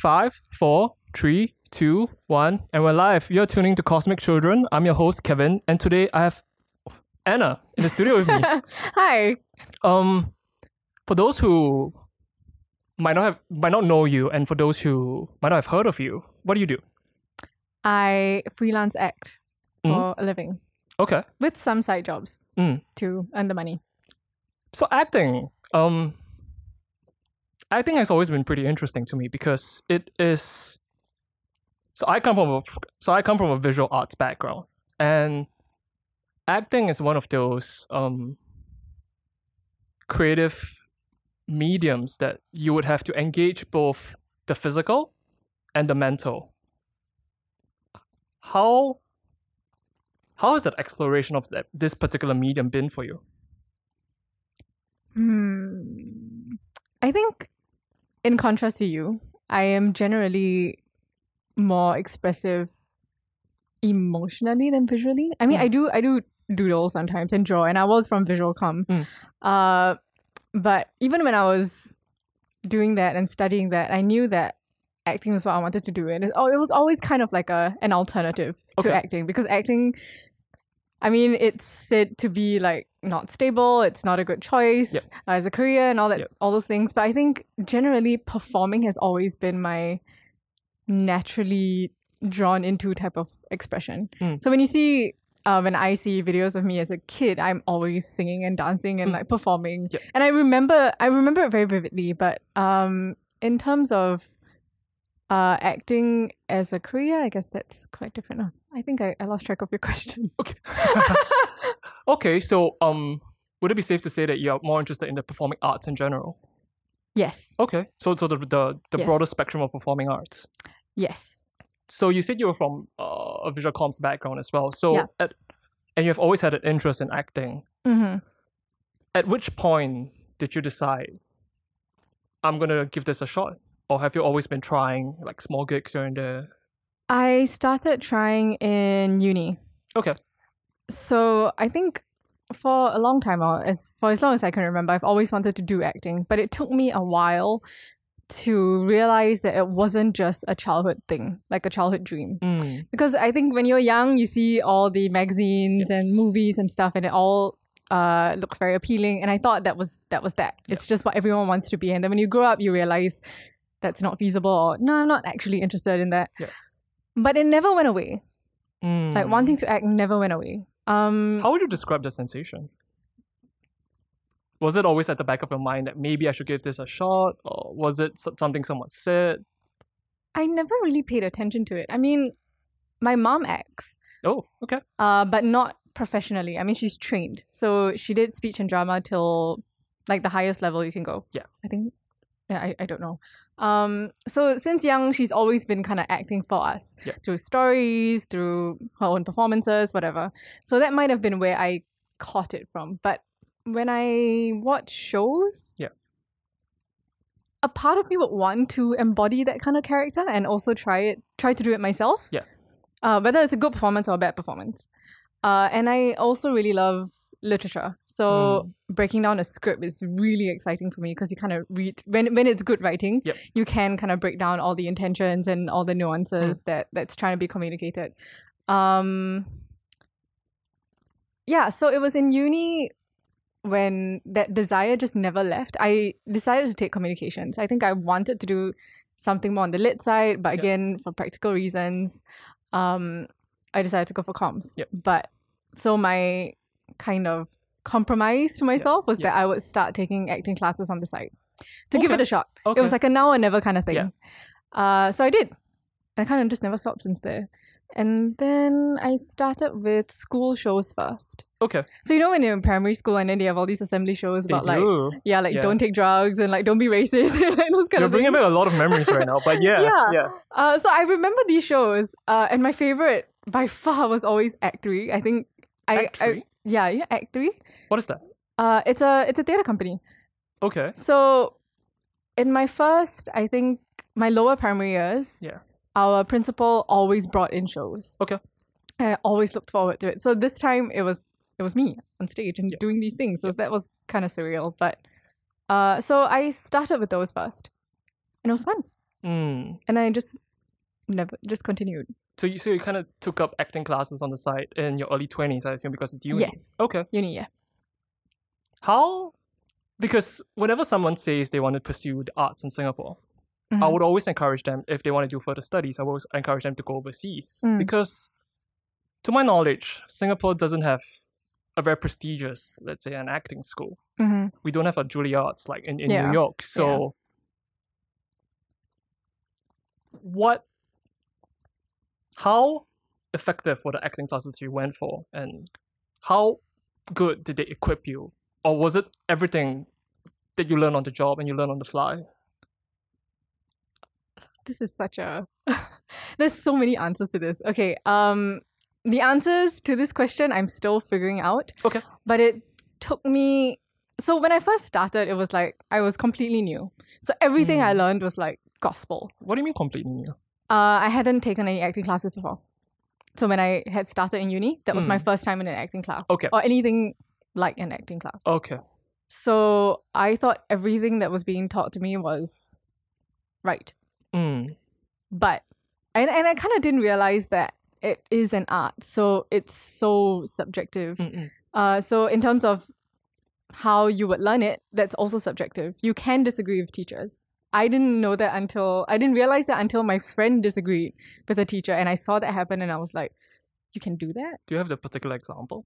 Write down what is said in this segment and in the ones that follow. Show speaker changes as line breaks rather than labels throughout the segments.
five, four, three, two, one, and we're live. You're tuning to Cosmic Children. I'm your host, Kevin, and today I have Anna in the studio with me.
Hi.
Um, for those who might not have might not know you, and for those who might not have heard of you, what do you do?
I freelance act
Mhm.
for a living
Okay,
with some side jobs
Mm.
to earn the money.
so acting. Um, acting has always been pretty interesting to me because it is. So I come from a so I come from a visual arts background, and acting is one of those um, creative mediums that you would have to engage both the physical and the mental. How how has that exploration of that, this particular medium been for you?
Hmm. I think, in contrast to you, I am generally more expressive emotionally than visually. I mean,
Mm.
I do, I do doodle sometimes and draw, and I was from visual com.
Mm.
Uh, but even when I was doing that and studying that, I knew that acting was what I wanted to do, and it, oh, it was always kind of like a an alternative
Okay.
to acting because acting. I mean, it's said to be like not stable. It's not a good choice
Yep.
uh, as a career and all that,
Yep.
all those things. But I think generally performing has always been my naturally drawn into type of expression.
Mm.
So when you see, uh, when I see videos of me as a kid, I'm always singing and dancing and
Mm.
like performing.
Yep.
And I remember, I remember it very vividly. But um, in terms of uh, acting as a career, I guess that's quite different. Oh, I think I, I lost track of your question.
Okay. okay, so um, would it be safe to say that you're more interested in the performing arts in general?
yes,
Okay, so so the the, the
Yes.
broader spectrum of performing arts.
yes.
So you said you were from uh, a visual comms background as well. So
Yeah.
at, and you've always had an interest in acting.
Mm-hmm.
At which point did you decide I'm gonna give this a shot, or have you always been trying like small gigs here and there?
I started trying in uni.
Okay.
So I think for a long time, or as for as long as I can remember, I've always wanted to do acting, but it took me a while to realize that it wasn't just a childhood thing, like a childhood dream.
Mm.
Because I think when you're young, you see all the magazines
Yes.
and movies and stuff, and it all uh, looks very appealing. And I thought that was that was that. It's just what everyone wants to be. And then when you grow up, you realize that's not feasible. Or, no, I'm not actually interested in that.
Yeah.
But it never went away. Like
Mm.
wanting to act never went away. Um,
How would you describe the sensation? Was it always at the back of your mind that maybe I should give this a shot, or was it so- something someone said?
I never really paid attention to it. I mean, my mom acts,
Oh, okay.
uh, but not professionally. I mean, she's trained, so she did speech and drama till like the highest level you can go.
Yeah.
I think. Yeah, I, I don't know. Um, so since young, she's always been kind of acting for us
Yeah.
through stories, through her own performances, whatever. So that might have been where I caught it from. But when I watch shows,
Yeah.
a part of me would want to embody that kind of character and also try it, try to do it myself.
Yeah.
Uh, whether it's a good performance or a bad performance. Uh, and I also really love literature. So
Mm.
breaking down a script is really exciting for me because you kind of read when when it's good writing,
Yep.
you can kind of break down all the intentions and all the
Mm.
nuances that that's trying to be communicated. Um, yeah, so it was in uni when that desire just never left. I decided to take communications. I think I wanted to do something more on the lit side, but
Yeah.
again, for practical reasons, um, I decided to go for comms.
Yep.
But so my kind of compromise to myself was
Yep.
that I would start taking acting classes on the side to give it
Okay.
a shot.
Okay.
It was like a now or never kind of thing.
Yeah.
Uh, so I did. I kind of just never stopped since there. And then I started with school shows first.
okay.
So you know when you're in primary school and then they have all these assembly shows
They
about like
do.
yeah, like
Yeah.
don't take drugs and like don't be racist and like those kind
You're
of things.
bringing back a lot of memories right now, but yeah, yeah.
Yeah. Uh, so I remember these shows, uh, and my favorite by far was always Act Three. I think I,
Act
I-
three?
yeah, yeah, Act Three.
What is that?
Uh, it's a it's a theater company.
Okay.
So, in my first, I think my lower primary years,
Yeah.
our principal always brought in shows.
Okay.
And I always looked forward to it. So this time it was it was me on stage and
Yeah.
doing these things. So that was kind of surreal, but uh, so I started with those first, and it was fun.
Mm.
and I just never just continued.
So you so you kind of took up acting classes on the side in your early twenties, I assume, because it's uni.
Yes,
Okay.
uni, yeah.
How? Because whenever someone says they want to pursue the arts in Singapore, I
Mhm.
would always encourage them if they want to do further studies. I would always encourage them to go overseas
Mm.
because, to my knowledge, Singapore doesn't have a very prestigious, let's say, an acting school.
Mhm.
we don't have a Juilliard's like in, in
Yeah.
New York. So what how effective were the acting classes you went for and how good did they equip you? Or was it everything that you learn on the job and you learn on the fly?
This is such a. There's so many answers to this. Okay. Um, the answers to this question I'm still figuring out.
Okay.
But it took me. So when I first started, it was like I was completely new. So everything I
Mm.
learned was like gospel.
What do you mean completely new?
Uh, I hadn't taken any acting classes before. So when I had started in uni, that was my
Mm.
first time in an acting class.
Okay.
Or anything like an acting class.
Okay.
So I thought everything that was being taught to me was right.
Mm.
But and, and I kind of didn't realize that it is an art. So it's so subjective.
Mm-mm.
Uh, so in terms of how you would learn it, that's also subjective. You can disagree with teachers. I didn't know that until I didn't realize that until my friend disagreed with a teacher and I saw that happen and I was like, you can do that?
Do you have the particular example?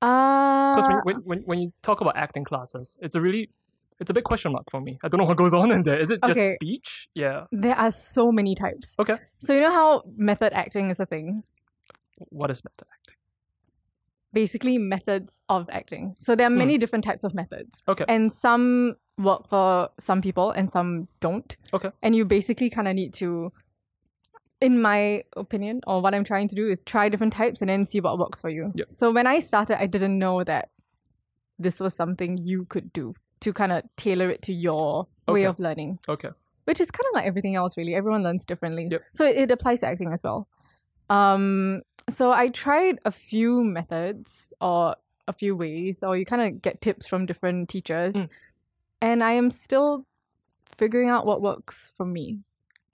Because
Uh,
when, when, when you talk about acting classes, it's a really it's a big question mark for me. I don't know what goes on in there. Is it
Okay.
just speech? Yeah.
there are so many types.
Okay.
So you know how method acting is a thing?
What is method acting?
basically methods of acting. So there are many different types of methods.
Hmm. Okay.
And some work for some people and some don't.
Okay.
And you basically kind of need to, in my opinion, or what I'm trying to do is try different types and then see what works for you.
Yep.
So when I started, I didn't know that this was something you could do to kind of tailor it to your way
Okay.
of learning.
Okay.
Which is kind of like everything else, really. Everyone learns differently.
Yep.
So it, it applies to acting as well. Um, so I tried a few methods or a few ways, or you kind of get tips from different teachers.
Mm.
And I am still figuring out what works for me.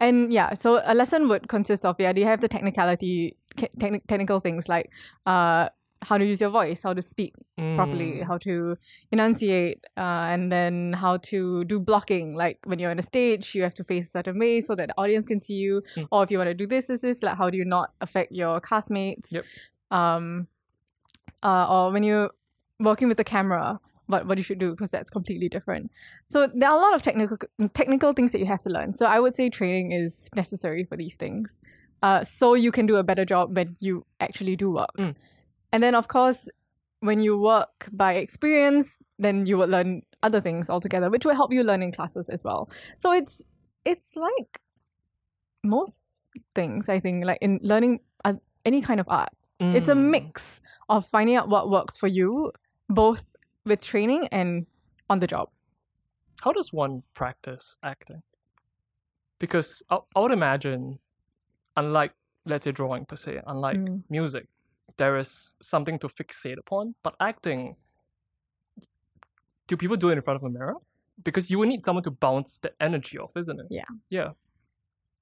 And yeah, so a lesson would consist of yeah, do you have the technicality, ca- techni- technical things like uh, how to use your voice, how to speak properly,
Mm.
how to enunciate, uh, and then how to do blocking. Like when you're on a stage, you have to face a certain way so that the audience can see you.
Mm.
Or if you want to do this, this, this, like how do you not affect your castmates?
Yep.
Um, uh, or when you're working with the camera, what what you should do because that's completely different. So there are a lot of technical technical things that you have to learn. So I would say training is necessary for these things, uh, so you can do a better job when you actually do work.
Mm.
And then of course, when you work by experience, then you would learn other things altogether, which will help you learn in classes as well. So it's it's like most things I think, like in learning uh, any kind of art it's a
Mm.
mix of finding out what works for you both with training and on the job
How does one practice acting? Because I, I would imagine, unlike, let's say, drawing per se, unlike
Mm.
music, there is something to fixate upon. But acting, do people do it in front of a mirror? Because you would need someone to bounce the energy off, isn't it?
Yeah.
Yeah.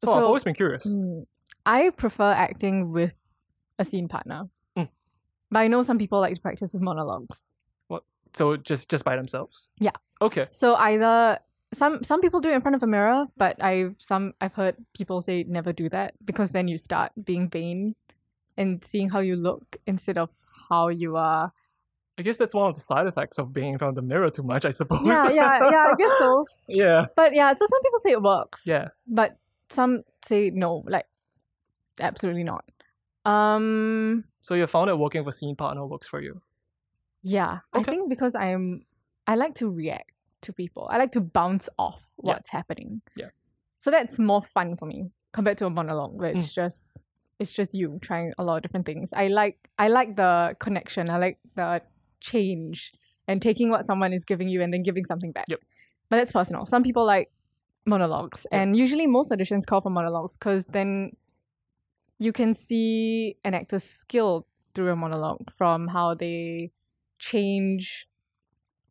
So, I've
So-
always been curious.
Mm. i prefer acting with a scene partner
Mm.
but i know some people like to practice with monologues
So just just by themselves?
Yeah.
Okay.
so either some some people do it in front of a mirror but i've some i've heard people say never do that because then you start being vain and seeing how you look instead of how you are
I guess that's one of the side effects of being in front of the mirror too much, I suppose.
yeah yeah yeah i guess so
yeah.
but yeah so some people say it works
Yeah.
but some say no like absolutely not um
So you found that working for scene partner works for you.
yeah i
Okay.
think because i'm i like to react to people i like to bounce off
Yeah.
what's happening
Yeah.
so that's more fun for me compared to a monologue where
Mm.
it's just it's just you trying a lot of different things i like i like the connection i like the change and taking what someone is giving you and then giving something back
Yep.
but that's personal some people like monologues
Yep.
and usually most auditions call for monologues because then you can see an actor's skill through a monologue from how they change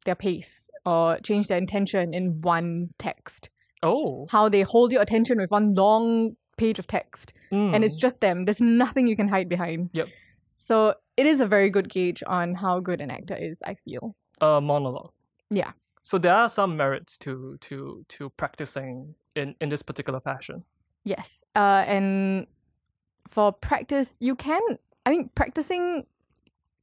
their pace or change their intention in one text
Oh.
how they hold your attention with one long page of text
Mm.
and it's just them. There's nothing you can hide behind.
Yep.
So it is a very good gauge on how good an actor is, I feel.
a monologue.
Yeah.
So there are some merits to to to practicing in in this particular fashion.
Yes. Uh, and for practice, you can, I mean, practicing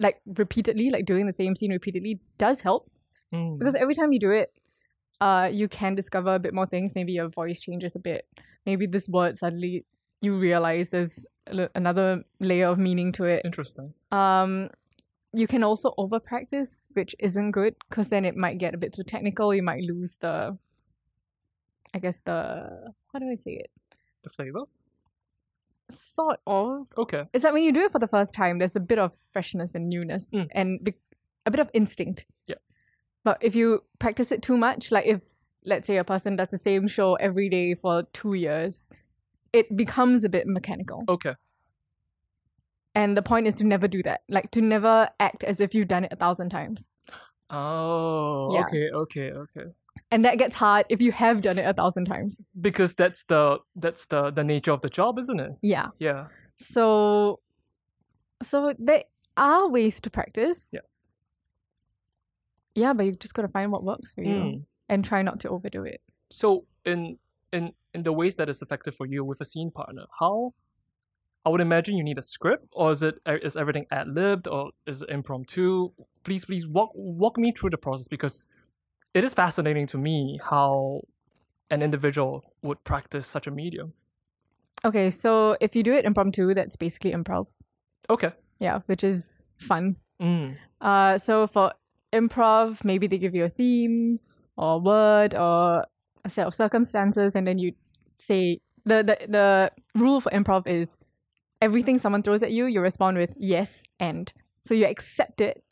like repeatedly, like doing the same scene repeatedly does help
Mm.
because every time you do it, uh, you can discover a bit more things. Maybe your voice changes a bit. Maybe this word suddenly you realize there's a li- another layer of meaning to it.
Interesting.
Um, you can also over practice, which isn't good because then it might get a bit too technical. You might lose the, I guess the how do I say it?
The flavor.
Sort of.
Okay.
It's like when you do it for the first time, there's a bit of freshness and newness
Mm.
and be- a bit of instinct.
Yeah.
But if you practice it too much, like if let's say a person does the same show every day for two years, it becomes a bit mechanical.
Okay.
And the point is to never do that. Like to never act as if you've done it a thousand times.
Oh.
Yeah.
Okay. Okay. Okay.
and that gets hard if you have done it a thousand times.
Because that's the that's the the nature of the job, isn't it?
Yeah.
Yeah.
So, so there are ways to practice.
Yeah.
Yeah, but you just gotta find what works for you
Mm.
and try not to overdo it.
So in in in the ways that is effective for you with a scene partner, how? I would imagine you need a script, or is it e-, is everything ad libbed, or is it impromptu? Please, please walk walk me through the process because it is fascinating to me how an individual would practice such a medium.
Okay, so if you do it impromptu, that's basically improv.
Okay.
Yeah, which is fun.
Mm.
Uh, so for improv, maybe they give you a theme or a word or a set of circumstances, and then you say the the, the rule for improv is everything someone throws at you, you respond with yes and. So you accept it,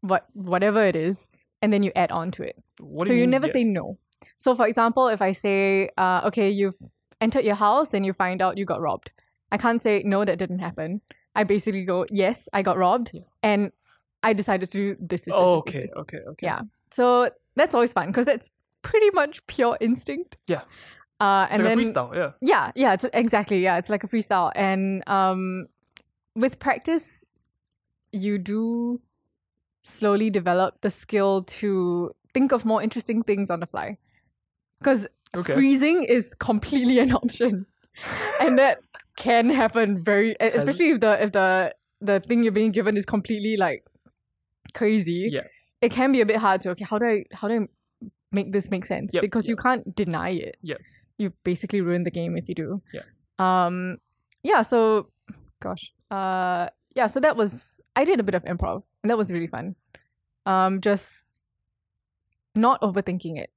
what whatever it is, and then you add on to it.
What do
so you,
mean,
never say
yes?
no. So for example, if I say, uh, okay, you've entered your house, then you find out you got robbed. I can't say no, that didn't happen. I basically go, yes, I got robbed,
Yeah.
and I decided to do this. this, this,
Oh,
this,
okay,
this.
okay, okay.
Yeah. So that's always fun because that's pretty much pure instinct.
Yeah.
Uh,
It's
and
like
then
a freestyle, yeah.
yeah, yeah, it's exactly yeah, it's like a freestyle, and um, with practice, you do slowly develop the skill to think of more interesting things on the fly, because
Okay.
freezing is completely an option, and that can happen very, e- especially if the if the the thing you're being given is completely like crazy.
Yeah.
it can be a bit hard to okay, how do I how do I make this make sense?
Yep,
because
yep.
you can't deny it.
Yep.
you basically ruin the game if you do.
Yeah.
Um. Yeah. So, gosh. Uh. Yeah. So that was I did a bit of improv and that was really fun. Um. Just not overthinking it,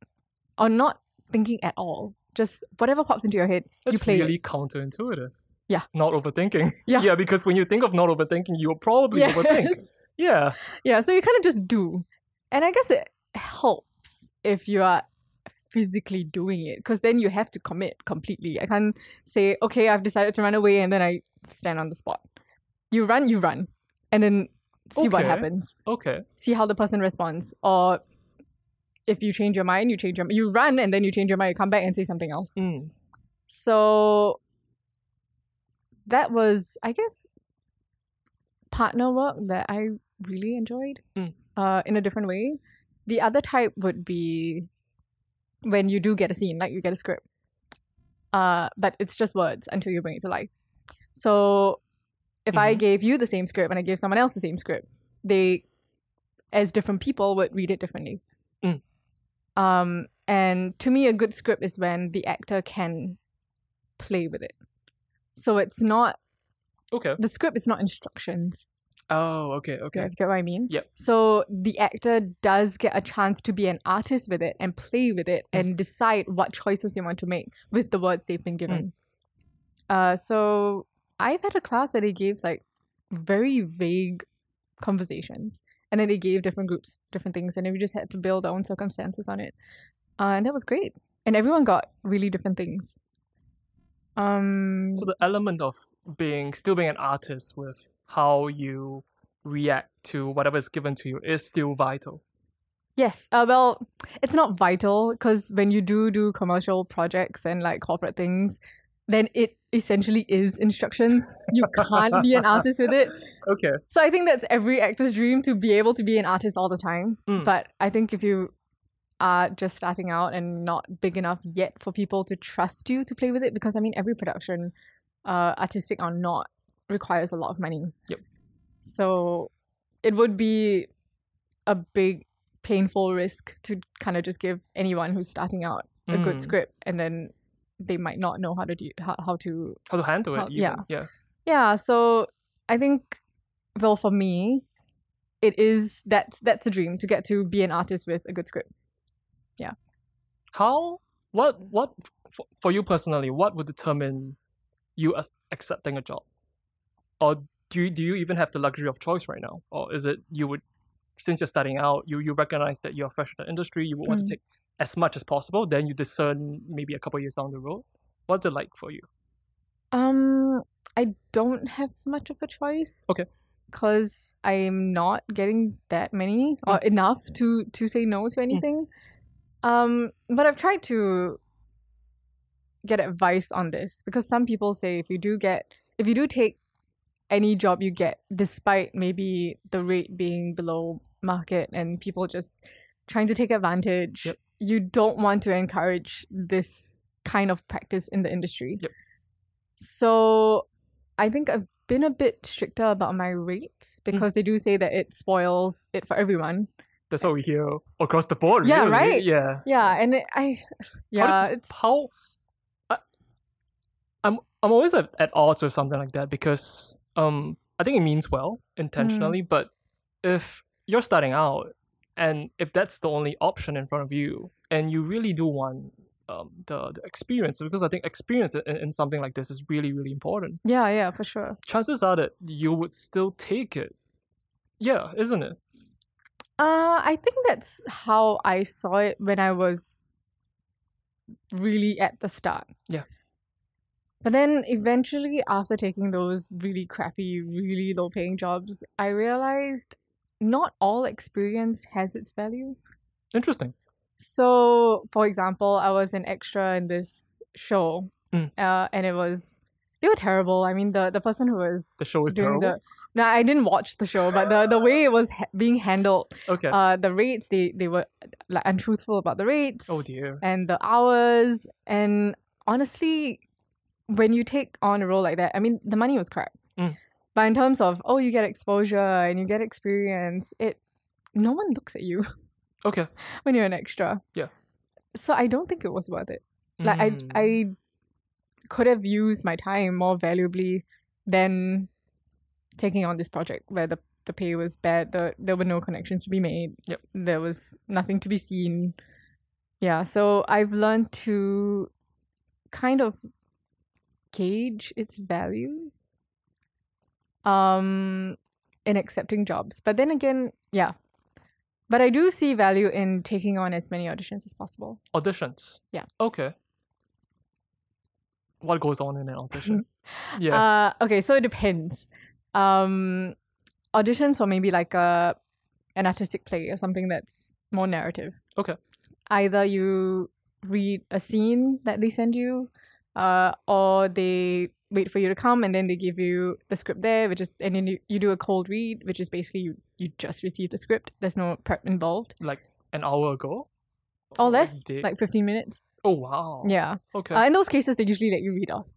or not thinking at all. Just whatever pops into your head,
That's
you play.
really
it.
counterintuitive.
Yeah.
Not overthinking.
Yeah.
Yeah, because when you think of not overthinking, you'll probably
Yes.
overthink. Yeah.
Yeah. So you kind of just do, and I guess it helps if you are physically doing it because then you have to commit completely. I can't say okay, I've decided to run away and then I stand on the spot. You run, you run, and then see what
Okay.
happens.
Okay.
see how the person responds or if you change your mind you change your you run and then you change your mind you come back and say something else
Mm.
so that was i guess partner work that i really enjoyed
Mm.
uh, in a different way the other type would be when you do get a scene like you get a script uh, but it's just words until you bring it to life so if i
Mhm.
gave you the same script and i gave someone else the same script they as different people would read it differently
Mm.
um, and to me a good script is when the actor can play with it so it's not
Okay.
the script is not instructions
Oh, okay,
Do
okay.
you get what i mean
Yep.
so the actor does get a chance to be an artist with it and play with it
Mm.
and decide what choices they want to make with the words they've been given
Mm.
uh, so i've had a class where they gave like very vague conversations and then they gave different groups different things and then we just had to build our own circumstances on it uh, and that was great and everyone got really different things um
So the element of being still being an artist with how you react to whatever is given to you is still vital.
Yes. Uh, well, it's not vital because when you do do commercial projects and like corporate things, then it essentially is instructions. You can't be an artist with it.
Okay.
So I think that's every actor's dream to be able to be an artist all the time.
Mm.
But I think if you are just starting out and not big enough yet for people to trust you to play with it, because I mean, every production, uh, artistic or not, requires a lot of money.
Yep.
So it would be a big, painful risk to kind of just give anyone who's starting out a
Mm.
good script and then they might not know how to do how, how to
How to handle it?
How-
even.
yeah.
Yeah.
yeah, so I think, well, for me, it is that's that's a dream to get to be an artist with a good script.
How? What? What? For, for you personally, what would determine you as accepting a job? Or do you, do you even have the luxury of choice right now? Or is it you would, since you're starting out, you you recognize that you're fresh in the industry, you would want
Mm.
to take as much as possible, then you discern maybe a couple years down the road. What's it like for you?
Um, I don't have much of a choice.
Okay.
Cause I'm not getting that many or
Mm.
enough to to say no to anything. Um, but I've tried to get advice on this because some people say if you do get if you do take any job you get, despite maybe the rate being below market and people just trying to take advantage,
Yep.
you don't want to encourage this kind of practice in the industry.
Yep.
So I think I've been a bit stricter about my rates because they do say that it spoils it for everyone.
That's what we hear across the board.
Yeah,
really.
right?
Yeah.
Yeah, and it, I yeah, it's
how I, I'm I'm always at, at odds with something like that because um I think it means well intentionally,
Mm.
but if you're starting out and if that's the only option in front of you and you really do want um, the, the experience because I think experience in, in something like this is really really important.
yeah, yeah, for sure.
Chances are that you would still take it. Yeah, isn't it?
Uh, I think that's how I saw it when I was really at the start.
Yeah.
But then eventually, after taking those really crappy, really low paying jobs, I realized not all experience has its value.
Interesting.
So, for example, I was an extra in this show,
Mm.
uh, and it was they were terrible. I mean, the the person who was
The show is
doing
terrible.
the no, I didn't watch the show, but the the way it was ha- being handled,
okay.
uh, the rates they they were like untruthful about the rates
oh dear.
and the hours, and honestly, when you take on a role like that, I mean, the money was crap,
Mm.
but in terms of oh, you get exposure and you get experience, it no one looks at you
Okay.
when you're an extra.
Yeah.
So I don't think it was worth it. Like
Mm.
I I could have used my time more valuably than taking on this project where the the pay was bad, the there were no connections to be made.
Yep.
There was nothing to be seen. Yeah, so I've learned to kind of gauge its value um in accepting jobs. But then again, yeah. But I do see value in taking on as many auditions as possible.
auditions.
Yeah.
Okay. What goes on in an audition? yeah.
Uh, okay, so it depends. Um, auditions for maybe like a an artistic play or something that's more narrative.
Okay.
Either you read a scene that they send you, uh, or they wait for you to come and then they give you the script there, which is and then you, you do a cold read, which is basically you you just receive the script. There's no prep involved.
like an hour ago.
Or less,
Did-
like fifteen minutes.
oh wow.
Yeah.
Okay.
Uh, in those cases, they usually let you read off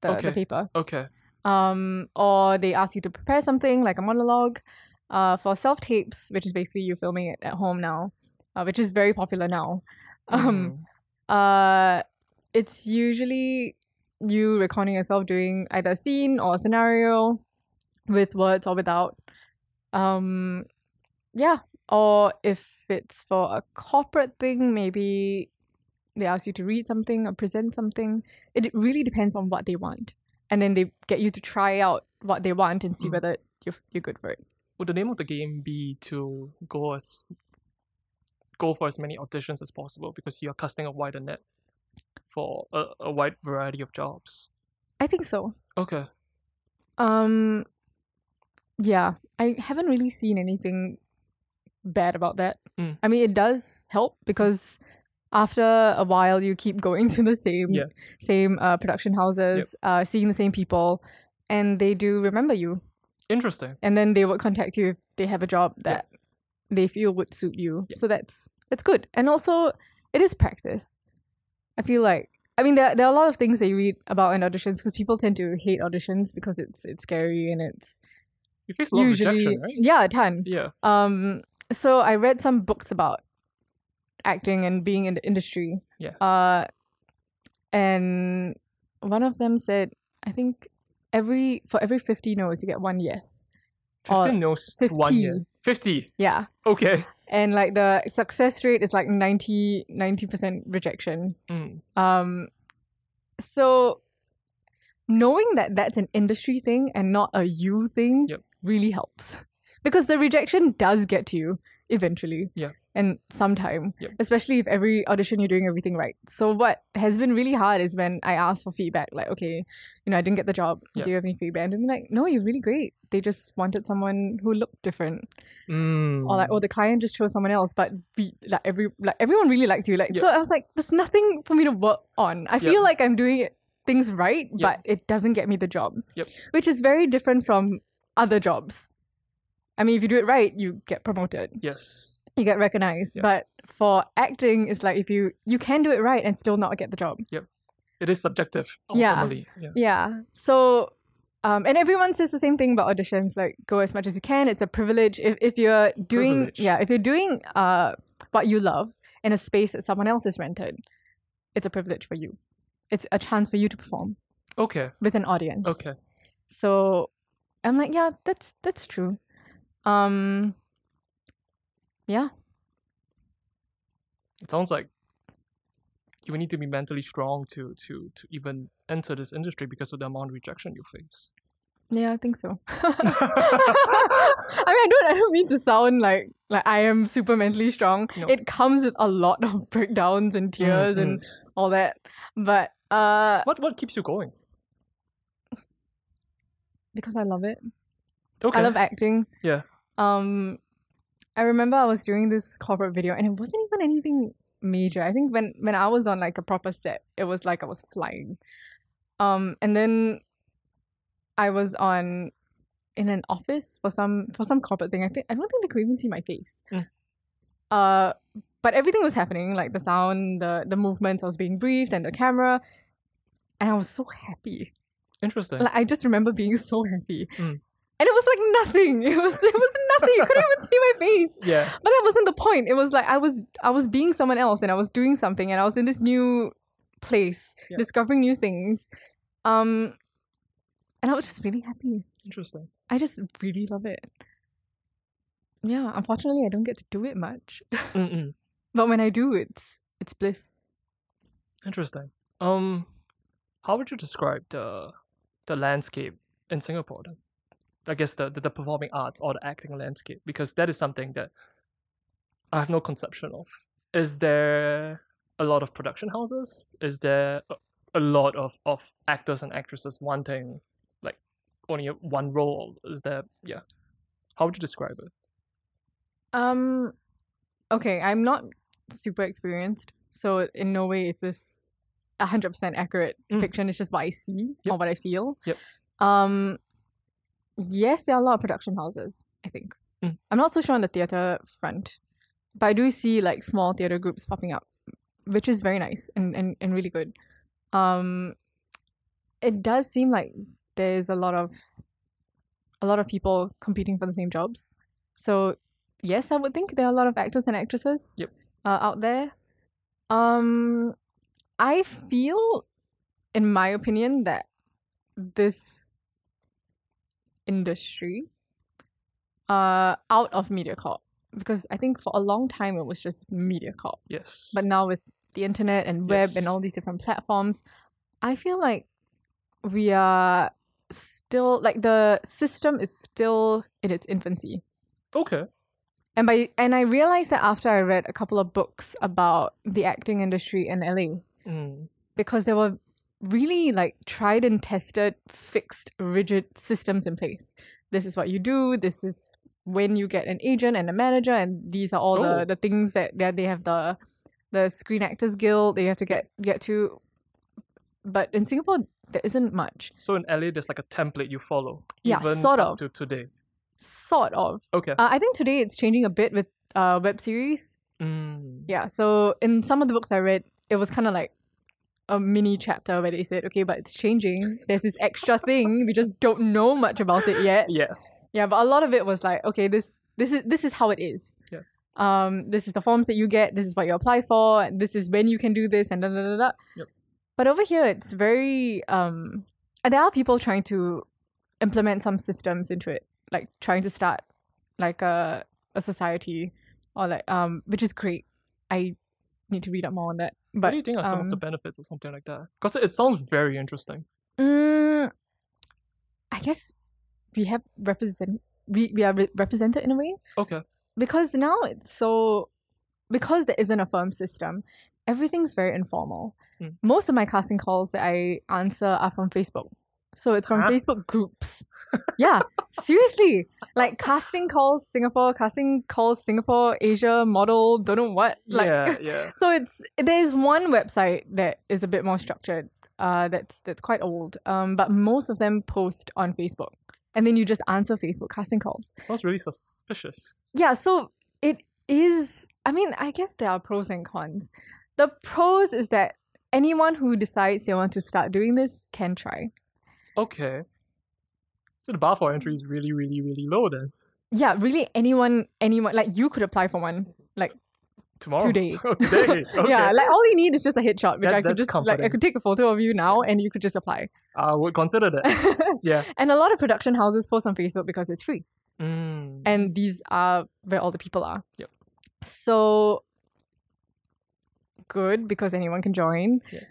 the,
Okay.
the paper.
okay.
um, or they ask you to prepare something like a monologue uh, for self tapes, which is basically you filming it at home now, uh, which is very popular now. Um,
Mm.
uh, it's usually you recording yourself doing either a scene or a scenario with words or without. Um, yeah, or if it's for a corporate thing, maybe they ask you to read something or present something. It d- really depends on what they want, and then they get you to try out what they want and see
Mm.
whether you're you're good for it.
Would the name of the game be to go as go for as many auditions as possible because you're casting a wider net for a, a wide variety of jobs?
I think so.
Okay.
Um, yeah, I haven't really seen anything bad about that.
Mm.
I mean, it does help because after a while, you keep going to the same
Yeah.
same uh, production houses, uh, seeing the same people, and they do remember you.
Interesting.
And then they would contact you if they have a job that they feel would suit you.
Yeah.
So that's that's good. And also, it is practice. I feel like. I mean, there, there are a lot of things that you read about in auditions because people tend to hate auditions because it's it's scary and it's
You face a lot
usually
of rejection, right?
yeah a ton.
Yeah.
Um, so I read some books about acting and being in the industry.
Yeah.
Uh, and one of them said, I think every for every fifty no's, you get one yes. Or
Fifteen knows to one year. Fifty.
Yeah.
Okay.
And like the success rate is like 90 percent rejection.
Mm.
Um, so knowing that that's an industry thing and not a you thing
Yep.
really helps because the rejection does get to you eventually.
Yeah.
And sometime,
Yep.
especially if every audition you're doing everything right. So what has been really hard is when I ask for feedback, like, okay, you know, I didn't get the job.
Yeah.
Do you have any feedback? And they're like, no, you're really great. They just wanted someone who looked different
Mm.
or like oh the client just chose someone else but we, like every like everyone really liked you like
Yeah.
so i was like there's nothing for me to work on i
Yeah.
feel like i'm doing it, things right
Yeah.
but it doesn't get me the job
Yep.
which is very different from other jobs i mean if you do it right you get promoted
yes.
you get recognized
Yeah.
but for acting it's like if you you can do it right and still not get the job
It is subjective.
Yeah.
Ultimately. Yeah.
yeah. So, um, and everyone says the same thing about auditions. Like, go as much as you can. It's a privilege. If if you're doing,
privilege.
yeah, if you're doing uh what you love in a space that someone else has rented, it's a privilege for you. It's a chance for you to perform
Okay.
with an audience.
Okay.
So, I'm like, yeah, that's that's true. Um, yeah,
It sounds like you need to be mentally strong to to to even enter this industry because of the amount of rejection you face.
yeah, I think so. I mean, I don't, I don't mean to sound like like I am super mentally strong.
No.
It comes with a lot of breakdowns and tears and all that, but uh,
What what keeps you going?
because I love it,
Okay.
I love acting.
Yeah.
Um, I remember I was doing this corporate video, and it wasn't even anything major. I think when when I was on like a proper set, it was like I was flying. Um, and then I was on in an office for some for some corporate thing. I think I don't think they could even see my face.
Mm.
Uh, but everything was happening, like the sound, the the movements. I was being briefed, and the camera, and I was so happy.
Interesting.
Like I just remember being so happy.
Mm.
And it was like nothing. It was it was nothing. You couldn't even see my face.
yeah.
But that wasn't the point. It was like I was I was being someone else and I was doing something and I was in this new place,
Yeah.
discovering new things. Um and I was just really happy.
Interesting.
I just really love it. Yeah, unfortunately I don't get to do it much.
Mm-mm.
But when I do it's it's bliss.
Interesting. Um, how would you describe the the landscape in Singapore? Then? I guess the, the the performing arts or the acting landscape, because that is something that I have no conception of. Is there a lot of production houses? Is there a, a lot of of actors and actresses wanting like only one role? Is there yeah? How would you describe it?
Um, okay, I'm not super experienced, so in no way is this a hundred percent accurate
Mm.
fiction. It's just what I see or
Yep.
what I feel.
Yep.
Um, yes, there are a lot of production houses. I think
Mm.
I'm not so sure on the theater front, but I do see like small theater groups popping up, which is very nice and and, and really good. Um, it does seem like there's a lot of a lot of people competing for the same jobs. So yes, I would think there are a lot of actors and actresses
Yep.
uh, out there. Um, I feel, in my opinion, that this industry uh out of MediaCorp because I think for a long time it was just MediaCorp,
Yes.
but now with the internet and web
Yes.
and all these different platforms, I feel like we are still like the system is still in its infancy
okay.
and by and I realized that after I read a couple of books about the acting industry in LA
Mm.
because there were really like tried and tested fixed rigid systems in place. This is what you do, this is when you get an agent and a manager, and these are all
Oh.
the, the things that, that they have the the Screen Actors Guild they have to get get to. But in Singapore, there isn't much.
So in LA, there's like a template you follow.
Yeah,
even
sort
up
of.
To today.
Sort of.
Okay.
Uh, I think today it's changing a bit with uh, web series.
Mm.
Yeah. So in some of the books I read, it was kind of like a mini chapter where they said, okay, but it's changing. There's this extra thing. We just don't know much about it yet.
Yeah.
Yeah, but a lot of it was like, okay, this this is this is how it is.
Yeah.
Um, this is the forms that you get. This is what you apply for. And this is when you can do this, and da da da da.
Yep.
But over here, it's very um. and There are people trying to implement some systems into it, like trying to start like a a society, or like um, which is great. I need to read up more on that.
what
But
do you think are some of the
um,
benefits or something like that? Because it sounds very interesting.
mm, I guess we have represent we we are re- represented in a way.
Okay.
because now it's so because there isn't a firm system everything's very informal
Mm.
most of my casting calls that i answer are from facebook so it's from
Huh?
facebook groups yeah seriously like casting calls singapore casting calls singapore asia model don't know what like
yeah, yeah.
so it's there's one website that is a bit more structured uh that's that's quite old um but most of them post on facebook and then you just answer facebook casting calls
Sounds really suspicious.
yeah so it is i mean i guess there are pros and cons the pros is that anyone who decides they want to start doing this can try
Okay. So the bar for entry is really, really, really low then.
yeah really anyone anyone like you could apply for one
Tomorrow.
Today.
oh, today. Okay.
yeah like all you need is just a headshot which
That-
i could
that's
just like i
comforting.
could take a photo of you now and you could just apply
I would consider that. Yeah.
and a lot of production houses post on facebook because it's free
Mm.
and these are where all the people are
Yep.
so good because anyone can join
Yeah.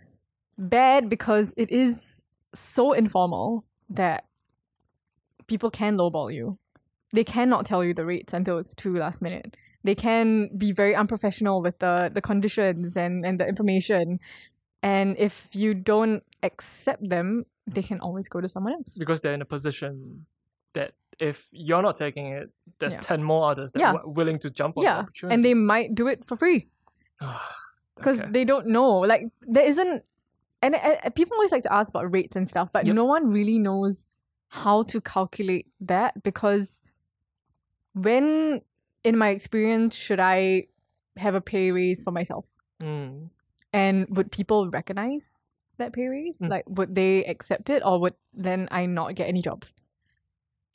bad because it is so informal that people can lowball you they cannot tell you the rates until it's too last minute they can be very unprofessional with the the conditions and and the information and if you don't accept them they can always go to someone else
because they're in a position that if you're not taking it, there's
Yeah.
10 more others that
Yeah.
are willing to jump on the
yeah
opportunity.
and they might do it for free because
Okay.
they don't know. Like there isn't, and uh, people always like to ask about rates and stuff, but
Yep.
no one really knows how to calculate that because when, in my experience, should I have a pay raise for myself,
Mm.
and would people recognize that pay raise?
Mm.
Like, would they accept it, or would then I not get any jobs?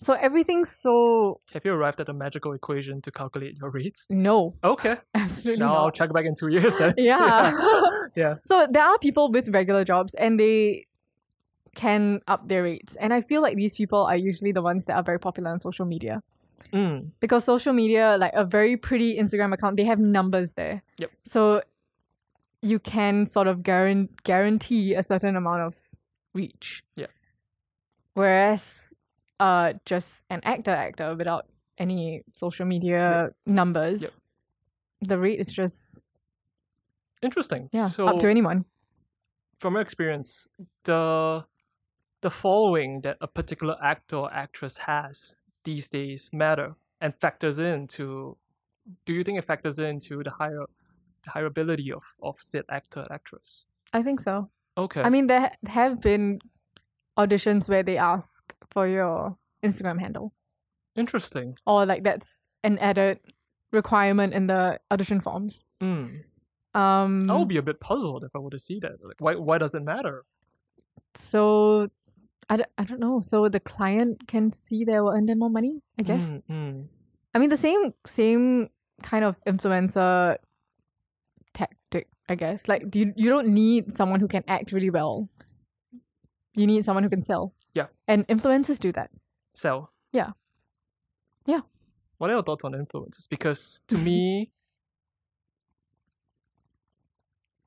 So everything's so
Have you arrived at a magical equation to calculate your rates?
no,
Okay.
absolutely
Now
not.
I'll check back in two years then.
yeah.
Yeah.
So there are people with regular jobs and they can up their rates. And I feel like these people are usually the ones that are very popular on social media.
Mm.
Because social media, like a very pretty Instagram account, they have numbers there.
Yep.
So you can sort of guaran- guarantee a certain amount of reach.
Yeah.
Whereas uh just an actor actor without any social media numbers,
Yep.
the rate is just
Interesting.
yeah,
so
up to anyone.
from your experience, the the following that a particular actor or actress has these days matter and factors into do you think it factors into the higher the hireability of, of said actor or actress?
I think so.
Okay.
I mean, there ha- have been auditions where they ask for your Instagram handle,
interesting.
or like that's an added requirement in the audition forms. Hmm.
Mm.
Um,
I would be a bit puzzled if I were to see that. Like why why does it matter?
so I don't, I don't know. So the client can see they will earn them more money, I guess.
Mm, mm.
I mean, the same same kind of influencer tactic, I guess. Like, you you don't need someone who can act really well. You need someone who can sell.
Yeah.
and influencers do that.
So
Yeah. Yeah.
What are your thoughts on influences? Because to me,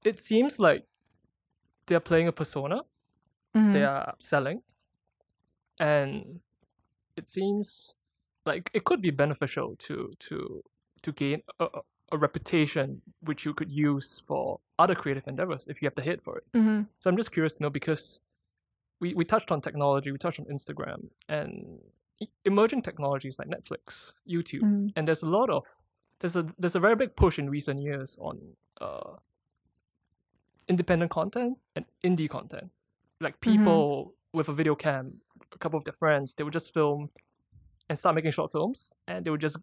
it seems like they're playing a persona.
Mhm.
They are selling, and it seems like it could be beneficial to to to gain a, a- a reputation which you could use for other creative endeavors if you have the hit for it.
Mhm.
So I'm just curious to know because we, we touched on technology, we touched on Instagram, and e- emerging technologies like Netflix, YouTube,
Mm.
and there's a lot of there's a there's a very big push in recent years on uh, independent content and indie content. Like people with a video cam, a couple of their friends, they would just film and start making short films, and they would just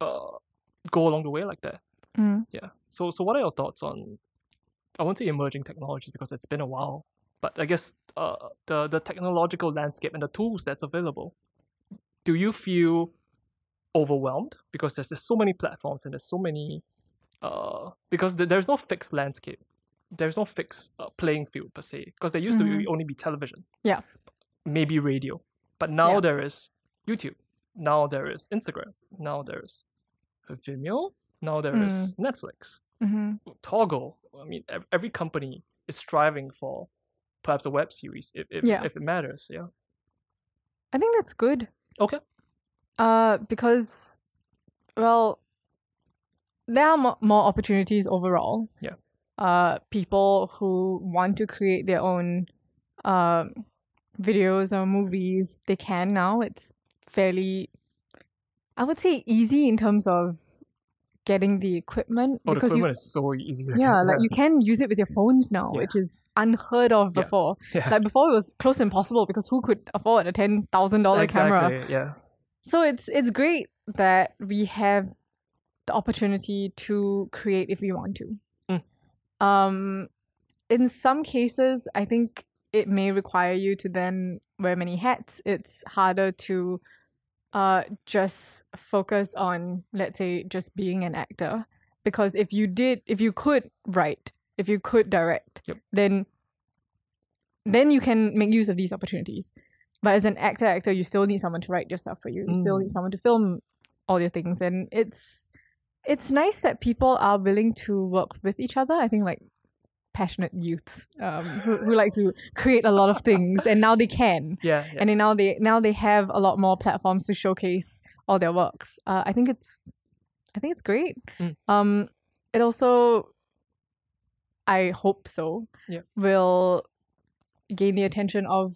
uh, go along the way like that.
Mm.
Yeah. So so what are your thoughts on I won't say emerging technologies because it's been a while, but I guess uh, the the technological landscape and the tools that's available. Do you feel overwhelmed because there's, there's so many platforms and there's so many uh because th- there's no fixed landscape. There's no fixed uh, playing field per se because there used to be only be television.
Mm-hmm. Yeah.
Maybe radio. But now
Yeah.
there is YouTube. Now there is Instagram. Now there is Vimeo. Now there is
Mm.
Netflix
hmm
toggle. I mean, ev- every company is striving for perhaps a web series if if,
Yeah.
if it matters. Yeah.
I think that's good.
Okay.
Uh, because, well, there are mo- more opportunities overall.
Yeah.
Uh, people who want to create their own um, videos or movies, they can now. It's fairly, I would say, easy in terms of getting the equipment
Oh, the
because you
equipment is so easy. to
yeah,
get.
like you can use it with your phones now,
Yeah.
which is unheard of
Yeah.
before.
Yeah.
Like before, it was close to impossible because who could afford a ten thousand dollar camera?
Exactly, Yeah.
So it's it's great that we have the opportunity to create if we want to. Um, in some cases, I think it may require you to then wear many hats. It's harder to uh, just focus on, let's say, just being an actor. Because if you did, if you could write, if you could direct,
Yep.
then then you can make use of these opportunities. But as an actor, actor, you still need someone to write your stuff for you. You still
Mm.
need someone to film all your things, and it's it's nice that people are willing to work with each other. I think like passionate youths um, who, who like to create a lot of things, and now they can,
Yeah. yeah.
and then now they now they have a lot more platforms to showcase all their works. Uh, I think it's I think it's great.
Mm.
Um, it also, I hope so,
Yeah.
will gain the attention of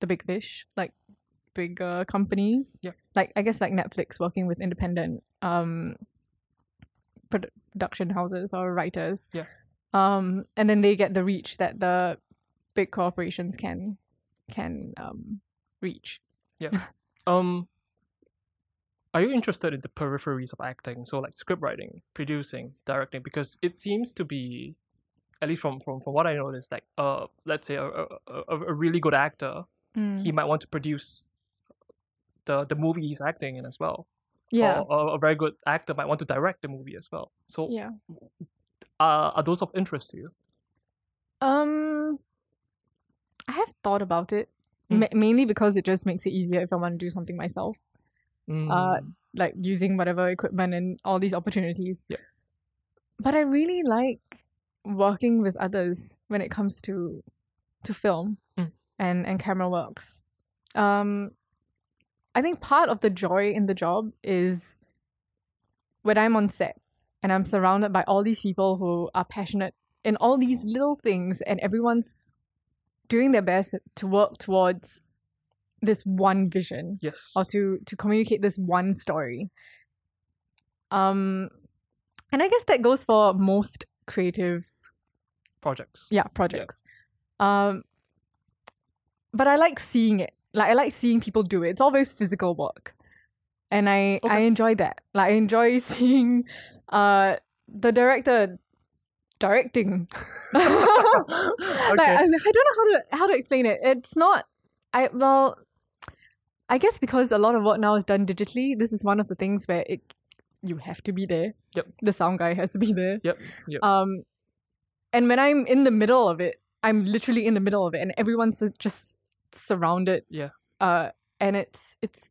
the big fish, like bigger companies.
Yeah.
Like I guess like Netflix working with independent um produ- production houses or writers.
Yeah.
Um, and then they get the reach that the big corporations can can um reach.
um. Are you interested in the peripheries of acting? So like script writing, producing, directing, because it seems to be, at least from from, from what I noticed, like uh, let's say a a, a, a really good actor,
Mm,
he
Mm-hmm.
might want to produce the the movie he's acting in as well.
Yeah.
or, or a very good actor might want to direct the movie as well. So uh,
Yeah.
are, are those of interest to you?
Um, I have thought about it
Mm.
ma- mainly because it just makes it easier if I want to do something myself, Uh,
Mm,
like using whatever equipment and all these opportunities.
Yeah.
But I really like working with others when it comes to to film
Mm.
and and camera works. Um, I think part of the joy in the job is when I'm on set and I'm surrounded by all these people who are passionate in all these little things, and everyone's doing their best to work towards this one vision
yes.
or to to communicate this one story. Um, and I guess that goes for most creative
Projects.
yeah projects um but i like seeing it like i like seeing people do it it's all very physical work and i i
Okay.
enjoy that like i enjoy seeing uh the director directing like I, I don't know how to how to explain it it's not i well i guess because a lot of work now is done digitally this is one of the things where it you have to be there
Yep.
the sound guy has to be there
Yep. Yep.
um, and when I'm in the middle of it, I'm literally in the middle of it, and everyone's su- just surrounded.
Yeah.
Uh, and it's it's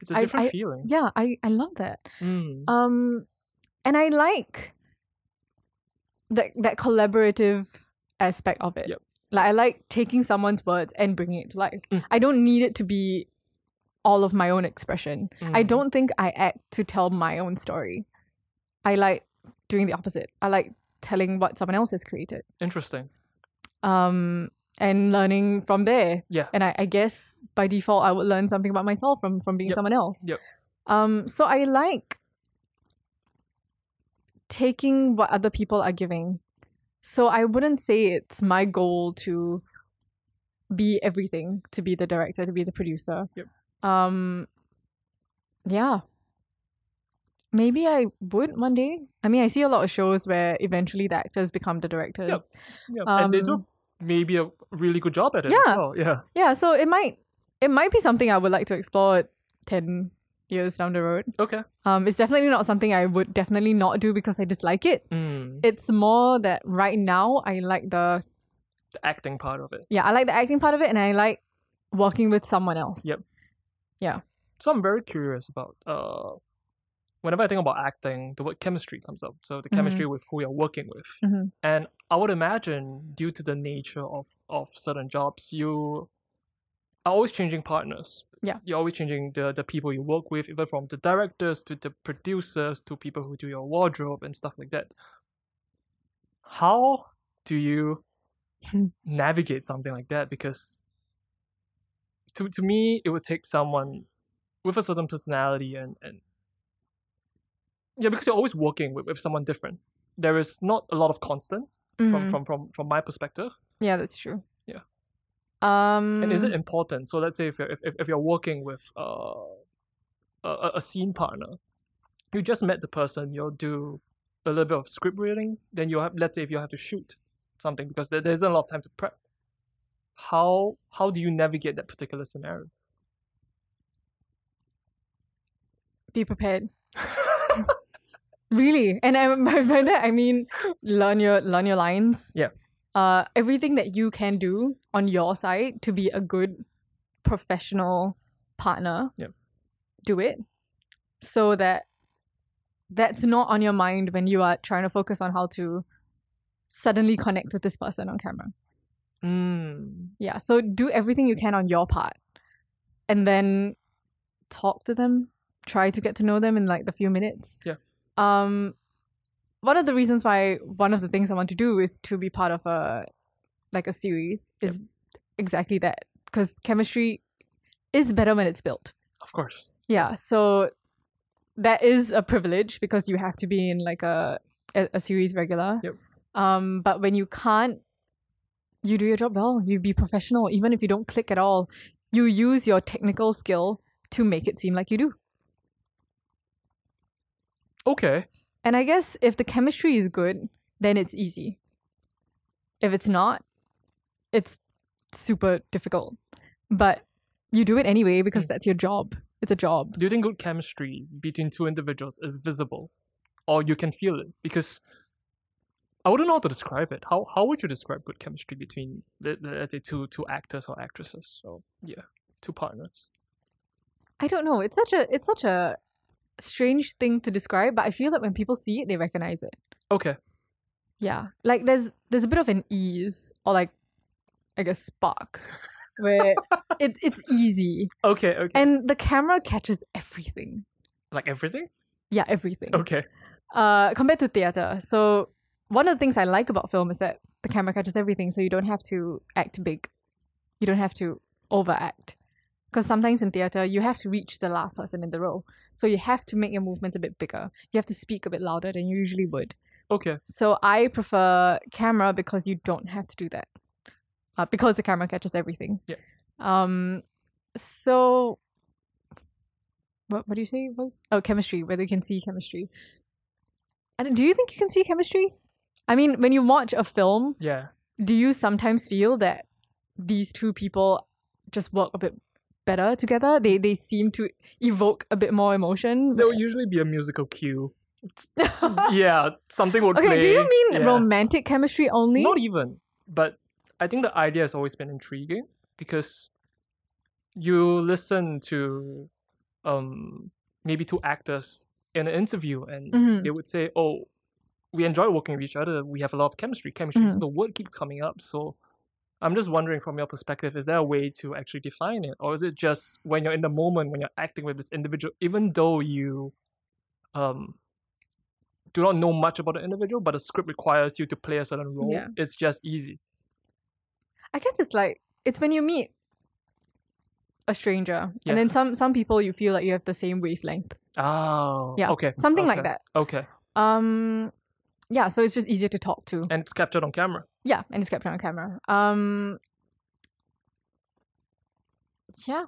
it's a
I-
different
I-
feeling.
yeah, I I love that.
Mm.
Um, and I like that that collaborative aspect of it.
Yep.
Like I like taking someone's words and bringing it to life.
Mm.
I don't need it to be all of my own expression. I
Mm.
don't think I act to tell my own story. I like doing the opposite. I like telling what someone else has created.
Interesting.
Um, and learning from there.
Yeah.
And I, I guess by default, I would learn something about myself from from being
Yep.
someone else.
Yep.
Um. So I like taking what other people are giving. So I wouldn't say it's my goal to be everything, to be the director, to be the producer.
Yep.
Um. Yeah. Maybe I would one day. I mean, I see a lot of shows where eventually the actors become the directors.
Yeah. and they do
Um,
maybe a really good job at it
Yeah.
as well. Yeah.
yeah so it might it might be something i would like to explore 10 years down the road
Okay.
um it's definitely not something i would definitely not do because i dislike it
Mm,
it's more that right now i like the
the acting part of it.
yeah i like the acting part of it and i like working with someone else
Yep. So I'm very curious about uh whenever I think about acting, the word chemistry comes up. So the
Mhm.
chemistry with who you're working with.
Mhm.
And I would imagine due to the nature of, of certain jobs, you are always changing partners.
Yeah.
You're always changing the, the people you work with, even from the directors to the producers to people who do your wardrobe and stuff like that. How do you navigate something like that? Because to to me it would take someone with a certain personality and, and yeah, because you're always working with, with someone different. There is not a lot of constant from,
Mhm.
from, from, from my perspective.
yeah that's true
Yeah.
um
And is it important? So let's say if you're, if, if if you're working with uh, a, a- a scene partner, you just met the person, you'll do a little bit of script reading, then you have, let's say if you have to shoot something because there, there isn't a lot of time to prep. How, how do you navigate that particular scenario?
be prepared really and I, by by that i mean learn your learn your lines
Yeah.
uh everything that you can do on your side to be a good professional partner
Yep.
do it so that that's not on your mind when you are trying to focus on how to suddenly connect with this person on camera
Mm,
yeah so do everything you can on your part and then talk to them try to get to know them in like the few minutes
Yeah.
um one of the reasons why one of the things i want to do is to be part of a like a series is exactly that because chemistry is better when it's built
of course.
yeah so that is a privilege because you have to be in like a a, a series regular
Yep.
um but when you can't you do your job well you be professional even if you don't click at all you use your technical skill to make it seem like you do
Okay.
and i guess if the chemistry is good then it's easy if it's not it's super difficult but you do it anyway because
Mm.
that's your job it's a job
do you think good chemistry between two individuals is visible or you can feel it because i wouldn't know how to describe it how how would you describe good chemistry between let- let's say two two actors or actresses so yeah two partners
I don't know. It's such a it's such a strange thing to describe, but I feel that when people see it, they recognize it.
okay
Yeah, like there's there's a bit of an ease or like like a spark where it it's easy
okay okay
and the camera catches everything.
like everything
Yeah, everything.
okay
Uh, compared to theater, so one of the things I like about film is that the camera catches everything, so you don't have to act big, you don't have to overact. Because sometimes in theater, you have to reach the last person in the row. So you have to make your movements a bit bigger. You have to speak a bit louder than you usually would.
okay
So I prefer camera because you don't have to do that. Uh, because the camera catches everything.
Yeah.
Um, so what what do you say it was? Oh, chemistry, whether you can see chemistry. I don't, do you think you can see chemistry? I mean, when you watch a film,
yeah
do you sometimes feel that these two people just work a bit better together? They they seem to evoke a bit more emotion.
there will usually be a musical cue yeah something would
okay,
play
do you mean
yeah.
romantic chemistry only?
Not even. But I think the idea has always been intriguing because you listen to um maybe two actors in an interview and
Mhm.
they would say, Oh, we enjoy working with each other, we have a lot of chemistry. Chemistry
Mm.
so the word keeps coming up. So I'm just wondering from your perspective, is there a way to actually define it? Or is it just when you're in the moment when you're acting with this individual, even though you um do not know much about the individual, but the script requires you to play a certain role,
Yeah.
it's just easy.
I guess it's like it's when you meet a stranger,
Yeah.
and then some some people you feel like you have the same wavelength,
Oh.
Yeah,
Okay.
something like
okay,
that.
Okay.
Um, yeah, so it's just easier to talk to.
And it's captured on camera.
Yeah, and it's captured on camera. Um, yeah,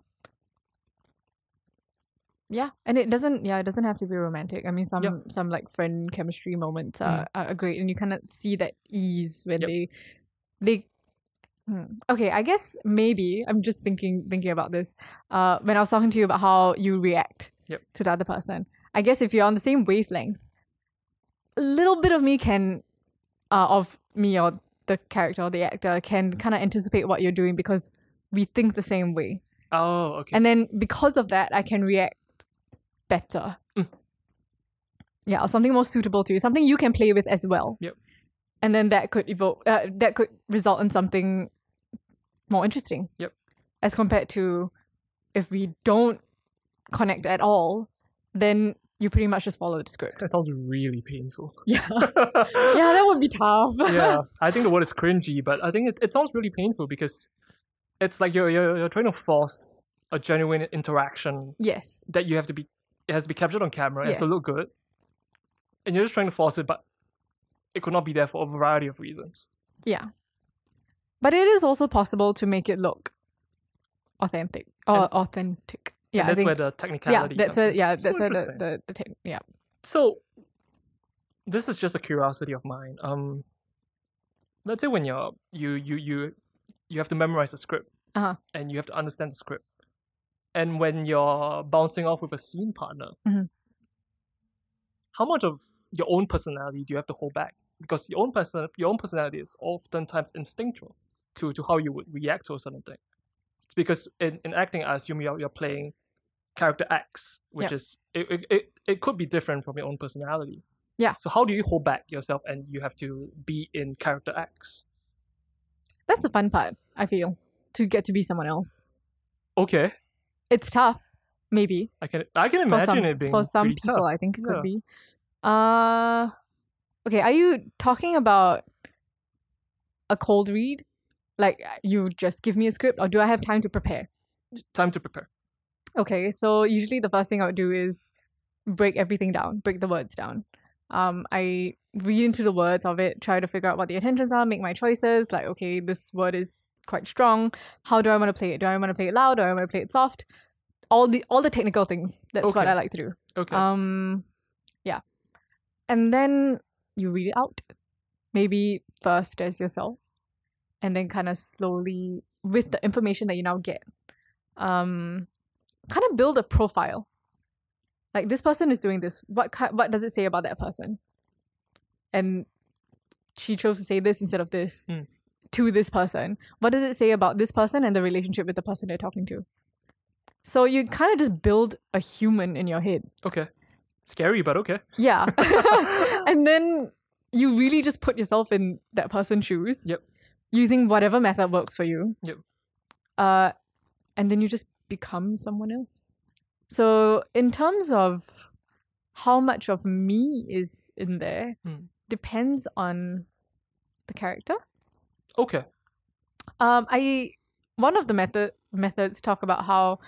yeah, and it doesn't. Yeah, it doesn't have to be romantic. I mean, some
Yep. Mm-hmm.
some like friend chemistry moments are, are great, and you kind of see that ease when
Yep.
they they. Hmm. Okay, I guess maybe I'm just thinking thinking about this. Uh, when I was talking to you about how you react
Yep.
to the other person, I guess if you're on the same wavelength, a little bit of me can, uh, of me or the character or the actor can
Mm.
kind of anticipate what you're doing because we think the same way.
Oh. Okay.
And then because of that, I can react better.
Mm.
Yeah, or something more suitable to you, something you can play with as well.
Yep.
And then that could evoke, uh, that could result in something more interesting.
Yep.
As compared to if we don't connect at all, then you pretty much just follow the script.
that sounds really painful.
Yeah.
yeah.
yeah, that would be tough.
yeah. I think the word is cringy, but I think it, it sounds really painful because it's like you're, you're you're trying to force a genuine interaction
yes.
that you have to be it has to be captured on camera, it has to
Yes.
look good. And you're just trying to force it, but it could not be there for a variety of reasons.
Yeah. But it is also possible to make it look authentic or
And-
authentic.
And
Yeah, I
that's
think,
where the
yeah,
technicality
that's
comes
where
in.
yeah,
So
that's where the
interesting.
the, the tech- yeah.
So, this is just a curiosity of mine. Um, let's say when you're you you you you have to memorize the script,
Uh-huh.
and you have to understand the script, and when you're bouncing off with a scene partner,
Mhm.
how much of your own personality do you have to hold back? Because your own person, your own personality is oftentimes instinctual to to how you would react to a certain thing. It's because in, in acting, I assume you're you're playing character X, which
Yep.
is it, it, it, it could be different from your own personality.
Yeah.
So how do you hold back yourself and you have to be in character X?
That's the fun part, I feel, to get to be someone else.
Okay.
It's tough, maybe.
I can I can
For
imagine
some,
it being
for some
pretty
people
tough.
I think it
Yeah.
could be. Uh okay, are you talking about a cold read? Like you just give me a script or do I have time to prepare?
Time to prepare.
Okay, so usually the first thing I would do is break everything down, break the words down. Um, I read into the words of it, try to figure out what the intentions are, make my choices. Like, okay, this word is quite strong. How do I want to play it? Do I want to play it loud? Do I want to play it soft? All the all the technical things. That's what
Okay.
I like to do.
Okay.
Um, yeah, and then you read it out, maybe first as yourself, and then kind of slowly with the information that you now get, um, kind of build a profile. Like this person is doing this. What ki- what does it say about that person? And she chose to say this instead of this
Mm.
to this person. What does it say about this person and the relationship with the person they're talking to? So you kind of just build a human in your head.
okay. Scary, but okay.
Yeah. and then you really just put yourself in that person's shoes.
Yep.
Using whatever method works for you.
Yep.
Uh, and then you just become someone else. So in terms of how much of me is in there
Mm.
depends on the character.
Okay.
Um, I one of the method methods talk about how,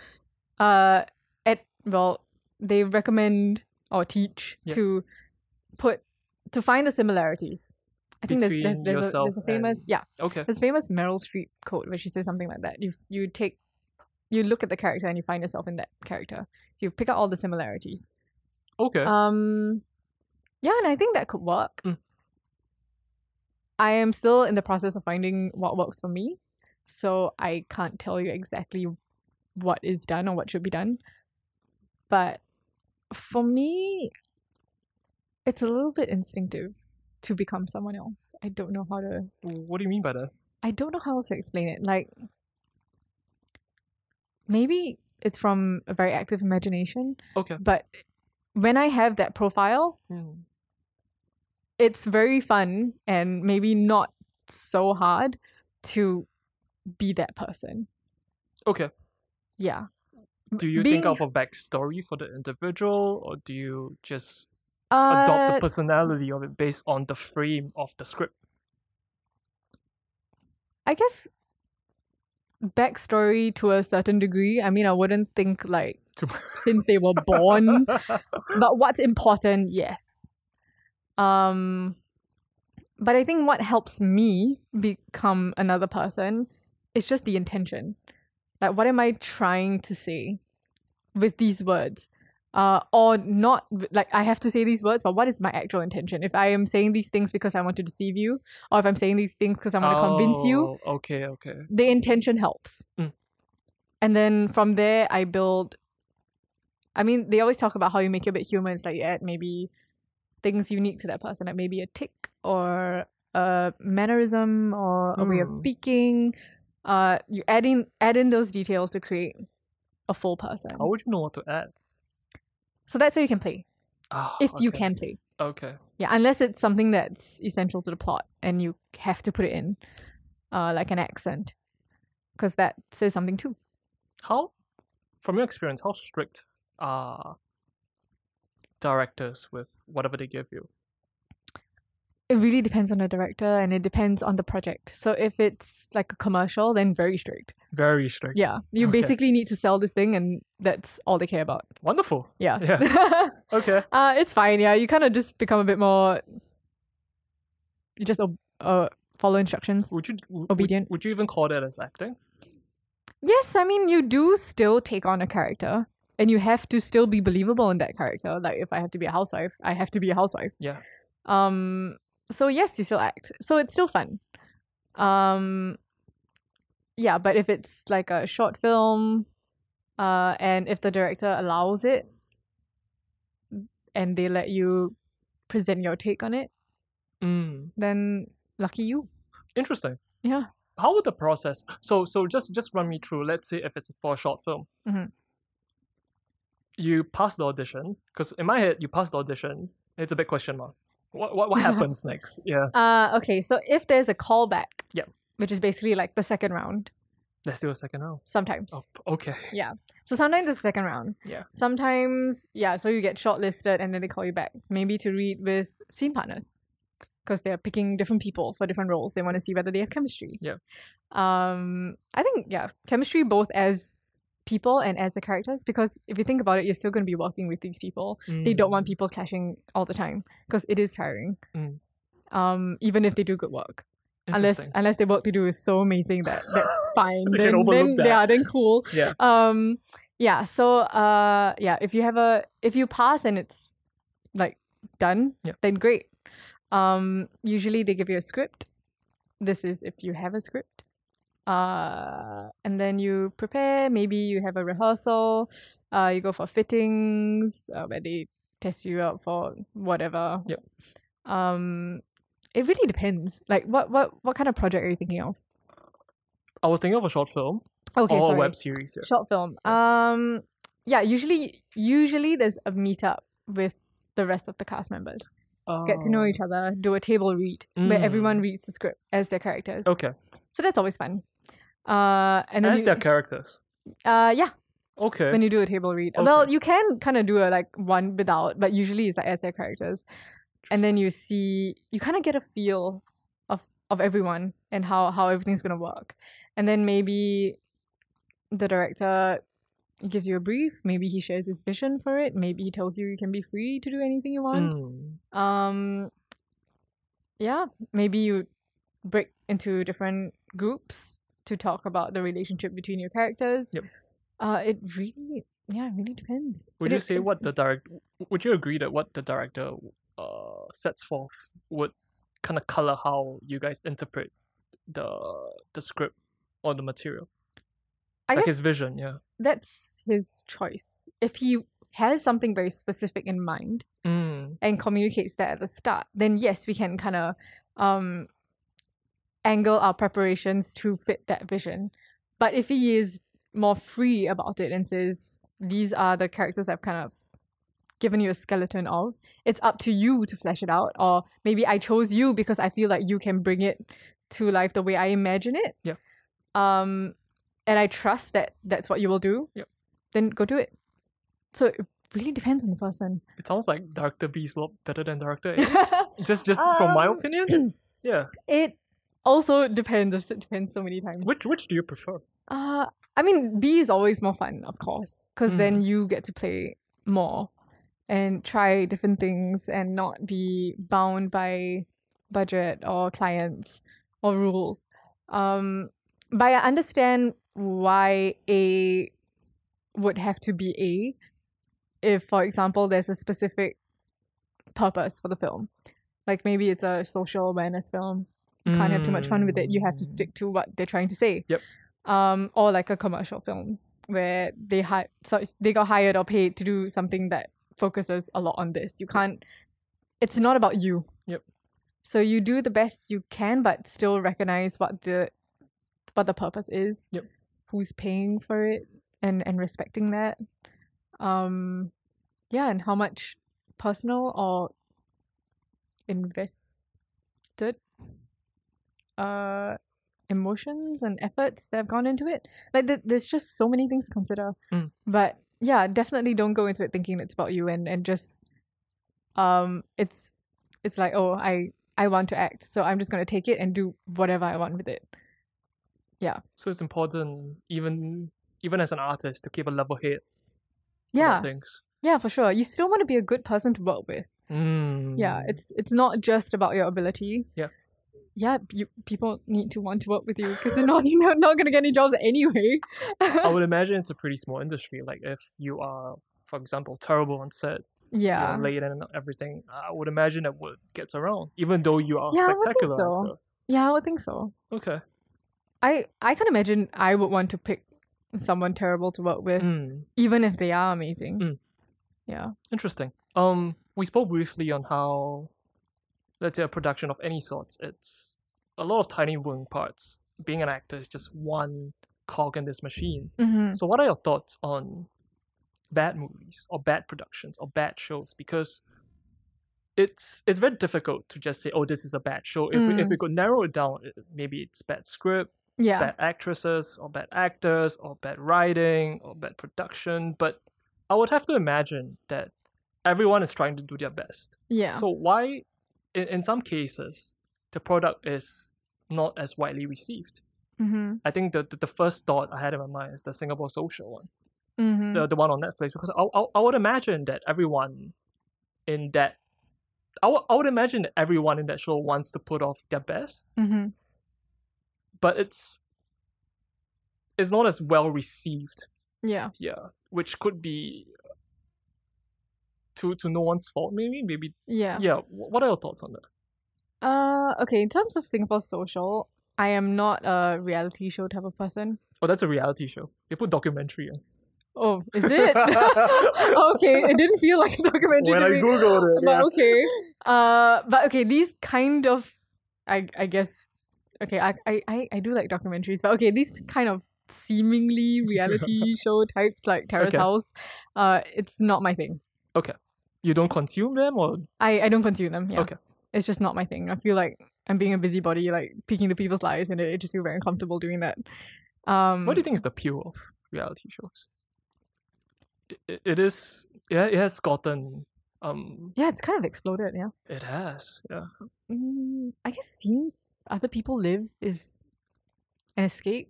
uh, at well, they recommend or teach
Yeah.
to put to find the similarities. I think there's, there's,
Between
there's, a,
yourself
there's a famous
and-
yeah
Okay.
there's a famous Meryl Streep quote where she says something like that. You you take you look at the character and you find yourself in that character. You pick out all the similarities.
Okay.
Um, yeah, and I think that could work.
Mm.
I am still in the process of finding what works for me, so I can't tell you exactly what is done or what should be done. But for me, it's a little bit instinctive to become someone else. I don't know how to.
what do you mean by that?
I don't know how else to explain it. Like, maybe it's from a very active imagination,
Okay.
but when I have that profile,
Mm.
it's very fun and maybe not so hard to be that person.
Okay.
Yeah.
Do you
Being-
think of a backstory for the individual or do you just
uh,
adopt the personality of it based on the frame of the script?
I guess backstory to a certain degree. I mean, I wouldn't think like
Too
since they were born, but what's important, yes. Um, but I think what helps me become another person is just the intention. Like, what am I trying to say with these words? Uh, or not like I have to say these words, but what is my actual intention? If I am saying these things because I want to deceive you, or if I'm saying these things because I want to convince you,
Oh, Okay, okay.
the intention helps.
Mm.
And then from there, I build. I mean, they always talk about how you make it a bit human. It's like you add maybe things unique to that person, like maybe a tick or a mannerism or a way of
Mm.
speaking. Uh, you add in add in those details to create a full person.
How would you know what to add?
So that's where you can play
Ah,
if you
okay.
can play.
Okay.
Yeah, unless it's something that's essential to the plot and you have to put it in, uh, like an accent, because that says something too.
How, from your experience, how strict are directors with whatever they give you?
it really depends on the director and it depends on the project. So if it's like a commercial, then very strict.
Very strict.
Yeah, you
Okay.
basically need to sell this thing, and that's all they care about.
Wonderful.
Yeah,
Okay.
uh, it's fine. Yeah, you kind of just become a bit more. You just ob- uh, follow instructions.
Would you w- would-
Obedient.
Would you even call that as acting?
Yes, I mean you do still take on a character, and you have to still be believable in that character. Like if I have to be a housewife, I have to be a housewife.
Yeah.
Um. So yes, you still act. So it's still fun. Um. Yeah, but if it's like a short film, uh, and if the director allows it, and they let you present your take on it,
Mm.
then lucky you.
Interesting.
Yeah.
How would the process? So so just just run me through. Let's say if it's for a short film,
Mhm.
you pass the audition because in my head you pass the audition. It's a big question mark. What what, what happens next? Yeah.
Uh. Okay. So if there's a callback,
Yep.
which is basically like the second round
Let's do a second round.
sometimes.
Oh, okay.
So sometimes it's second round.
Yeah.
Sometimes, yeah, so you get shortlisted and then they call you back, maybe to read with scene partners because they're picking different people for different roles. They want to see whether they have chemistry.
Yeah.
Um, I think, yeah, chemistry both as people and as the characters because if you think about it, you're still going to be working with these people. They don't want people clashing all the time because it is tiring.
Mm.
Um, even if they do good work
Mm,
unless
interesting.
unless their work they do is so amazing that that's fine.
They can
then,
overlook
then
that.
yeah, then cool.
Yeah.
Um. Yeah. So uh. Yeah. If you have a if you pass and it's like done,
Yeah.
then great. Um. Usually they give you a script. This is if you have a script. Uh. And then you prepare. Maybe you have a rehearsal. Uh. You go for fittings uh, where they test you out for whatever.
Yep.
Um. It really depends. Like, what what what kind of project are you thinking of?
I was thinking of a short film
Okay,
or
sorry.
a web series. Yeah.
Short film. Um, yeah. Usually, usually there's a meetup with the rest of the cast members. Get to know
Oh,
each other. Do a table read where
Mm.
everyone reads the script as their characters.
Okay.
So that's always fun. Uh, and then
As
you-
their characters.
uh, yeah,
Okay.
when you do a table read. Well,
Okay.
you can kind of do a like one without, but usually it's like as their characters. And then you see, you kind of get a feel of of everyone and how how everything's gonna work. And then maybe the director gives you a brief. Maybe he shares his vision for it. Maybe he tells you you can be free to do anything you want.
Mm.
Um, yeah, maybe you break into different groups to talk about the relationship between your characters.
Yep.
Uh, it really, yeah, it really depends.
Would
It-
you
it-
say
it-
what the direct? Would you agree that what the director uh, sets forth would kind of color how you guys interpret the the script or the material,
I
like
guess
his vision? Yeah.
that's his choice. If he has something very specific in mind
Mm.
and communicates that at the start, then yes, we can kind of um, angle our preparations to fit that vision. But if he is more free about it and says, these are the characters I've kind of given you a skeleton of, it's up to you to flesh it out. Or maybe I chose you because I feel like you can bring it to life the way I imagine it.
Yeah.
Um, and I trust that that's what you will do.
Yep.
Then go do it. So it really depends on the person.
It sounds like director B is a lot better than director A. just just from my
Um,
opinion. yeah.
it Also depends. It depends so many times.
Which which do you prefer?
Uh, I mean, B is always more fun, of course, because
Mm.
then you get to play more and try different things and not be bound by budget or clients or rules. Um, but I understand why A would have to be A if, for example, there's a specific purpose for the film. Like maybe it's a social awareness film. You can't have too much
Hmm.
fun with
Mm.
it. You have to stick to what they're trying to say um, or like a commercial film where they hi- so they got hired or paid to do something that focuses a lot on this. You can't. It's not about you.
Yep.
So you do the best you can, but still recognize what the what the purpose is.
Yep.
Who's paying for it and and respecting that. Um, yeah, and how much personal or invested uh emotions and efforts that have gone into it. Like th- there's just so many things to consider.
Mm.
But yeah, definitely don't go into it thinking it's about you and and just um it's it's like oh I I want to act so I'm just gonna take it and do whatever I want with it.
So it's important, even even as an artist, to keep a level head.
Yeah,
About things.
yeah, for sure. You still want to be a good person to work with.
Mm.
Yeah, it's it's not just about your ability.
Yeah.
Yeah, you, people need to want to work with you because they're not you're not gonna get any jobs anyway.
I would imagine it's a pretty small industry. Like if you are, for example, terrible on set,
Yeah.
you're late and everything, I would imagine that would gets around, even though you are
Yeah, I would think
spectacular.
so. yeah, I would think so.
After. Okay.
I I can imagine I would want to pick someone terrible to work with,
Mm.
even if they are amazing.
Mm.
Yeah.
Interesting. Um, we spoke briefly on how, let's say, a production of any sort, it's a lot of tiny moving parts. Being an actor is just one cog in this machine.
hmm
So, what are your thoughts on bad movies or bad productions or bad shows? Because it's it's very difficult to just say, "Oh, this is a bad show." If we, if
Mm.
we could narrow it down, it- maybe it's bad script,
Yeah.
bad actresses, or bad actors, or bad writing, or bad production. But I would have to imagine that everyone is trying to do their best.
Yeah.
So why, in, in some cases, the product is not as widely received.
hmm
I think the, the, the first thought I had in my mind is the Singapore Social one
hmm
the, the one on Netflix because I, I, I would imagine that everyone in that I would- I would imagine that everyone in that show wants to put off their best,
hmm
but it's it's not as well received
Yeah.
here, which could be to to no one's fault maybe maybe
Yeah.
yeah. wh- What are your thoughts on that?
Uh. Okay. In terms of Singapore social, I am not a reality show type of person.
Oh, that's a reality show. They put documentary. In.
Oh, is it? okay. It didn't feel like a documentary
When
to
I
me.
googled it,
but
yeah.
okay. Uh, but okay, these kind of, I I guess, okay, I I I I do like documentaries, but okay, these kind of seemingly reality show types like Terrace
Okay.
House, uh, it's not my thing.
you don't consume them or
I I don't consume them. Yeah.
Okay.
It's just not my thing. I feel like I'm being a busybody, like peeking into people's lives, and it, it just feels very uncomfortable doing that. Um,
What do you think is the appeal of reality shows? It- It, it is. Yeah, it has gotten. Um,
yeah, it's kind of exploded. Yeah.
it has. Yeah.
Mm, I guess seeing other people live is an escape,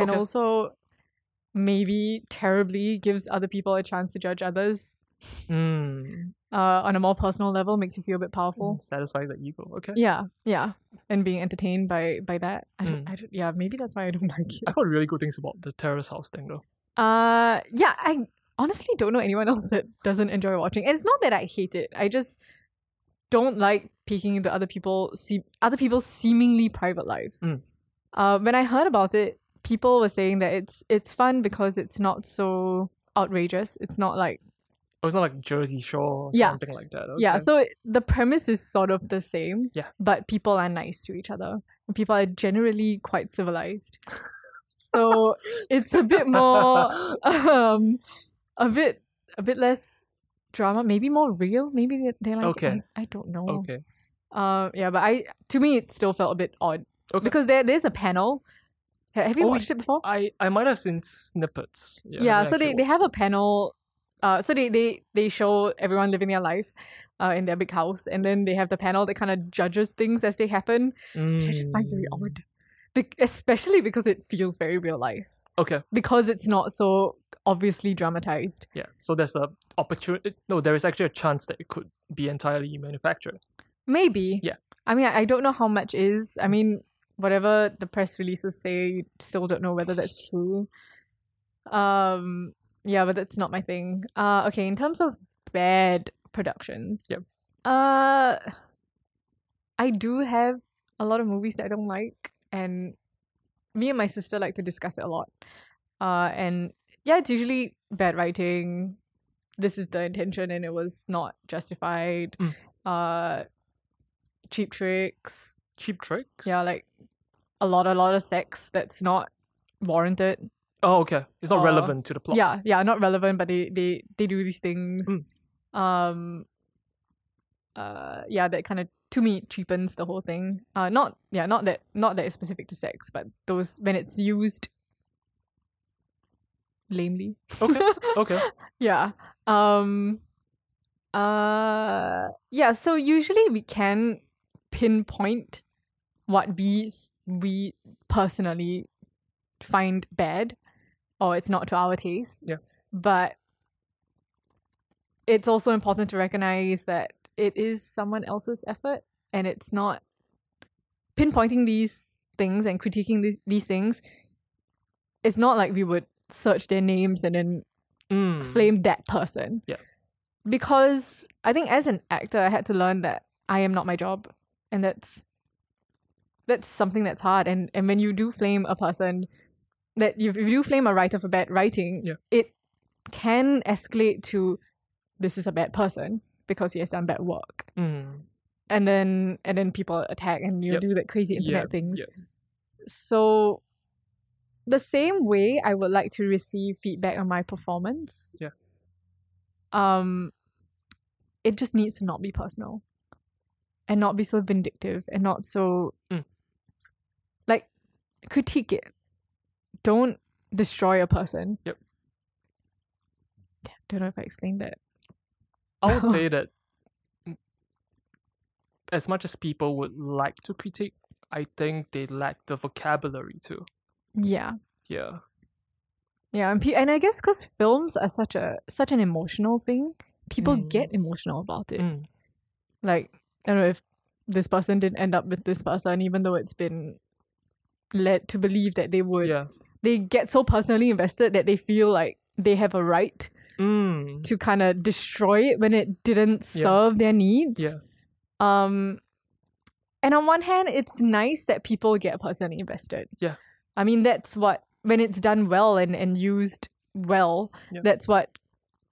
and
Okay.
also maybe terribly gives other people a chance to judge others
Mm.
uh, on a more personal level. Makes you feel a bit powerful.
Satisfies the ego. Okay.
Yeah, yeah, and being entertained by by that. I don't,
Mm.
I don't, yeah, maybe that's why I don't like it.
I've heard really good things about the terrace house thing though.
Uh, yeah, I honestly don't know anyone else that doesn't enjoy watching. And it's not that I hate it. I just don't like peeking into other people see other people's seemingly private lives.
Mm.
Uh, when I heard about it, people were saying that it's it's fun because it's not so outrageous. It's not like
Oh, it's not like Jersey Shore or
Yeah.
something like that.
yeah.
okay.
So it, the premise is sort of the same.
Yeah.
But people are nice to each other. And people are generally quite civilized. so it's a bit more um a bit a bit less drama maybe more real maybe they- they're like
Okay.
I, I don't know
okay.
um yeah but i to me it still felt a bit odd
Okay.
because there there's a panel Ha- have you
Oh,
watched it before
I I might have seen snippets. Yeah.
yeah, so they, they have a panel uh so they, they they show everyone living their life uh, in their big house, and then they have the panel that kind of judges things as they happen. Which I just find very
Mm.
odd, Be- especially because it feels very real life.
Okay.
Because it's not so obviously dramatized.
Yeah. So there's a opportunity. No, there is actually a chance that it could be entirely manufactured.
Maybe.
Yeah.
I mean, I, I don't know how much is. I mean, whatever the press releases say, you still don't know whether that's true. Um. Yeah, but that's not my thing. Uh. Okay. In terms of bad productions.
Yep.
Uh. I do have a lot of movies that I don't like, and me and my sister like to discuss it a lot. Uh. And yeah, it's usually bad writing. This is the intention, and it was not justified.
Mm.
Uh cheap tricks.
Cheap tricks.
Yeah, like a lot, a lot of sex that's not warranted.
Oh, okay. It's not
Or-
relevant to the plot.
Yeah, yeah, not relevant, but they they they do these things.
Mm.
Um. Uh, yeah, that kind of to me cheapens the whole thing. Uh, not yeah, not that not that it's specific to sex, but those when it's used lamely.
Okay. Okay.
Yeah. Um uh yeah, so usually we can pinpoint what we s- we personally find bad or it's not to our taste.
Yeah.
But it's also important to recognize that it is someone else's effort and it's not pinpointing these things and critiquing these, these things. It's not like we would search their names and then
Mm.
flame that person.
Yeah.
Because I think as an actor, I had to learn that I am not my job, and that's that's something that's hard. And and when you do flame a person, that if you do flame a writer for bad writing,
Yeah.
it can escalate to this is a bad person because he has done bad work,
Mm.
and then and then people attack and you
Yep.
do that crazy internet things.
yep.
So. The same way I would like to receive feedback on my performance um it just needs to not be personal and not be so vindictive and not so
Mm.
like critique it don't destroy a person
Yep.
don't know if i explained that
I would say that as much as people would like to critique, I think they lack the vocabulary too.
yeah
Yeah.
yeah and, pe- and i guess because films are such a such an emotional thing people
Mm.
get emotional about it
Mm.
like I don't know if this person didn't end up with this person, even though it's been led to believe that they would.
Yeah.
They get so personally invested that they feel like they have a right
Mm.
to kind of destroy it when it didn't
Yeah.
serve their needs.
Yeah.
Um, and on one hand, it's nice that people get personally invested.
Yeah.
I mean, that's what when it's done well and and used well,
Yeah.
that's what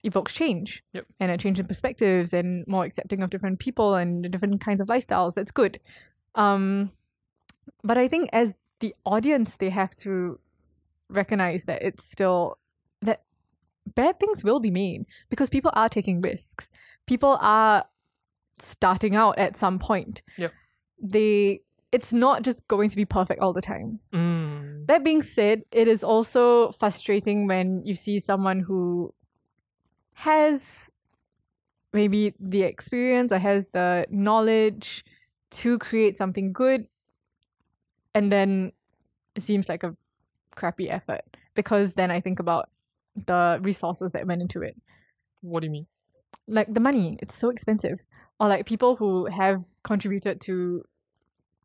evokes change.
Yep.
And a change in perspectives and more accepting of different people and different kinds of lifestyles. That's good. Um, but I think as the audience, they have to recognize that it's still that bad things will be made because people are taking risks. People are starting out at some point.
Yep.
They it's not just going to be perfect all the time.
Mm.
That being said, it is also frustrating when you see someone who has maybe the experience or has the knowledge to create something good and then it seems like a crappy effort because then I think about the resources that went into it
What do you mean?
like the money it's so expensive or like people who have contributed to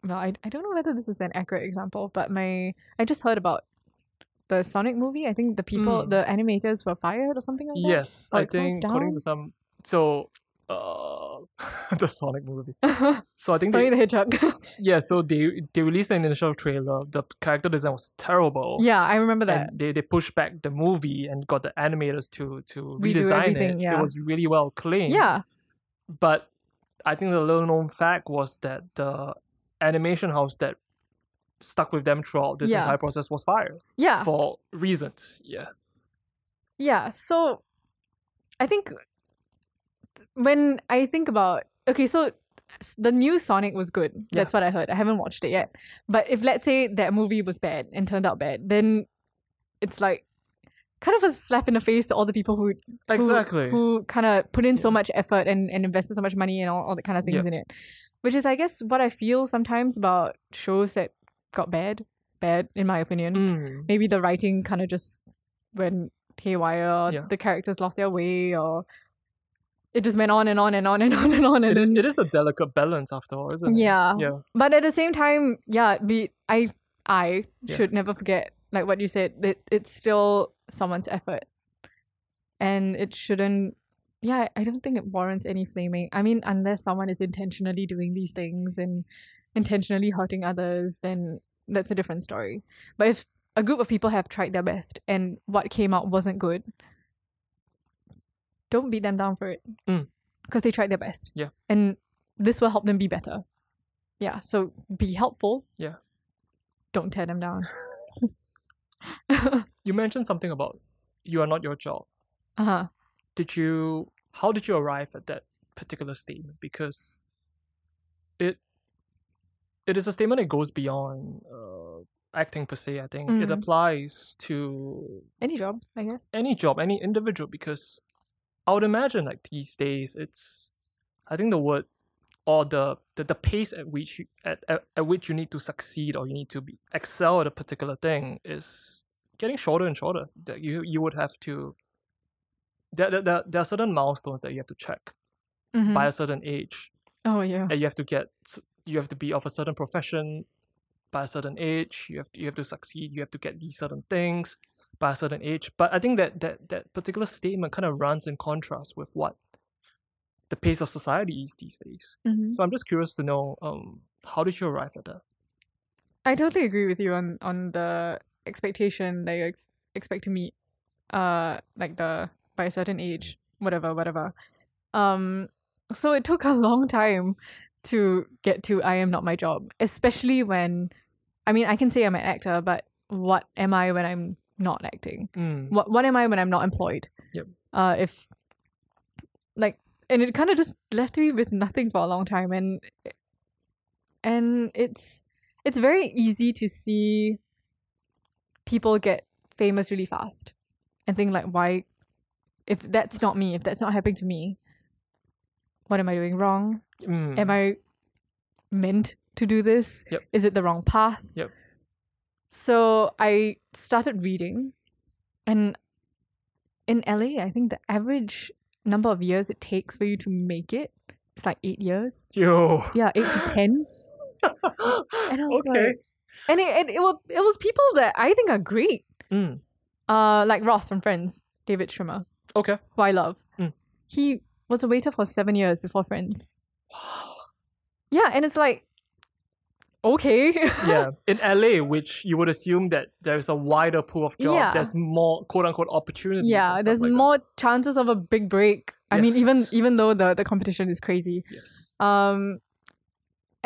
well I, I don't know whether this is an accurate example but my i just heard about the sonic movie i think the people
Mm.
the animators were fired or something like that
Yes,
Or
I
it falls
think according
down?
to some, so uh, the Sonic movie.
sorry
So I think they,
the hedgehog
yeah. So they they released the initial trailer. The character design was terrible.
yeah i remember that
And they, they pushed back the movie and got the animators to to
Redo
redesign
everything,
it. It
yeah.
was really well cleaned.
yeah
But I think the little known fact was that the animation house that stuck with them throughout this
Yeah.
entire process was fired
yeah
for reasons. Yeah.
yeah so i think when i think about okay so s- the new sonic was good
Yeah.
that's what i heard i haven't watched it yet but if let's say that movie was bad and turned out bad then it's like kind of a slap in the face to all the people who who-
Exactly.
who, kind of put in so much effort and, and invested so much money and all, all that kind of things
Yep.
in it which is i guess what i feel sometimes about shows that got bad bad in my opinion
Mm.
maybe the writing kind of just went haywire or
Yeah.
the characters lost their way or it just went on and on and on and on and on and
It is
then
it is a delicate balance after all, isn't it?
yeah
Yeah.
but at the same time, yeah, we I I
Yeah.
should never forget like what you said. It, it's still someone's effort, and it shouldn't. Yeah, I don't think it warrants any flaming. I mean, unless someone is intentionally doing these things and intentionally hurting others, then that's a different story. But if a group of people have tried their best and what came out wasn't good, don't beat them down for it
Mm.
because they tried their best.
Yeah.
and this will help them be better. Yeah, so be helpful.
Yeah.
Don't tear them down.
You mentioned something about you are not your job.
uh-huh.
did you how did you arrive at that particular statement because it it is a statement that goes beyond uh, acting per se i think it
Mm.
applies to
Any job, I guess.
any job any individual because i would imagine like these days it's i think the word or the the, the pace at which you, at, at, at which you need to succeed or you need to be excel at a particular thing is getting shorter and shorter that you you would have to there, there, there, there are certain milestones that you have to check
Mhm.
by a certain age
Oh yeah.
and you have to get s- you have to be of a certain profession by a certain age you have to, you have to succeed you have to get these certain things by a certain age but i think that that, that particular statement kind of runs in contrast with what the pace of society is these days
Mhm.
so i'm just curious to know um how did you arrive at that
I totally agree with you on on the expectation that you ex- expect to meet, uh, like the by a certain age, whatever, whatever. Um, so it took a long time to get to I am not my job, especially when, I mean, I can say I'm an actor, but what am I when I'm not acting?
mm.
what what am I when I'm not employed?
Yep.
Uh, if like, and it kind of just left me with nothing for a long time, and and it's it's very easy to see people get famous really fast, and think like, why? If that's not me, if that's not happening to me, what am I doing wrong?
Mm.
Am I meant to do this?
Yep.
Is it the wrong path?
Yep.
So I started reading, and in LA, I think the average number of years it takes for you to make it is like eight years.
yo
Yeah, eight to ten. And I was
okay
like, and it, and it was it was people that I think are great.
Mm.
Uh, like Ross from Friends, David Schwimmer,
okay
who I love.
Mm.
He was a waiter for seven years before Friends. Yeah, and it's like, okay.
yeah in la which you would assume that there's a wider pool of jobs
Yeah.
there's more quote-unquote opportunities and
yeah,
stuff
there's
like that.
more chances of a big break. I mean, even
Yes.
even though the the competition is crazy,
yes
um,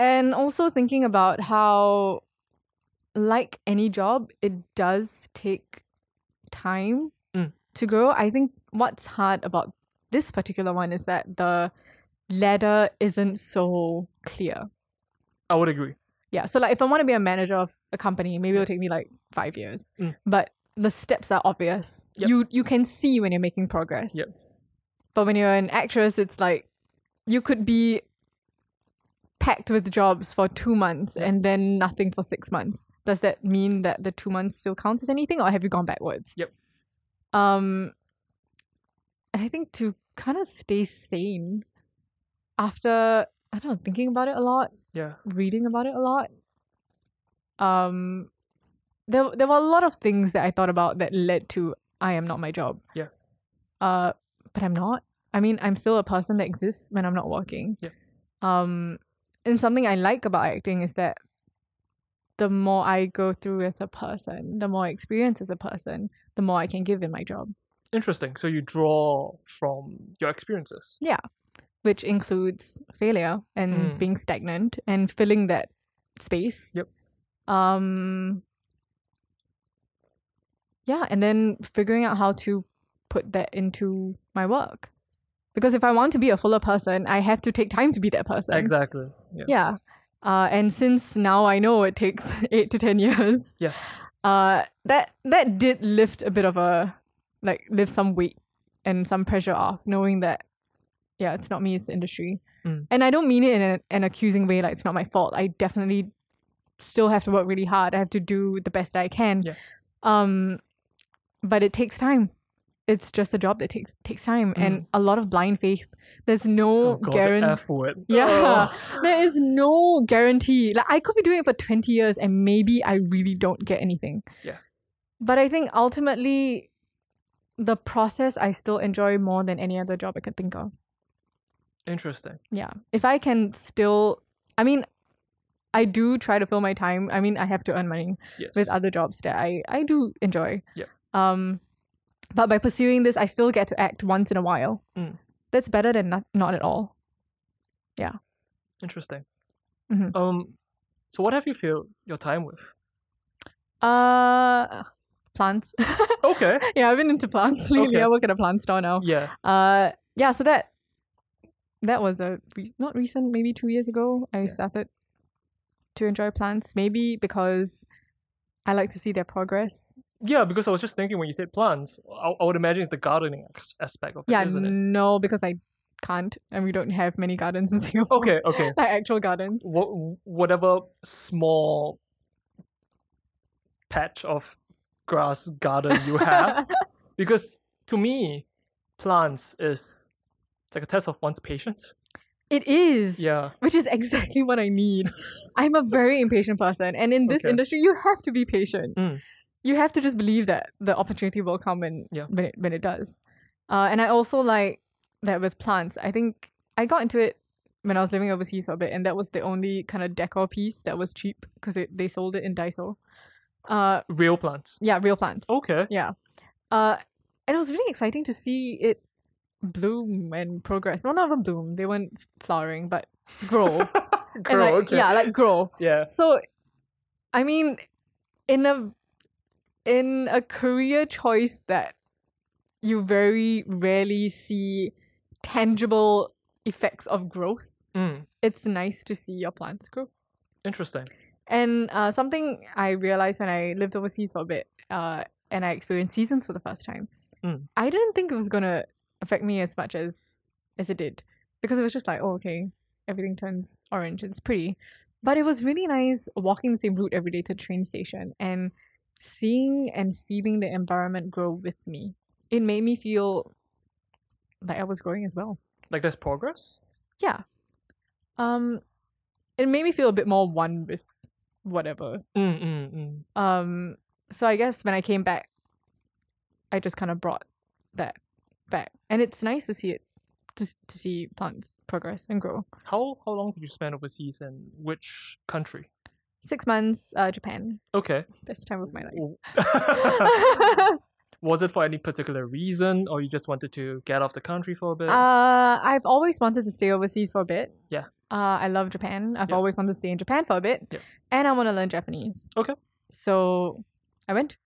and also thinking about how, like any job, it does take time
Mm.
to grow. I think what's hard about this particular one is that the ladder isn't so clear.
i would agree
Yeah. So like if I want to be a manager of a company, maybe it'll take me like five years.
Mm.
But the steps are obvious.
Yep.
You you can see when you're making progress.
Yep.
But when you're an actress, it's like you could be packed with jobs for two months
Yep.
and then nothing for six months. Does that mean that the two months still counts as anything or have you gone backwards?
Yep.
Um and I think to kind of stay sane after I don't know, thinking about it a lot
yeah
reading about it a lot. Um, there there were a lot of things that I thought about that led to I am not my job.
Yeah.
Uh, but I'm not. I mean, I'm still a person that exists when I'm not working.
Yeah.
Um, and something I like about acting is that the more I go through as a person, the more I experience as a person, the more I can give in my job.
Interesting. So you draw from your experiences.
which includes failure and
Mm.
being stagnant and filling that space.
Yep.
Um Yeah, and then figuring out how to put that into my work. Because if I want to be a fuller person, I have to take time to be that person.
Exactly. Yeah.
Yeah. Uh, and since now I know it takes eight to ten years.
Yeah.
Uh, that that did lift a bit of a like lift some weight and some pressure off, knowing that yeah, it's not me, it's the industry.
Mm.
And I don't mean it in an, an accusing way, like it's not my fault. I definitely still have to work really hard. I have to do the best that I can.
Yeah.
Um, but it takes time. It's just a job that takes takes time and a lot of blind faith. There's no
Mm. Oh God,
guaran-
the F word.
Yeah.
Oh.
there is no guarantee. Like I could be doing it for 20 years and maybe I really don't get anything.
Yeah.
But I think ultimately the process I still enjoy more than any other job I could think of.
Interesting.
Yeah. If I can still I mean I do try to fill my time. I mean I have to earn money
Yes.
with other jobs that I I do enjoy.
Yep.
Um but by pursuing this I still get to act once in a while.
Mm.
That's better than not, not at all.
Interesting.
Mhm.
Um, so what have you filled your time with?
Uh plants.
Okay.
yeah, I've been into plants lately.
Okay.
I work at a plant store now.
Yeah.
Uh, yeah. So that that was a re- not recent, maybe two years ago. I started to enjoy plants, maybe because I like to see their progress.
Yeah, because I was just thinking when you said plants, I, I would imagine it's the gardening as- aspect of it,
yeah.
isn't it?
No, because I can't, and we don't have many gardens in Singapore.
Okay, okay.
Like actual gardens.
What, whatever small patch of grass garden you have, because to me, plants is it's like a test of one's patience.
it is.
Yeah.
Which is exactly what I need. I'm a very impatient person, and in this
Okay.
industry, you have to be patient.
Mm.
You have to just believe that the opportunity will come when
Yeah.
when it when it does. Uh, and I also like that with plants. I think I got into it when I was living overseas for a bit, and that was the only kind of decor piece that was cheap because they sold it in Daiso. Uh,
Real plants.
yeah, real plants.
Okay.
Uh, and it was really exciting to see it bloom and progress. Well, not even bloom; they weren't flowering, but grow. And,
Grow,
like,
okay.
Yeah, like grow.
Yeah.
So, I mean, in a in a career choice that you very rarely see tangible effects of growth,
Mm,
it's nice to see your plants grow.
interesting.
And uh, something I realized when I lived overseas for a bit, uh, and I experienced seasons for the first time,
Mm.
I didn't think it was gonna affect me as much as as it did, because it was just like, oh, okay, everything turns orange, it's pretty. But it was really nice walking the same route every day to the train station and seeing and feeling the environment grow with me. It made me feel like I was growing as well
Like there's progress.
um it made me feel a bit more one with whatever
Mm, mm, mm.
um so i guess when i came back i just kind of brought that back and it's nice to see it to, s- to see plants progress and grow
How how long did you spend overseas and which country?
six months uh japan
Okay.
best time of my life uh
W- was it for any particular reason or you just wanted to get off the country for a bit
Uh, i've always wanted to stay overseas for a bit
Yeah.
uh i love japan i've
Yeah.
always wanted to stay in japan for a bit
Yeah.
and i want to learn japanese
Okay.
so i went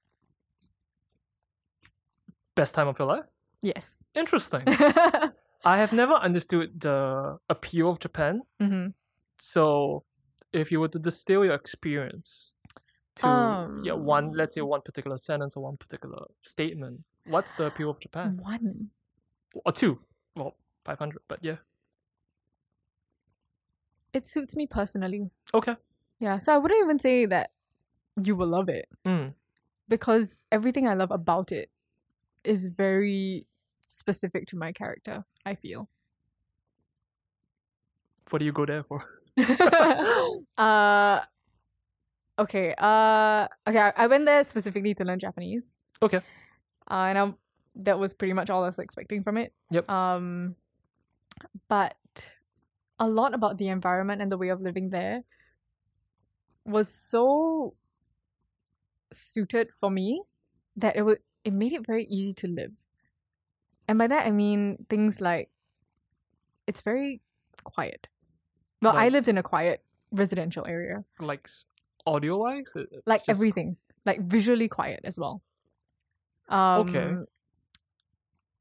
best time of your life
yes
interesting
mm-hmm.
i have never understood the appeal of japan so if you were to distill your experience to yeah
Um.
one let's say one particular sentence or one particular statement what's the appeal of japan
One. Mm.
or two well 500 but yeah
It suits me personally.
okay
Yeah. So I wouldn't even say that you will love it
mm,
because everything I love about it is very specific to my character, I feel.
what do you go there for
uh okay. Uh okay, I, I went there specifically to learn Japanese.
Okay.
Uh, and I that was pretty much all I was expecting from it.
Yep.
Um but a lot about the environment and the way of living there was so suited for me that it would it made it very easy to live. And by that I mean things like it's very quiet. Well, I
Like-
lived in a quiet residential area.
like audio wise
Like everything. Like visually quiet as well. Um
Okay.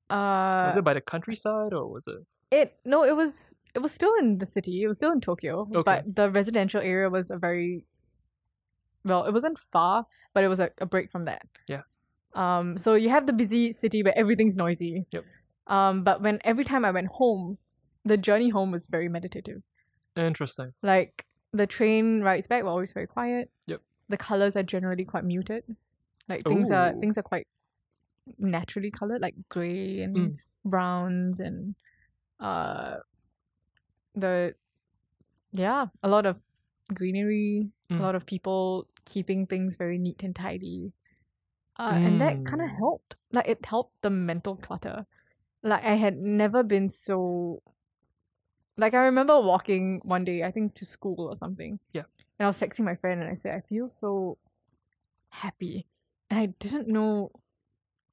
Uh
was it by the countryside or was it
it no it was it was still in the city it was still in tokyo
Okay.
but the residential area was a very well it wasn't far but it was a, a break from that
Yeah.
Um, so you have the busy city where everything's noisy.
Yep.
Um, but when every time I went home, the journey home was very meditative.
Interesting.
Like the train rides back were always very quiet.
Yep.
The colors are generally quite muted. Like things are
Ooh.
things are quite naturally colored, like gray and
Mm.
browns and uh the yeah, a lot of greenery,
Mm.
a lot of people keeping things very neat and tidy. Uh, And that kind of
Mm.
helped. Like it helped the mental clutter. Like I had never been so like I remember walking one day, I think to school or something.
Yeah.
And I was texting my friend and I said, I feel so happy. And I didn't know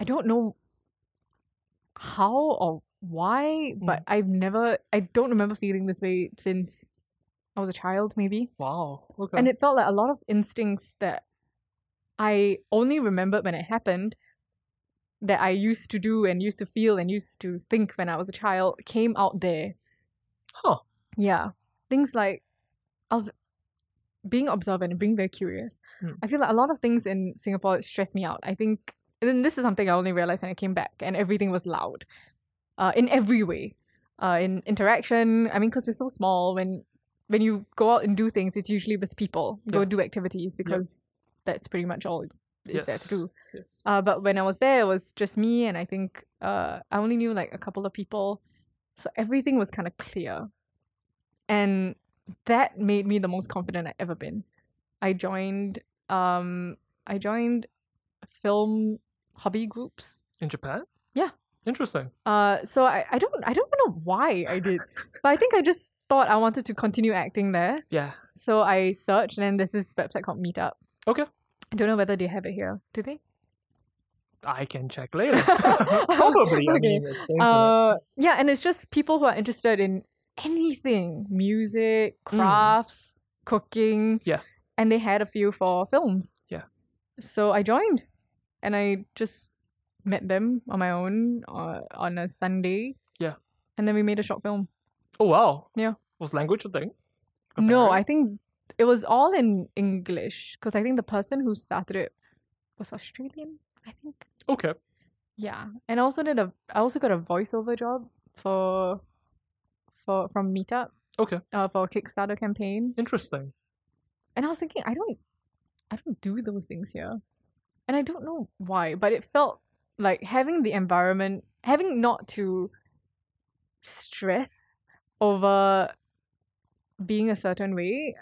I don't know how or why,
Mm.
but I've never I don't remember feeling this way since I was a child, maybe.
Wow. Okay.
And it felt like a lot of instincts that I only remembered when it happened that I used to do and used to feel and used to think when I was a child came out there.
huh.
Yeah. Things like I was being observant and being very curious.
Mm.
I feel like a lot of things in Singapore stress me out. I think and then this is something I only realized when I came back and everything was loud. Uh, in every way. Uh, in interaction, I mean, because we're so small, when when you go out and do things, it's usually with people. Go
Yep.
do activities because that's pretty much all is there
Yes.
to do.
Yes.
Uh, but when I was there, it was just me, and I think uh, I only knew like a couple of people, so everything was kind of clear, and that made me the most confident I've ever been. I joined, um, I joined film hobby groups.
In Japan?
Yeah.
Interesting.
Uh, so I, I don't I don't know why I did, but I think I just thought I wanted to continue acting there.
Yeah.
So I searched, and then there's this website called Meetup.
Okay.
I don't know whether they have it here. Do they?
I can check later. Probably. I
Okay.
mean, it's the internet.
Uh, yeah, and it's just people who are interested in anything music, crafts, cooking.
Mm. Yeah.
And they had a few for films.
Yeah.
So I joined and I just met them on my own uh, on a Sunday.
Yeah.
And then we made a short film.
oh wow.
yeah.
Was language a thing?
No,
Apparently.
I think it was all in English because I think the person who started it was Australian, I think.
Okay.
Yeah, and I also did a I also got a voiceover job for for from Meetup.
Okay.
Uh, for a Kickstarter campaign,
Interesting.
and I was thinking I don't I don't do those things here, and I don't know why, but it felt like having the environment, having not to stress over being a certain way,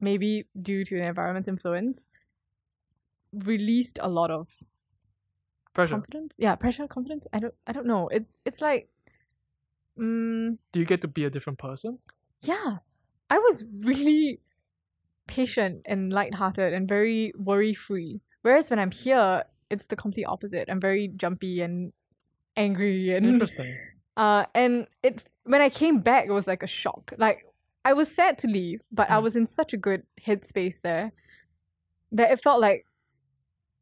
maybe due to an environment's influence, released a lot of
Pressure.
confidence yeah pressure confidence i don't i don't know it it's like mm
Do you get to be a different person?
yeah i was really patient and lighthearted and very worry free whereas when i'm here it's the complete opposite i'm very jumpy and angry and
Interesting.
uh and it when i came back it was like a shock like i was sad to leave but i
Mm.
was in such a good headspace there that it felt like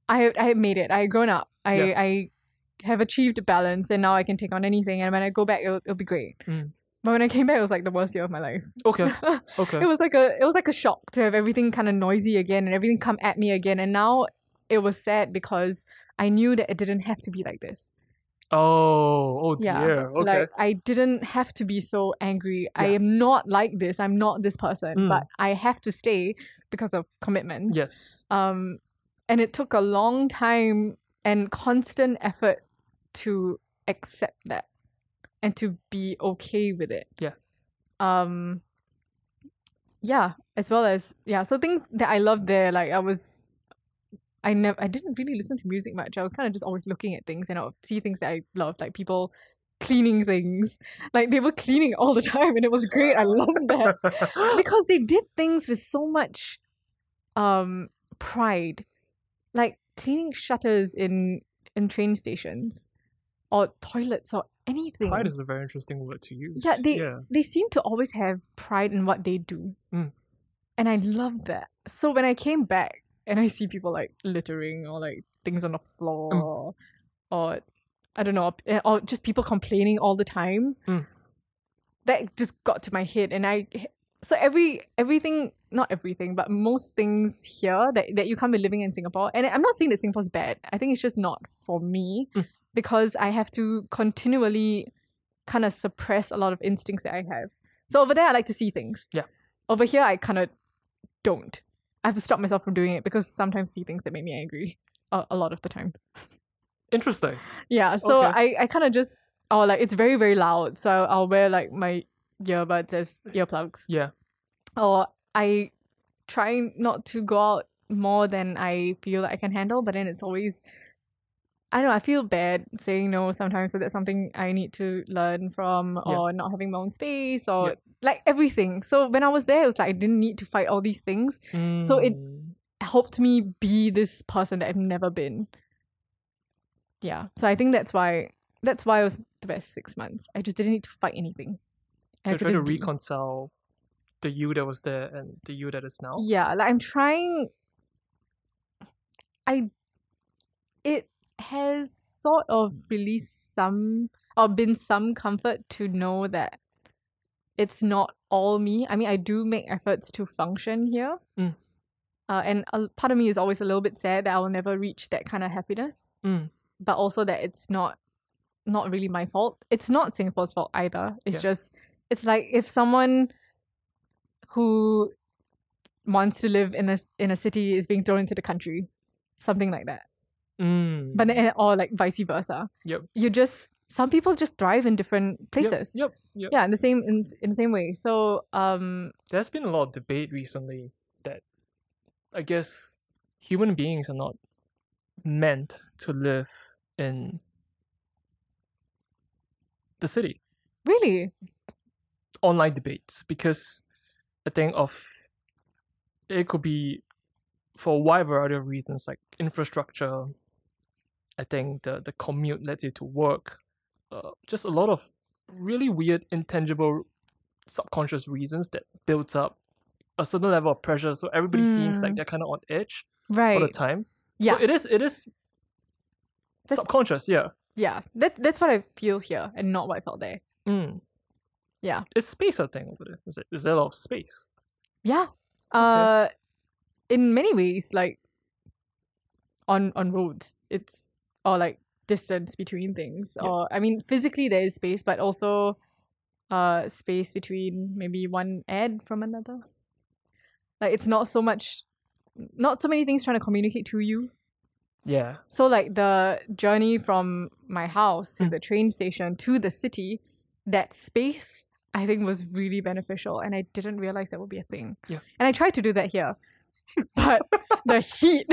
i had- i had made it i had grown up i
Yeah.
i have achieved balance and now i can take on anything and when i go back it'll, it'll be great
Mm.
but when i came back it was like the worst year of my life
Okay. Okay.
it was like a it was like a shock to have everything kind of noisy again and everything come at me again and now it was sad because i knew that it didn't have to be like this
oh. Oh
Yeah,
dear. Okay.
Like I didn't have to be so angry. I am not like this. I'm not this person,
Mm.
but I have to stay because of commitment.
yes.
Um and it took a long time and constant effort to accept that and to be okay with it.
Yeah.
Um yeah, as well as yeah, so things that I loved there like I was I never I didn't really listen to music much. I was kind of just always looking at things and I would see things that I loved like people cleaning things. Like they were cleaning all the time and it was great. I loved that because they did things with so much um pride like cleaning shutters in in train stations or toilets or anything
Pride is a very interesting word to use.
Yeah, they-
Yeah.
they seem to always have pride in what they do
Mm.
and i love that so when i came back and i see people like littering or like things on the floor
Mm.
or, or i don't know or- or just people complaining all the time
Mm.
that just got to my head and i so every everything not everything but most things here that, that you can't be living in singapore and i'm not saying that singapore's bad i think it's just not for me
Mm.
because i have to continually kind of suppress a lot of instincts that i have so over there i like to see things
Yeah.
over here i kind of don't i have to stop myself from doing it because sometimes see things that make me angry a, a lot of the time
Interesting.
yeah, so
Okay.
I, I kind of just oh like it's very very loud, so I'll, I'll wear like my earbuds as earplugs.
Yeah.
Or I try not to go out more than I feel I can handle, but then it's always I don't know, I feel bad saying no sometimes, so that's something I need to learn from
Yeah.
or not having my own space or
Yeah.
like everything. So when I was there, it was like I didn't need to fight all these things. So it-
Mm.
helped me be this person that I've never been. Yeah. So I think that's why that's why it was the best six months. I just didn't need to fight anything. I
So
could
try to
just be.
reconcile the you that was there and the you that is now.
Yeah, like I'm trying I it has sort of released some or been some comfort to know that it's not all me. I mean, I do make efforts to function here.
Mm.
Uh, and a, part of me is always a little bit sad that I will never reach that kind of happiness.
Mm.
But also that it's not not really my fault. It's not Singapore's fault either. It's
Yeah.
just it's like if someone who wants to live in a in a city is being thrown into the country, something like that.
Mm.
But then- or like vice versa.
Yep.
You just some people just thrive in different
Yep,
places.
Yep. Yep.
Yeah, in the same in, in the same way. So um
There's been a lot of debate recently that I guess human beings are not meant to live in the city.
really
online debates because I think of it could be for a wide variety of reasons like infrastructure. I think the the commute lets you to work, uh, just a lot of really weird, intangible, subconscious reasons that builds up a certain level of pressure. So everybody seems like
Mm.
they're kind of on edge
right.
all the time.
Yeah.
So it is it is
That's-
subconscious. Yeah.
yeah. That that's what I feel here and not what I felt there.
Mm.
Yeah.
It's space. I think over there. Is it? Is there a lot of space?
Yeah. Uh in many ways, like on on roads, it's or like distance between things.
Yeah.
Or I mean physically there is space, but also uh space between maybe one ad from another. Like it's not so much not so many things trying to communicate to you.
Yeah.
So like the journey from my house to
Mm.
the train station to the city, that space I think was really beneficial and I didn't realize that would be a thing.
Yeah.
And I tried to do that here. But the heat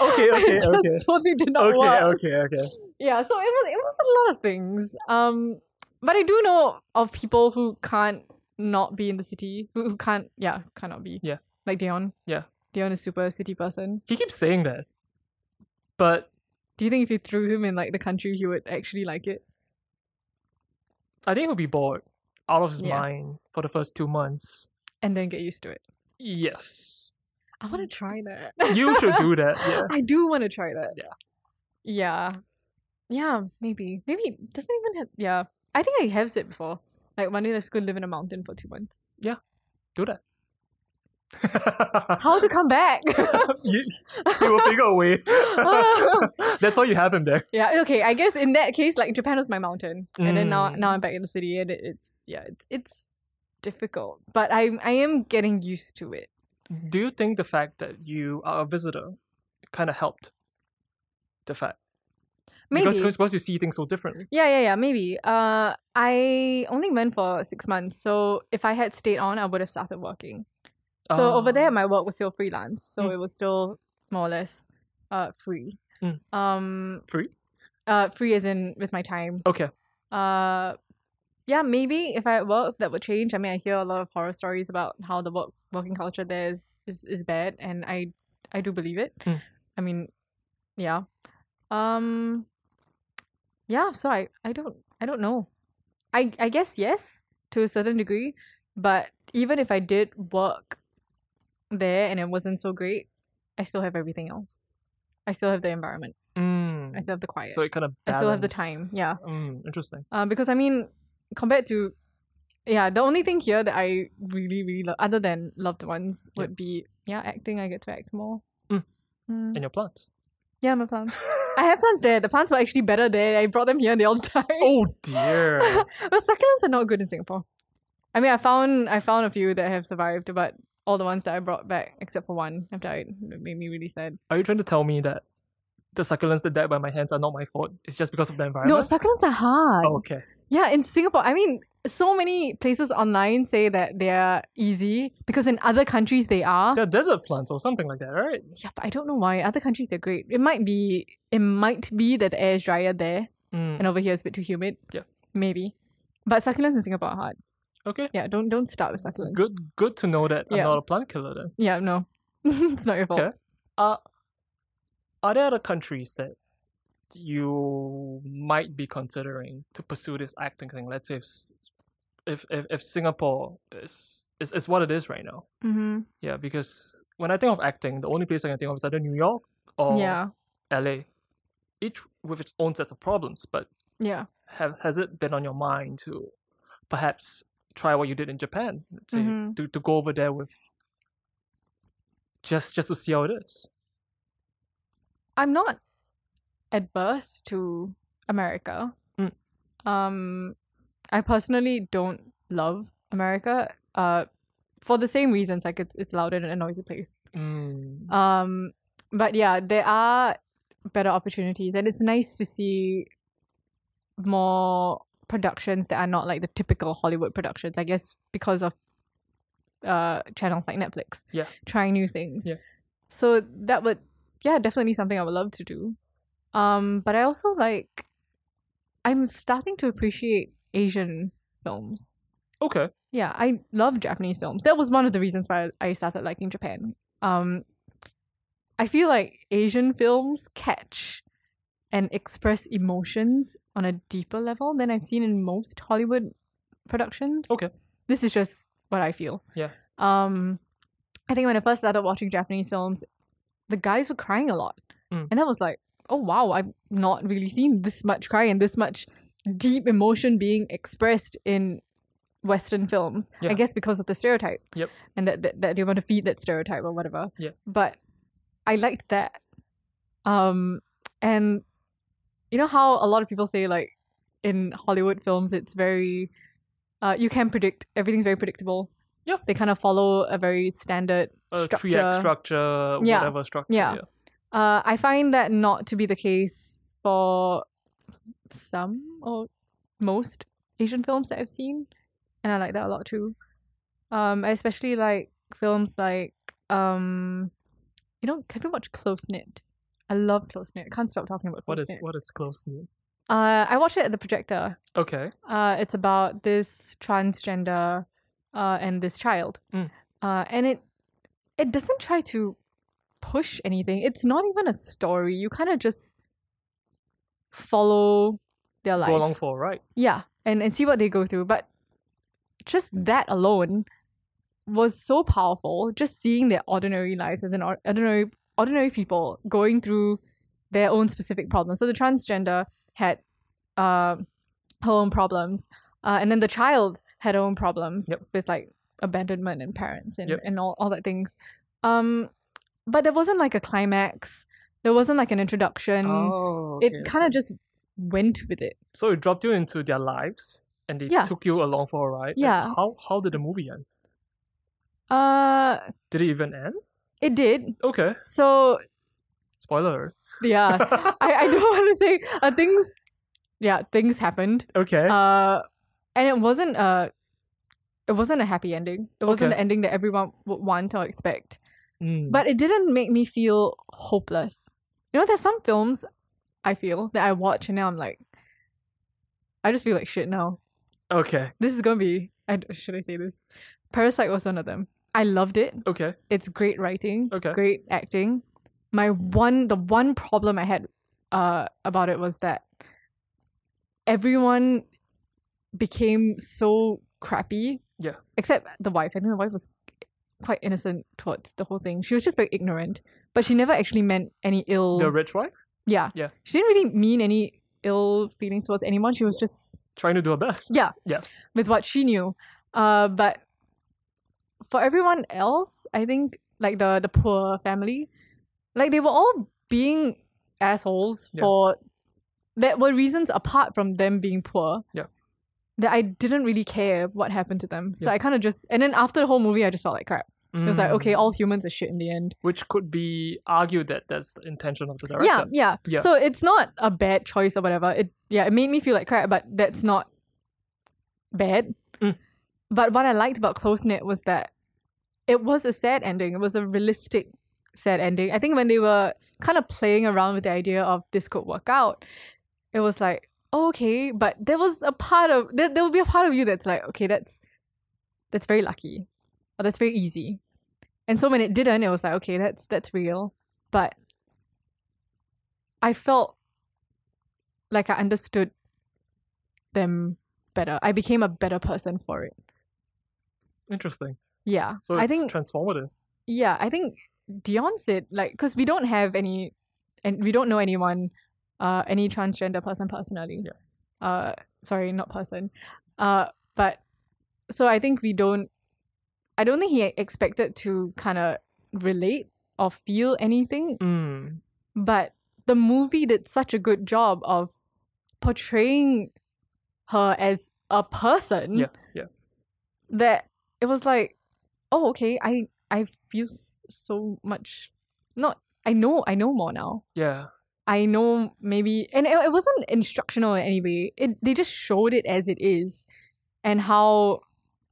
Okay. Okay.
just
okay.
totally did not
okay,
work.
okay, okay.
Yeah, so it was it was a lot of things. Um but I do know of people who can't not be in the city, who, who can't yeah, cannot be.
Yeah.
Like Dion.
Yeah.
Dion is super city person.
He keeps saying that, but
Do you think if you threw him in like the country he would actually like it?
I think he'll be bored, out of his
Yeah.
mind for the first two months.
and then get used to it.
Yes,
I want to try that.
you should do that. Yeah.
I do want to try that.
Yeah.
Yeah. Yeah, maybe. Maybe it doesn't even have. Yeah. I think I have said before. Like, one day let's go live in a mountain for two months.
Do that.
How to come back?
you, you will figure a way. That's why you have him there.
yeah, okay. I guess in that case, like, Japan was my mountain. And then now,
Mm.
now I'm back in the city and it, it's, yeah, it's, it's difficult. But I, I am getting used to it.
Do you think the fact that you are a visitor kind of helped the fact?
Maybe.
Because, because because you see things so differently.
Yeah, yeah, yeah, maybe. Uh, I only went for six months, so if I had stayed on, I would have started working. So over
Ah,
there, my work was still freelance, so
Mm.
it was still more or less uh, free.
Mm.
Um,
Free?
uh, free as in with my time.
Okay.
Uh, yeah, maybe if I had worked, that would change. I mean, I hear a lot of horror stories about how the work working culture there is is, is bad, and I I do believe it.
Mm.
I mean, yeah, um, yeah. So I I don't I don't know. I I guess yes to a certain degree, but even if I did work there and it wasn't so great, I still have everything else. I still have the environment.
Mm.
I still have the quiet.
So it kind of.
Uh, I still have the time. Yeah.
Mm, interesting.
Um, because I mean, compared to yeah, the only thing here that I really, really love, other than loved ones, would be yeah, acting. I get to act more.
Mm.
Mm.
And your plants.
Yeah, my plants. I have plants there. The plants were actually better there. I brought them here and they all died.
Oh dear.
but succulents are not good in Singapore. I mean, I found I found a few that have survived, but all the ones that I brought back, except for one, have died. It made me really sad.
Are you trying to tell me that the succulents that died by my hands are not my fault? It's just because of the
No,
environment?
succulents are hard.
Oh, okay.
Yeah, in Singapore, I mean, so many places online say that they are easy because in other countries they are.
They're desert plants or something like that, right?
Yeah, but I don't know why. Other countries they're great. It might be it might be that the air is drier there
Mm.
and over here it's a bit too humid.
Yeah.
Maybe. But succulents in Singapore are hard.
Okay.
Yeah, don't don't start with
It's
succulents.
good good to know that I'm
Yeah.
not a plant killer then.
Yeah, no. it's not your fault.
Okay. Are there other countries that you might be considering to pursue this acting thing? Let's say if s- if if, if Singapore is, is is what it is right now.
Mm-hmm.
Yeah, because when I think of acting, the only place I can think of is either New York or
Yeah.
LA, each with its own sets of problems. But
Yeah.
have has it been on your mind to perhaps try what you did in Japan? Let's say
Mhm.
to, to go over there with just just to see how it is.
I'm not adverse to America.
Mm.
Um, I personally don't love America. Uh, for the same reasons, like it's it's loud and a noisy place.
Mm.
Um, but yeah, there are better opportunities, and it's nice to see more productions that are not like the typical Hollywood productions. I guess because of uh channels like Netflix,
Yeah.
trying new things.
Yeah.
So that would, yeah, definitely something I would love to do. Um, but I also like, I'm starting to appreciate Asian films.
Okay.
Yeah, I love Japanese films. That was one of the reasons why I started liking Japan. Um, I feel like Asian films catch and express emotions on a deeper level than I've seen in most Hollywood productions.
Okay.
This is just what I feel.
Yeah.
Um, I think when I first started watching Japanese films, the guys were crying a lot.
Mm.
And that was like, oh wow, I've not really seen this much cry and this much deep emotion being expressed in Western films.
Yeah.
I guess because of the stereotype.
Yep.
And that, that, that they want to feed that stereotype or whatever.
Yeah.
But I liked that. Um, and you know how a lot of people say like in Hollywood films, it's very, uh, you can predict everything's very predictable.
Yeah.
They kind of follow a very standard
A tree
structure.
act structure,
Yeah.
whatever structure.
Yeah. Uh, I find that not to be the case for some or most Asian films that I've seen, and I like that a lot too. Um, I especially like films like um, you know, have you watched Close Knit? I love Close Knit. I can't stop talking about Close
What is
Knit.
what is close knit?
Uh, I watched it at the projector.
Okay.
Uh, it's about this transgender uh, and this child,
Mm.
uh, and it it doesn't try to push anything. It's not even a story. You kind of just follow their life,
Go along for a ride.
yeah, and and see what they go through. But just that alone was so powerful. Just seeing their ordinary lives as an or- ordinary ordinary people going through their own specific problems. So the transgender had uh, her own problems, uh, and then the child had her own problems
Yep.
with like abandonment and parents and,
Yep.
and all, all that things. Um, but there wasn't like a climax. There wasn't like an introduction.
oh.
it kind of just went with it.
So it dropped you into their lives and they
Yeah.
took you along for a ride. And
Yeah.
How how did the movie end?
Uh,
Did it even end?
it did.
Okay.
So
Spoiler.
yeah, I, I don't want to say uh, things. Yeah, things happened.
okay.
Uh, and it wasn't a, it wasn't a happy ending. It wasn't
Okay.
the ending that everyone would want or expect.
Mm.
but it didn't make me feel hopeless. You know, there's some films I feel that I watch and now I'm like, I just feel like shit now.
Okay.
This is gonna be. I, d- should I say this? Parasite was one of them. I loved it.
Okay.
It's great writing.
Okay.
Great acting. My one, the one problem I had uh, about it was that everyone became so crappy.
Yeah.
Except the wife. I think the wife was quite innocent towards the whole thing. She was just very ignorant, but she never actually meant any ill.
The rich wife
yeah.
yeah.
She didn't really mean any ill feelings towards anyone. She was just
trying to do her best.
yeah.
Yeah.
With what she knew. Uh, but for everyone else, I think like the the poor family, like they were all being assholes
Yeah.
for that were reasons apart from them being poor.
Yeah.
That I didn't really care what happened to them. So
Yeah.
I kind of just and then after the whole movie, I just felt like crap. It was like
Mm.
okay, all humans are shit in the end.
Which could be argued that that's the intention of the director.
Yeah, yeah,
Yeah.
So it's not a bad choice or whatever. It yeah, it made me feel like crap, but that's not bad.
Mm.
But what I liked about Close Knit was that it was a sad ending. It was a realistic sad ending. I think when they were kind of playing around with the idea of this could work out, it was like, oh, okay, but there was a part of there there will be a part of you that's like, okay, that's that's very lucky. Or that's very easy. And so when it didn't, it was like, okay, that's that's real. But I felt like I understood them better. I became a better person for it.
Interesting.
Yeah.
So it's
I think
transformative.
yeah, I think Dion said like because we don't have any, and we don't know anyone, uh, any transgender person personally. Yeah. Uh, sorry, not person. Uh, but so I think we don't. I don't think he expected to kind of relate or feel anything
Mm.
but the movie did such a good job of portraying her as a person
Yeah, yeah.
that it was like oh okay i i feel s- so much not i know i know more now
Yeah.
i know maybe and it, it wasn't instructional in any way it, they just showed it as it is and how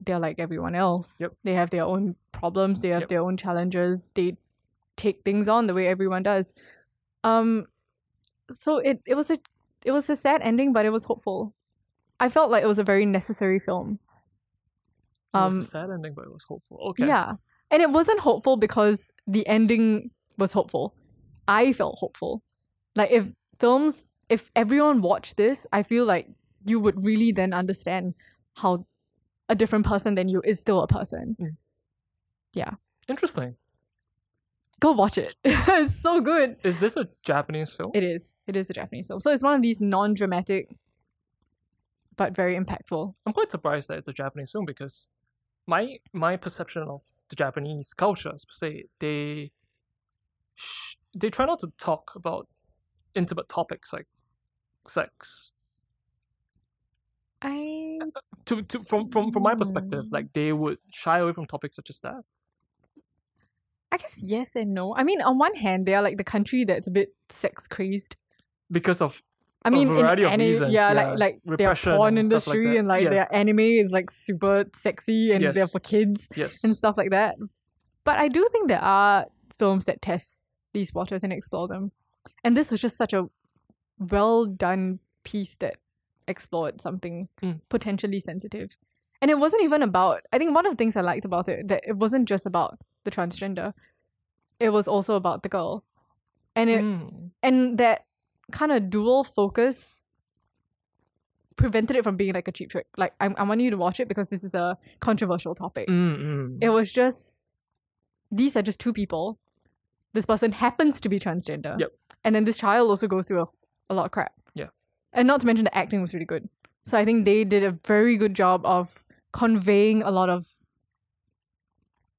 they're like everyone else
Yep.
they have their own problems they have
Yep.
their own challenges they take things on the way everyone does um so it it was a it was a sad ending but it was hopeful i felt like it was a very necessary film
It was
Um,
a sad ending, but it was hopeful. Okay.
yeah and it wasn't hopeful because the ending was hopeful i felt hopeful like if films if everyone watched this i feel like you would really then understand how a different person than you is still a person
Interesting.
go watch it it's so good
Is this a Japanese film?
It is. It is a Japanese film. So it's one of these non dramatic but very impactful.
I'm quite surprised that it's a Japanese film because my my perception of the Japanese culture, per se, they sh- they try not to talk about intimate topics like sex.
I
To, to from, from from my perspective,
Mm.
like they would shy away from topics such as that.
I guess yes and no. I mean, on one hand, they are like the country that's a bit sex crazed.
because of
I mean,
a variety
in
of
anime,
reasons.
yeah,
yeah.
like like their
Repression
porn
and stuff like
industry
that.
and like
Yes.
their anime is like super sexy and they're
Yes.
for kids
yes,
and stuff like that. But I do think there are films that test these waters and explore them, and this was just such a well done piece that explored something
Mm.
potentially sensitive. And it wasn't even about. I think one of the things I liked about it that it wasn't just about the transgender; it was also about the girl, and it
Mm.
and that kind of dual focus prevented it from being like a cheap trick. Like I, I want you to watch it because this is a controversial topic.
Mm, mm.
It was just these are just two people. This person happens to be transgender.
Yep.
And then this child also goes through a, a lot of crap.
Yeah.
And not to mention the acting was really good. So I think they did a very good job of conveying a lot of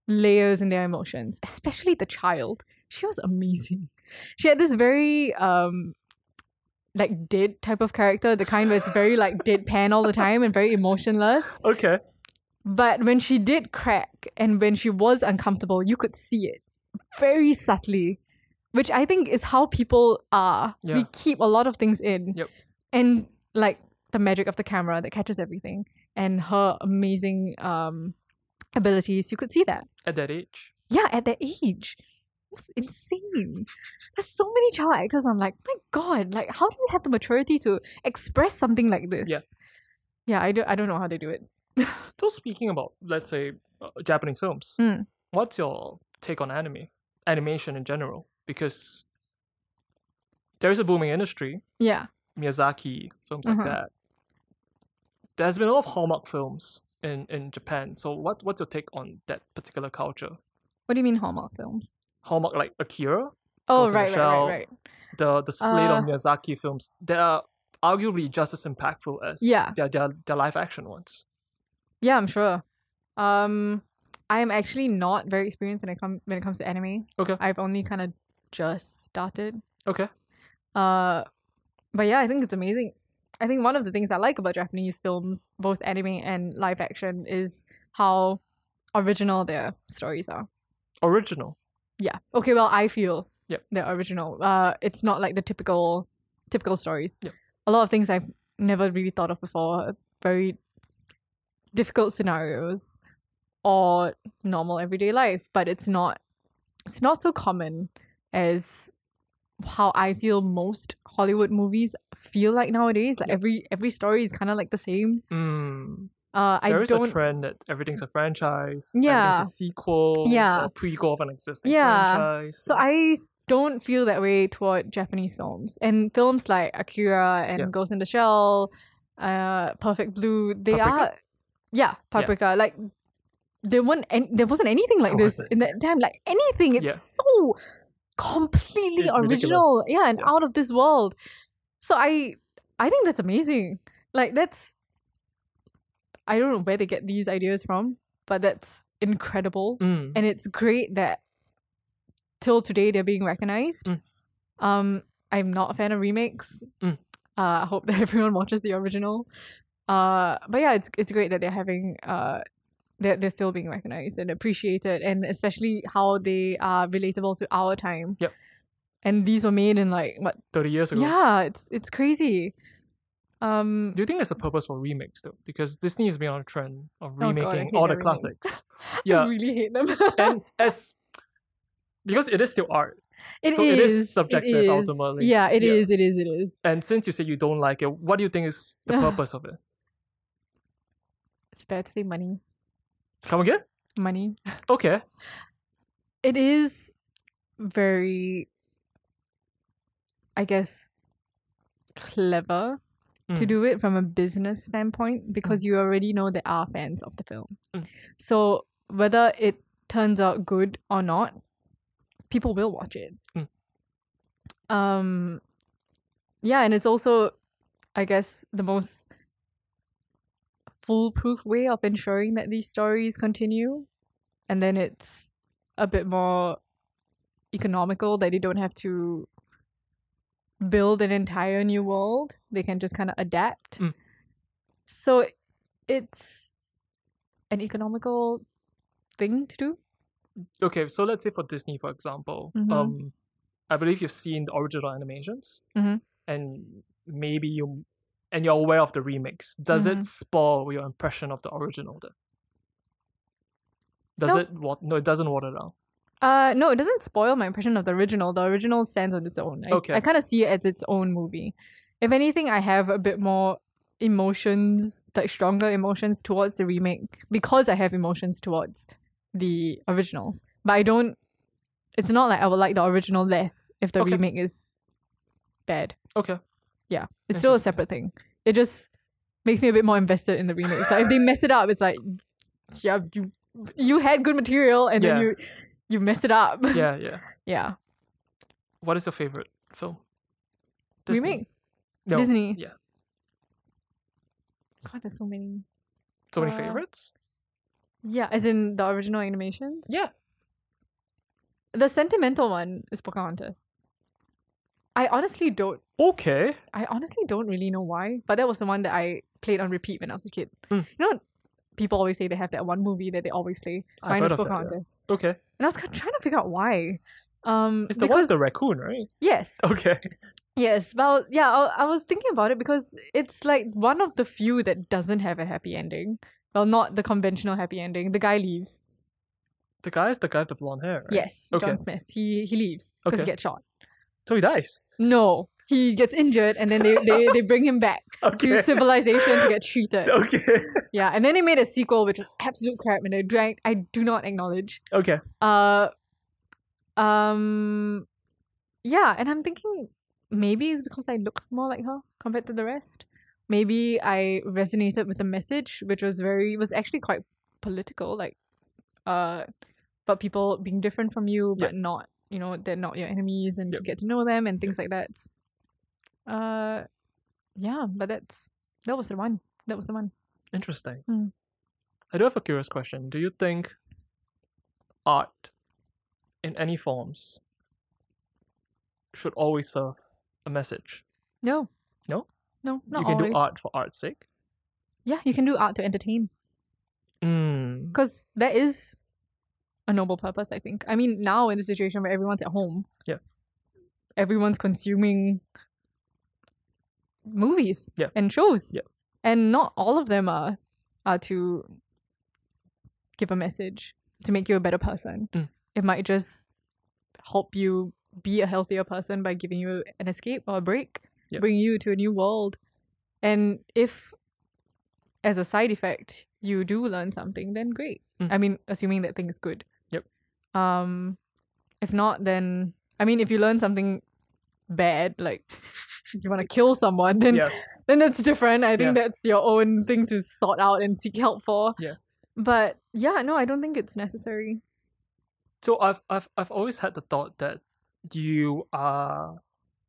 layers in their emotions, especially the child. She was amazing. She had this very um like dead type of character, the kind where it's very like deadpan all the time and very emotionless.
okay.
But when she did crack and when she was uncomfortable, you could see it very subtly, which I think is how people are.
Yeah.
We keep a lot of things in.
Yep.
And like the magic of the camera that catches everything and her amazing um, abilities, you could see that.
At that age,
Yeah, at that age. That's insane. There's so many child actors. I'm like, my God, like, how do you have the maturity to express something like this?
Yeah.
Yeah, I, do, I don't know how they do it.
so speaking about let's say uh, Japanese films,
Mm.
what's your take on anime, animation in general? Because there is a booming industry,
Yeah.
Miyazaki films
Mhm.
like that. There's been a lot of Hallmark films in in Japan. So what what's your take on that particular culture?
What do you mean Hallmark films?
Hallmark like Akira,
Oh,
Ghost in the
right, right,
Shell.
right, right.
the the slate
Uh,
of Miyazaki films, they are arguably just as impactful as
Yeah.
their, their, their live action ones.
Yeah, I'm sure. Um, I am actually not very experienced when it come when it comes to anime.
Okay.
I've only kind of just started.
Okay.
Uh, but yeah, I think it's amazing. I think one of the things I like about Japanese films, both anime and live action, is how original their stories are.
Original.
Yeah. Okay. Well, I feel
Yep.
they're original. Uh, it's not like the typical typical stories.
Yep.
A lot of things I've never really thought of before. Very difficult scenarios or normal everyday life, but it's not it's not so common as how I feel most Hollywood movies feel like nowadays. Like
Yep.
every every story is kind of like the same.
Mm.
Uh, I
There is
don't.
a trend that everything's a franchise.
Yeah.
Everything's a sequel.
Yeah.
Or prequel of an existing
Yeah.
franchise.
So I s- don't feel that way toward Japanese films and films like Akira and
Yeah.
Ghost in the Shell, uh, Perfect Blue. They
Paprika?
are, yeah, Paprika. Like there weren't, an- there wasn't anything like
There
this
wasn't,
in that time. Like anything, it's
Yeah.
so completely
It's
original, yeah, and
Yeah.
out of this world. So I, I think that's amazing. Like that's, I don't know where they get these ideas from, but that's incredible
Mm.
and it's great that till today they're being recognized.
Mm.
Um, I'm not a fan of remakes.
Mm.
Uh, I hope that everyone watches the original. Uh, but yeah, it's it's great that they're having uh, they're they're still being recognized and appreciated, and especially how they are relatable to our time.
Yep.
And these were made in like what?
30 years ago.
Yeah, it's it's crazy. Um,
Do you think there's a purpose for remakes though? Because Disney has been on a trend of
Oh, God, I
remaking
hate
all the
their remakes.
classics.
I
yeah,
really hate them.
and as because it is still art,
It
so it
is,
is subjective
is.
ultimately.
Yeah, it
Yeah.
is. It is. It is.
And since you say you don't like it, what do you think is the
Ugh.
purpose of it?
It's bad to say money.
Come again?
Money.
Okay.
it is very i guess clever to
Mm.
do it from a business standpoint because you already know there are fans of the film
Mm.
so whether it turns out good or not people will watch it
Mm.
um yeah and it's also i guess the most foolproof way of ensuring that these stories continue and then it's a bit more economical that they don't have to build an entire new world they can just kind of adapt
Mm.
so it's an economical thing to do
Okay, so let's say for Disney, for example,
Mhm.
um, I believe you've seen the original animations,
Mhm.
and maybe you and you're aware of the remix. Does
Mm-hmm.
it spoil your impression of the original? Then? Does
No.
it? What? No, it doesn't water down.
uh no it doesn't spoil my impression of the original the original stands on its own i,
Okay.
I kind of see it as its own movie if anything i have a bit more emotions like stronger emotions towards the remake because i have emotions towards the originals but i don't it's not like i would like the original less if the
Okay.
remake is bad
Okay.
yeah it's still a
Interesting.
separate thing it just makes me a bit more invested in the remake so if they mess it up it's like yeah you you had good material and then
Yeah.
you you messed it up
Yeah, yeah.
yeah
What is your favorite film?
remake
No,
disney
yeah.
god there's so many
So many
Uh,
favorites.
yeah as in the original animations
Yeah.
the sentimental one is pocahontas i honestly don't
Okay.
I honestly don't really know why, but that was the one that I played on repeat when I was a kid.
Mm.
You know, people always say they have that one movie that they always play.
I've
Mine
heard
was
of that, yeah.
Pocahontas,
Okay.
and I was kind of trying to figure out why. Um,
It's the one
because
with the raccoon, right?
yes,
Okay.
yes, well, yeah, I, I was thinking about it because it's like one of the few that doesn't have a happy ending. Well, not the conventional happy ending. The guy leaves.
The guy is the guy with the blonde hair, right?
Yes,
Okay.
John Smith. He he leaves because
Okay.
he gets shot.
So he dies.
No, he gets injured, and then they they, they bring him back
Okay.
to civilization to get treated.
okay.
Yeah, and then they made a sequel which was absolute crap and I drank I do not acknowledge.
Okay.
Uh um yeah, and I'm thinking maybe it's because I looked more like her compared to the rest. Maybe I resonated with the message, which was very was actually quite political, like uh but people being different from you but not you know, they're not your enemies and you
Yep.
get to know them and things like that. Uh yeah, but that's that was the one. That was the one.
Interesting.
Mm.
I do have a curious question. Do you think art in any forms should always serve a message?
No.
No?
No, not
you can
always.
do art for art's sake.
Yeah, you can do art to entertain.
Mm.
Because that is a noble purpose, I think. I mean, now in the situation where everyone's at home,
Yeah.
everyone's consuming movies
Yeah.
and shows.
Yeah.
And not all of them are are to give a message to make you a better person.
Mm.
It might just help you be a healthier person by giving you an escape or a break,
Yeah.
bring you to a new world. And if as a side effect you do learn something, then great.
Mm.
I mean, assuming that thing is good.
Yep.
Um if not then I mean if you learn something bad, like you wanna kill someone, then
Yeah.
then that's different. I think that's your own thing to sort out and seek help for.
Yeah.
But yeah, no, I don't think it's necessary.
So I've I've I've always had the thought that you are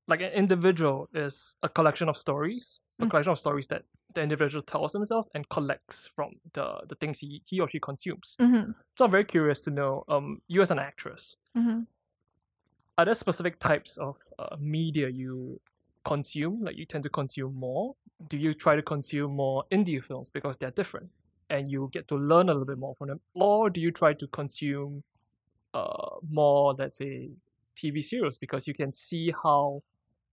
like an individual is a collection of stories, a
Mm.
collection of stories that the individual tells themselves and collects from the the things he, he or she consumes.
Mm-hmm.
So I'm very curious to know, um, you as an actress,
Mm-hmm.
are there specific types of uh, media you consume like you tend to consume more do you try to consume more indie films because they're different and you get to learn a little bit more from them or do you try to consume uh, more let's say tv series because you can see how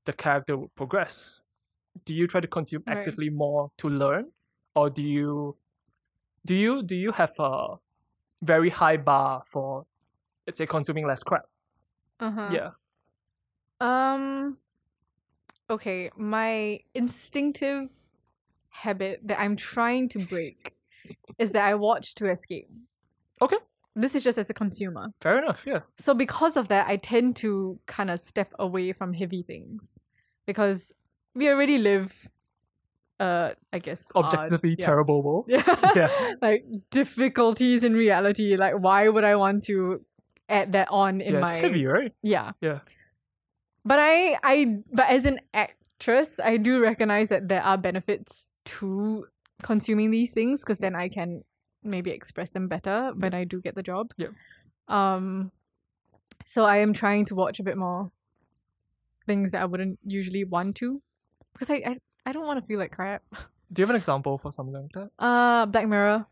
the character would progress do you try to consume
Right.
actively more to learn or do you do you do you have a very high bar for let's say consuming less crap
Uh-huh.
yeah
Um okay, my instinctive habit that I'm trying to break is that I watch to escape.
Okay.
This is just as a consumer.
fair enough yeah
So because of that, I tend to kind of step away from heavy things because we already live uh I guess hard-
objectively
yeah.
terrible world.
Yeah.
Yeah.
like difficulties in reality. Like why would I want to add that on in
yeah,
my
it's heavy, right?
yeah.
Yeah.
But I I but as an actress, I do recognize that there are benefits to consuming these things because then I can maybe express them better when I do get the job.
Yep.
Um so I am trying to watch a bit more things that I wouldn't usually want to because I I, I don't want to feel like crap.
Do you have an example for something like that?
Uh Black Mirror.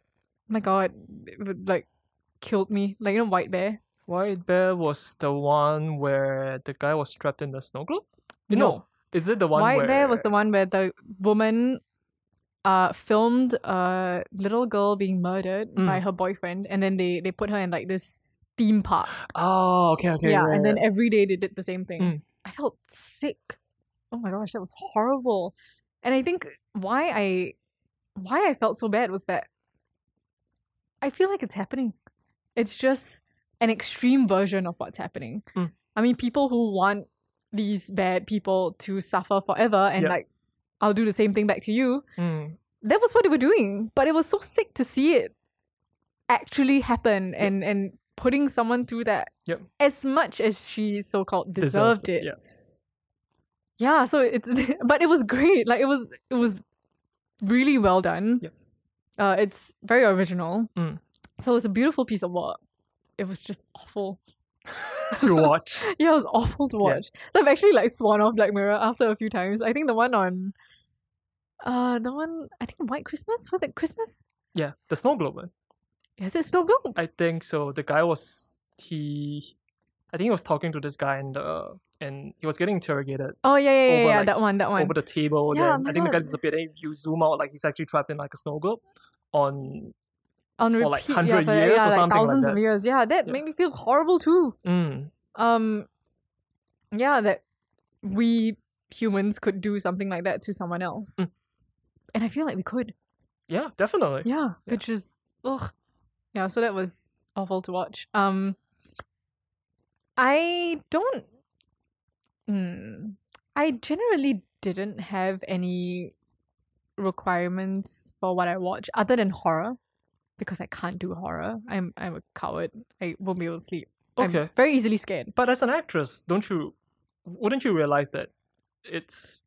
My god, it would, like killed me. Like you know White Bear?
White Bear was the one where the guy was trapped in the snow globe. You
No.
know, is it the one
White
where
Bear was the one where the woman uh filmed a little girl being murdered by
Mm.
her boyfriend and then they they put her in like this theme park.
Oh, okay, okay.
yeah,
right,
and then
right.
every day they did the same thing.
Mm.
I felt sick. Oh my gosh, that was horrible. And I think why I why I felt so bad was that I feel like it's happening. It's just an extreme version of what's happening.
Mm.
I mean, people who want these bad people to suffer forever and
Yeah.
like I'll do the same thing back to you.
Mm,
That was what they were doing, but it was so sick to see it actually happen
Yeah.
and and putting someone through that
Yep.
as much as she so called
deserves
deserved it.
Yeah.
Yeah, so it's but it was great. Like it was it was really well done.
Yep.
Uh it's very original.
Mm.
So it's a beautiful piece of work. It was just awful.
to watch.
Yeah, it was awful to
Yeah.
watch. So I've actually like sworn off Black Mirror after a few times. I think the one on uh the one I think White Christmas? Was it Christmas?
Yeah, the snow globe. one.
Is it Snow Globe?
I think so. The guy was he, I think he was talking to this guy and uh and he was getting interrogated
Oh yeah, yeah, yeah,
Over,
yeah.
like,
that one, that one.
over the table.
Yeah,
then
my
I think the guy
God.
disappeared. And you zoom out like he's actually trapped in like a snow globe on
on
for,
repeat,
like,
yeah,
100
for,
years or
yeah, like
something like
thousands of
that.
years. Yeah, that
Yeah.
made me feel horrible too.
mm,
Um, yeah, that we humans could do something like that to someone else,
Mm.
and I feel like we could.
Yeah, definitely.
Yeah, which is ugh. Yeah, so that was awful to watch. Um, I don't. Hmm. I generally didn't have any requirements for what I watch other than horror because I can't do horror. I'm I'm a coward. I won't be able to sleep.
Okay.
I'm very easily scared.
But as an actress, don't you wouldn't you realize that it's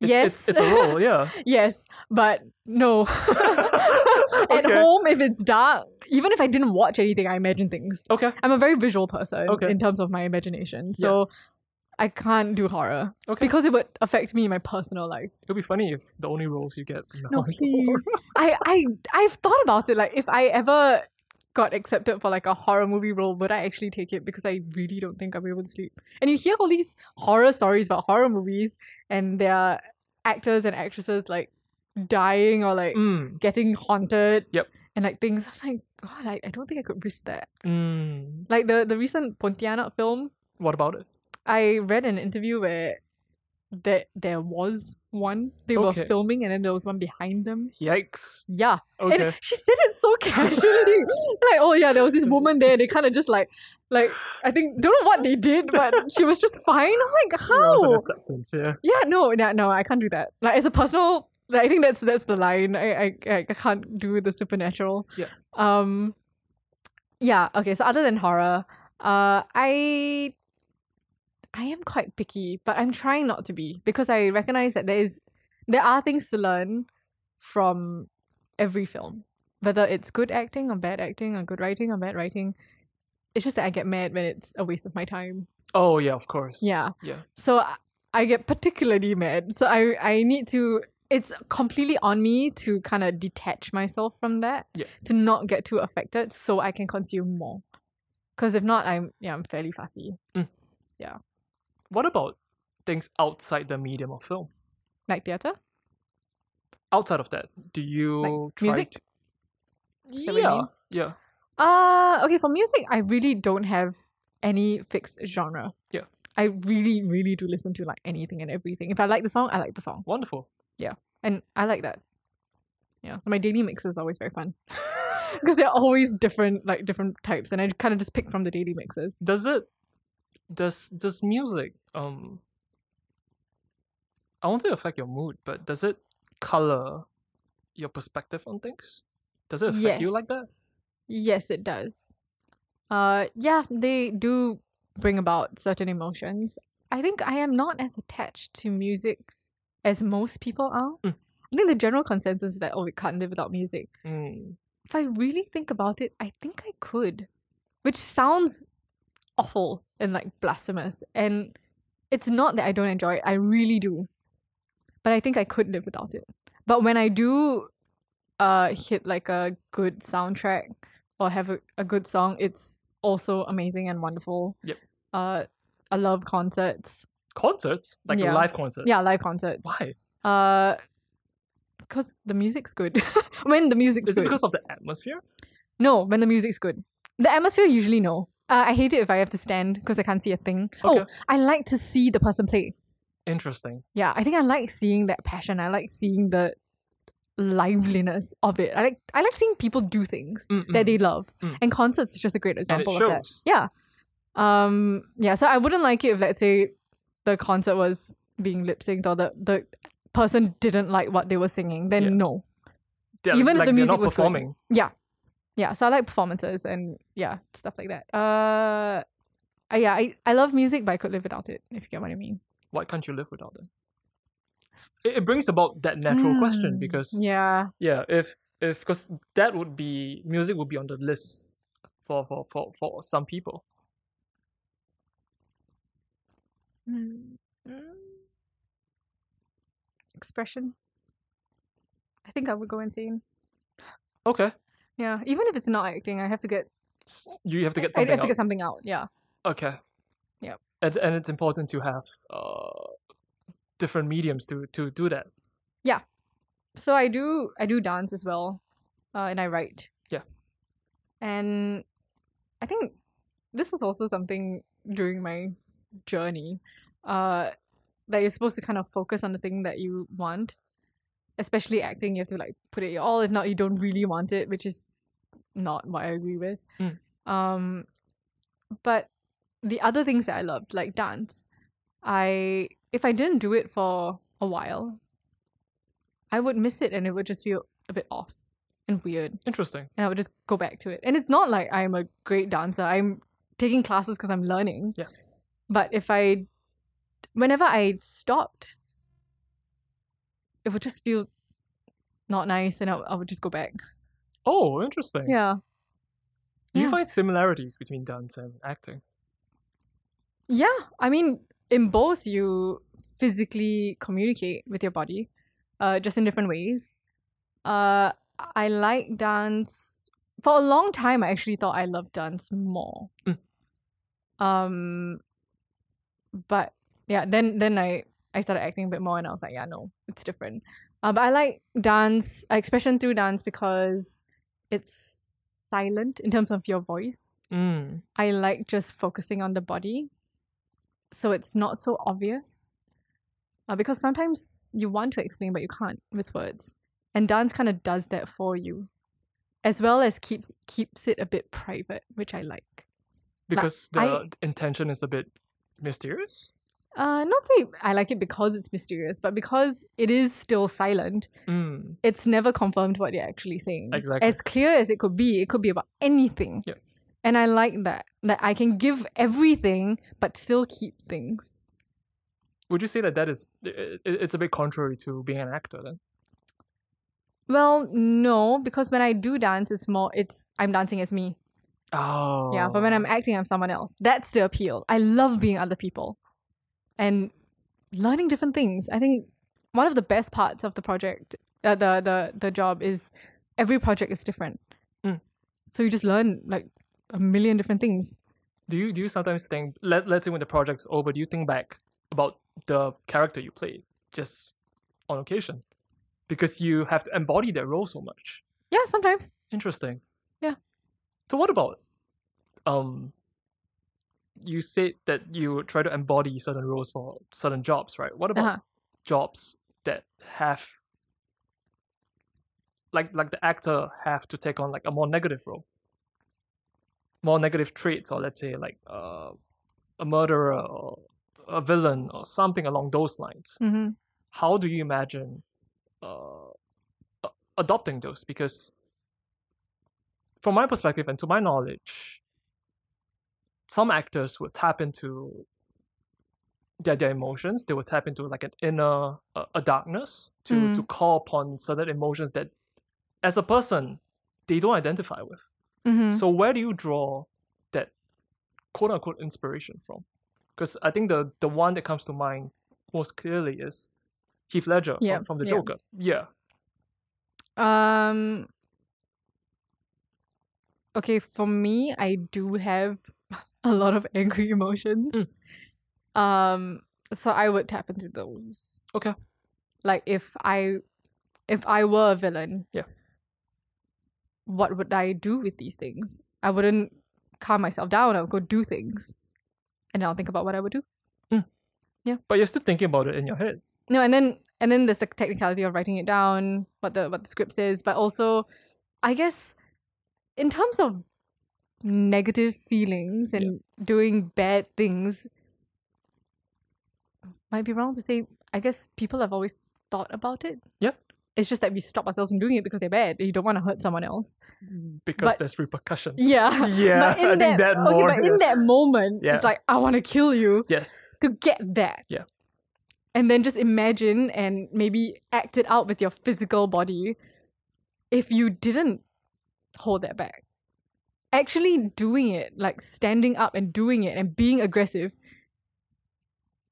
It's,
Yes.
it's, it's a role. Yeah,
Yes, but no. At
Okay.
home, if it's dark, even if I didn't watch anything, I imagine things.
okay,
I'm a very visual person
Okay.
in terms of my imagination,
Yeah.
so I can't do horror
okay.
because it would affect me in my personal life.
It'll be funny if the only roles you get from now
No,
on is
please.
horror.
I, I, I've thought about it. Like, if I ever got accepted for like a horror movie role, would I actually take it? Because I really don't think I'll be able to sleep. And you hear all these horror stories about horror movies, and their actors and actresses like dying or like
Mm.
getting haunted.
Yep.
And like things, I'm like, God, I, I don't think I could risk that.
Mm.
Like the the recent Pontianak film,
What about it?
I read an interview where that there was one. They
Okay.
were filming and then there was one behind them.
Yikes.
Yeah.
Okay.
And she said it so casually. like, oh yeah, there was this woman there. They kind of just like, like I think don't know what they did, but she was just fine. I'm like,
Roles and
how?
acceptance. Yeah.
Yeah, no, no, no, I can't do that. Like as a personal, like, I think that's that's the line. I, I- I, I can't do the supernatural.
Yeah.
Um. Yeah. Okay. So other than horror, uh, I. I am quite picky, but I'm trying not to be because I recognize that there is, there are things to learn from every film, whether it's good acting or bad acting or good writing or bad writing. It's just that I get mad when it's a waste of my time.
Oh yeah, of course.
Yeah.
Yeah.
So I- I get particularly mad. So I I need to. It's completely on me to kind of detach myself from that.
Yeah.
To not get too affected, so I can consume more. Because if not, I'm yeah, I'm fairly fussy.
What about things outside the medium of film?
Like theater,
Outside of that, do you
Like
try
music?
to-
that what you
Yeah.
mean?
Yeah.
Uh okay, for music I really don't have any fixed genre.
Yeah.
I really, really do listen to like anything and everything. If I like the song, I like the song.
Wonderful.
And I like that. Yeah. So my daily mix is always very fun. Because they're always different, like different types, and I kind of just pick from the daily mixes.
Does it does does music um I won't say affect your mood, but does it color your perspective on things? Does it affect you
Yes.
like that?
Yes, it does. Uh, yeah, they do bring about certain emotions. I think I am not as attached to music as most people are.
Mm.
I think the general consensus is that oh, we can't live without music.
Mm.
If I really think about it, I think I could, which sounds awful and like blasphemous. And it's not that I don't enjoy it; I really do. But I think I could live without it. But when I do, uh, hit like a good soundtrack or have a, a good song, it's also amazing and wonderful.
Yep.
Uh, I love concerts.
Concerts? Like
Yeah.
live concerts.
Yeah, live concerts.
Why?
Uh, because the music's good. when the music's
Is it
good.
because of the atmosphere?
No, when the music's good. The atmosphere usually no. Uh, I hate it if I have to stand because I can't see a thing. Oh,
Okay.
I like to see the person play.
Interesting.
Yeah, I think I like seeing that passion. I like seeing the liveliness of it. I like I like seeing people do things
Mm, mm.
that they love,
Mm.
and concerts is just a great
and it
example of that.
shows.
Yeah, um, yeah. So I wouldn't like it if let's say the concert was being lip synced or the the person didn't like what they were singing. Then
Yeah.
no,
They're-
Even if
like,
the
they're
music
not
was good.
performing.
yeah so i like performances and yeah stuff like that uh I- yeah i, I love music but i could live without it if you get what i mean
why can't you live without them? It, it brings about that natural question
Mm,
because yeah,
yeah
if if because that would be music would be on the list for for for, for some people.
Mm, mm. expression i think i would go insane
Okay,
yeah even if it's not acting i have to get
S- you have to get
i
something.
have to
out.
get something out yeah
Okay.
Yep.
And and it's important to have uh different mediums to to do that.
so i do i do dance as well uh, and i write
Yeah.
and i think this is also something during my journey uh that you're supposed to kind of focus on the thing that you want especially acting you have to like put it your all if not you don't really want it which is not what i agree with
Mm.
um but the other things that i loved like dance i if i didn't do it for a while I would miss it and it would just feel a bit off and weird.
Interesting.
And I would just go back to it. And it's not like I'm a great dancer. I'm taking classes because I'm learning.
Yeah.
But if I, whenever I stopped it would just feel not nice, and I, I would just go back.
Oh, interesting.
Yeah.
Do you
yeah.
find similarities between dance and acting?
Yeah, I mean, in both, you physically communicate with your body, uh, just in different ways. Uh, I like dance. For a long time, I actually thought I loved dance more.
Mm.
Um, but yeah, then then I I started acting a bit more, and I was like, yeah, no, it's different. Uh, but I like dance, uh, expression through dance because it's silent in terms of your voice.
Mm.
I like just focusing on the body so it's not so obvious. Uh, because sometimes you want to explain, but you can't with words. And dance kind of does that for you, as well as keeps keeps it a bit private, which I like.
Because the
I-
intention is a bit mysterious.
Uh, not say I like it because it's mysterious, but because it is still silent,
Mm.
it's never confirmed what you're actually saying.
Exactly.
As clear as it could be, it could be about anything.
Yep.
And I like that. That I can give everything, but still keep things.
Would you say that that is i- i- it's a bit contrary to being an actor then?
Well, no, because when I do dance, it's more it's I'm dancing as me.
Oh.
Yeah, but when I'm acting, I'm someone else. That's the appeal. I love being other people, and learning different things. I think one of the best parts of the project, uh, the the the job is every project is different.
Mm.
So you just learn like a million different things.
do you do you sometimes think let let's say when the project's over, do you think back about the character you played just on occasion? Because you have to embody that role so much.
Yeah, sometimes.
Interesting.
Yeah.
So what about um you said that you try to embody certain roles for certain jobs, right? What about
Uh-huh.
jobs that have like like the actor have to take on like a more negative role? More negative traits or let's say like uh, a murderer or a villain or something along those lines
hmm
how do you imagine uh, a- adopting those? Because from my perspective and to my knowledge, some actors would tap into their, their emotions. They would tap into like an inner uh, a darkness to
Mm.
to call upon certain emotions that, as a person, they don't identify with.
hmm
So where do you draw that quote unquote inspiration from? Because I think the the one that comes to mind most clearly is Heath Ledger
Yeah,
from, from the
yeah.
Joker. Yeah.
Um. Okay, for me, I do have a lot of angry emotions. Um. So I would tap into those.
Mm. Okay.
Like if I, if I were a villain.
Yeah.
What would I do with these things? I wouldn't calm myself down. I would go do things, and I'll think about what I would do.
But you're still thinking about it in your head.
No, and then and then there's the technicality of writing it down, what the what the script is, but also, I guess, in terms of negative feelings and doing bad things, might be wrong to say. I guess people have always thought about it.
Yeah.
It's just that we stop ourselves from doing it because they're bad. You don't want to hurt someone else.
Because
But-
there's repercussions.
Yeah.
Yeah.
But in
I think
that,
that
okay,
more.
but in that moment,
Yeah.
it's like I want to kill you
yes.
to get that.
Yeah.
And then just imagine and maybe act it out with your physical body if you didn't hold that back. Actually doing it, like standing up and doing it and being aggressive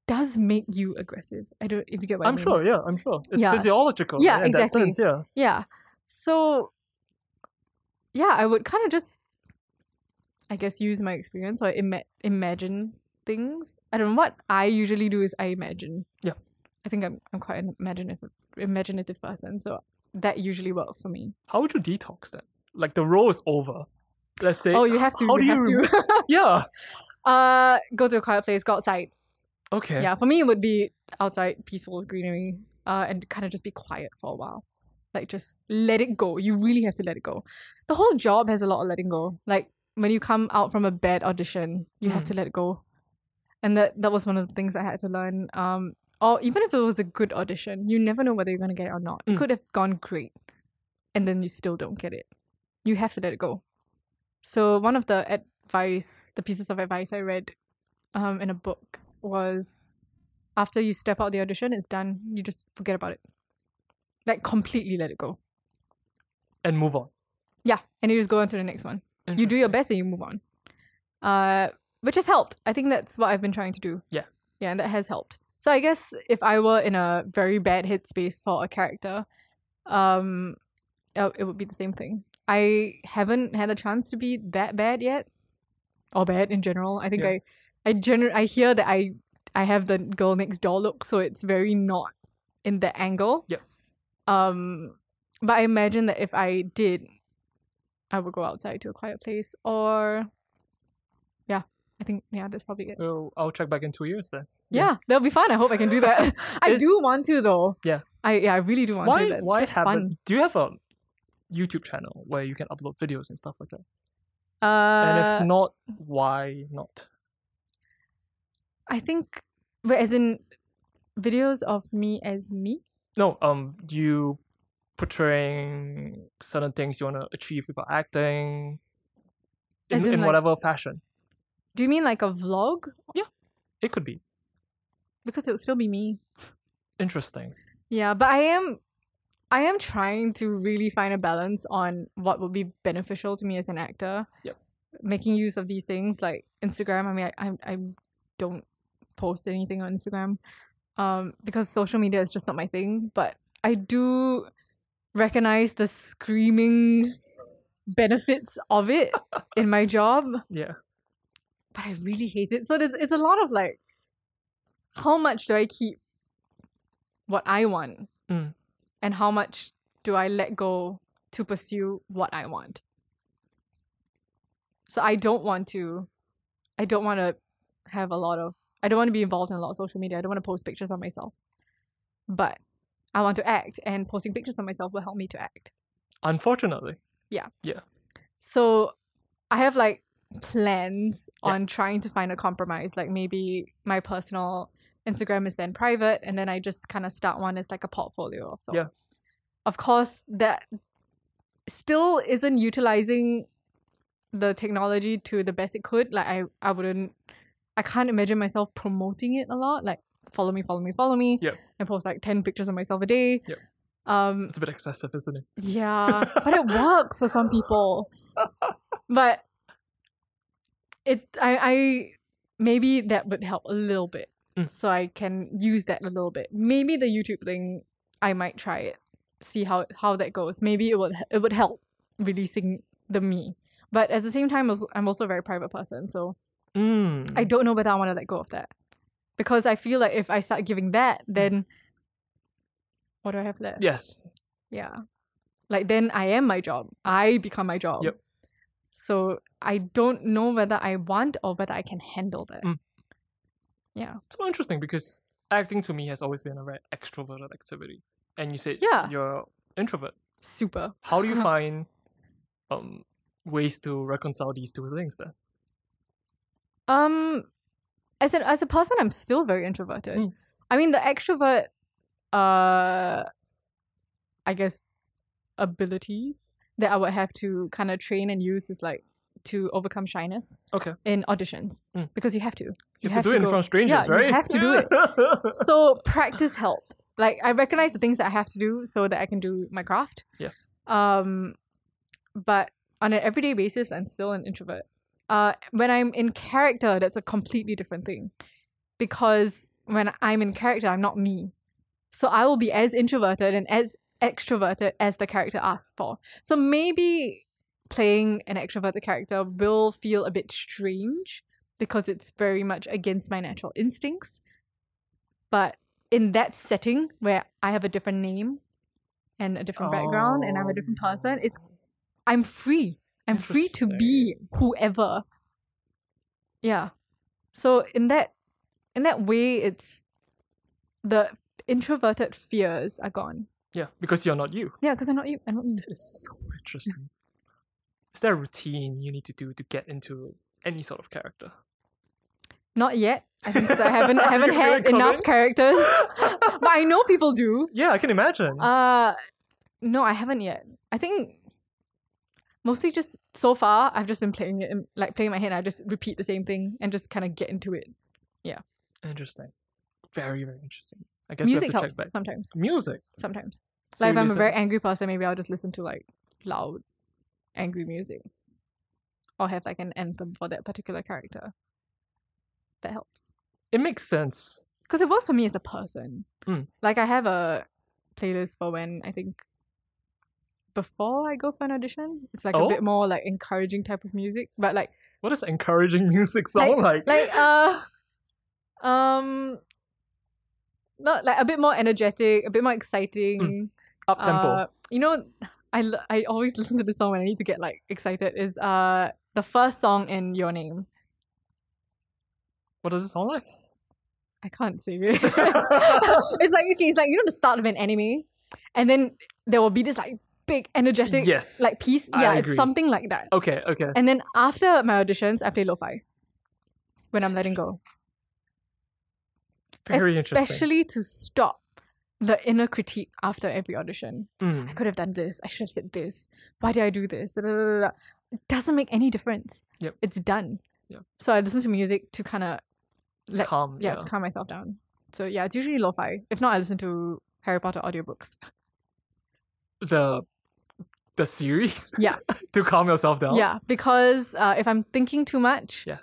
does make you aggressive. I don't if you get what I
I'm
mean.
sure, yeah, I'm sure. It's
Yeah.
physiological
Yeah,
in
exactly.
that sense, yeah.
Yeah. So yeah, I would kind of just I guess use my experience or ima- imagine things. I don't know what I usually do is I imagine.
Yeah.
I think I'm I'm quite an imaginative imaginative person, so that usually works for me.
How would you detox that? Like the role is over. Let's say
oh, you have to
how
you have
do you
to
Yeah.
uh go to a quiet place, go outside.
Okay.
Yeah, for me it would be outside peaceful greenery uh and kind of just be quiet for a while. Like just let it go. You really have to let it go. The whole job has a lot of letting go. Like when you come out from a bad audition, you have
Mm.
to let it go. And that that was one of the things I had to learn. Um or even if it was a good audition, you never know whether you're gonna get it or not. It
Mm.
could have gone great and then you still don't get it. You have to let it go. So one of the advice, the pieces of advice I read um, in a book was after you step out the audition, it's done. You just forget about it. like completely let it go.
and move on.
Yeah, and you just go on to the next one. You do your best and you move on, uh, which has helped. I think that's what I've been trying to do.
Yeah.
yeah, and that has helped. So I guess if I were in a very bad headspace for a character, um, uh, it would be the same thing. I haven't had a chance to be that bad yet, or bad in general. I think
Yeah.
I, I gener- I hear that I, I have the girl next door look, so it's very not in the angle.
Yep.
Um, but I imagine that if I did, I would go outside to a quiet place, or, yeah, I think yeah, that's probably it.
Well, I'll check back in two years then.
Yeah, that'll be fun. I hope I can do that. I
It's-
do want to though.
Yeah.
I yeah, I really do want to.
Why?
That-
Why
that's
haven't?
fun.
Do you have a YouTube channel where you can upload videos and stuff like that?
Uh,
and if not, why not?
I think, but as in videos of me as me.
No, um, you portraying certain things you want to achieve with your acting,
As
in,
in,
in
like-
whatever fashion
Do you mean like a vlog?
it could be.
Because it would still be me.
Interesting.
Yeah, but I am, I am trying to really find a balance on what would be beneficial to me as an actor.
Yep.
Making use of these things like Instagram. I mean, I I, I don't post anything on Instagram, um, because social media is just not my thing. But I do recognize the screaming benefits of it in my job.
Yeah.
but I really hate it. So there's, it's a lot of like, how much do I keep what I want,
Mm.
and how much do I let go to pursue what I want? So I don't want to, I don't want to have a lot of, I don't want to be involved in a lot of social media. I don't want to post pictures of myself, but I want to act, and posting pictures of myself will help me to act.
Unfortunately,
So I have like plans
Yeah.
on trying to find a compromise. Like maybe my personal Instagram is then private and then I just kind of start one as like a portfolio of sorts.
Yeah.
Of course, that still isn't utilizing the technology to the best it could. Like I, I wouldn't I can't imagine myself promoting it a lot. Like follow me, follow me, follow me.
Yep.
And post like ten pictures of myself a day.
Yep.
Um
it's a bit excessive, isn't it?
yeah, but it works for some people. But it, I, I maybe that would help a little bit,
Mm.
so I can use that a little bit. Maybe the YouTube thing, I might try it, see how how that goes. Maybe it would it would help releasing the me. But at the same time, als- I'm also a very private person, so
Mm.
I don't know whether I want to let go of that because I feel like if I start giving that, then what do I have left?
Yes.
Yeah. Like then I am my job. I become my job.
Yep.
So I don't know whether I want or whether I can handle that.
Mm. It's more interesting because acting to me has always been a very extroverted activity. And you said
Yeah.
you're introvert.
Super.
How do you find um ways to reconcile these two things then?
Um as an as a person I'm still very introverted.
Mm.
I mean the extrovert uh I guess abilities that I would have to kind of train and use is like to overcome shyness.
Okay.
In auditions.
Mm.
Because you have to.
You, have,
have
to do
to
it in
go-
front of strangers,
Yeah, you
right?
have to do it.
it.
so practice helped. Like I recognize the things that I have to do so that I can do my craft.
Yeah.
Um, but on an everyday basis, I'm still an introvert. Uh, when I'm in character, that's a completely different thing, because when I'm in character, I'm not me. So I will be as introverted and as extroverted as the character asks for. So maybe playing an extroverted character will feel a bit strange because it's very much against my natural instincts but in that setting where I have a different name and a different background and I'm a
Oh.
different person, it's I'm free. I'm free to be whoever. Yeah. So in that in that way it's the introverted fears are gone.
Yeah, because you're not you.
Yeah, because I'm not e-, you. I'm not me.
It's so interesting. Is there a routine you need to do to get into any sort of character?
Not yet. I think 'cause I haven't I haven't
You're very
had
common.
enough characters. but I know people do.
yeah, I can imagine.
Uh, no, I haven't yet. I think mostly just so far I've just been playing it, in, like playing in my head. I just repeat the same thing and just kind of get into it.
interesting. Very, very interesting. I guess
Music
we have to
helps
check back.
sometimes.
Music.
Sometimes
So
like if
you
I'm a
listen-
very angry person, maybe I'll just listen to like loud, angry music, or have like an anthem for that particular character. That helps
It makes sense.
because it works for me as a person.
Mm.
Like I have a playlist for when I think before I go for an audition, it's like
Oh?
a bit more like encouraging type of music, but like
What does encouraging music sound like?
like uh um not like a bit more energetic a bit more
Hmm.
exciting
Up tempo.
uh, you know I, l- I always listen to this song when i need to get like excited is uh the first song in your name
what does it sound like?
i can't sing it it's like okay it's like you know the start of an anime and then there will be this like big energetic
yes.
like piece
I
yeah
agree.
it's something like that
okay, okay.
and then after my auditions i play lo-fi when i'm letting go
Very interesting.
especially to stop the inner critique after every audition.
Mm.
I could have done this. I should have said this. Why did I do this? Da, da, da, da, da. It doesn't make any difference.
Yep.
It's done.
Yeah.
So I listen to music to kind of like-
Calm.
yeah, to calm myself down. So yeah, it's usually lo-fi. If not, I listen to Harry Potter audiobooks.
the the series.
Yeah.
to calm yourself down.
Yeah, because uh, if I'm thinking too much,
Oh. Yeah.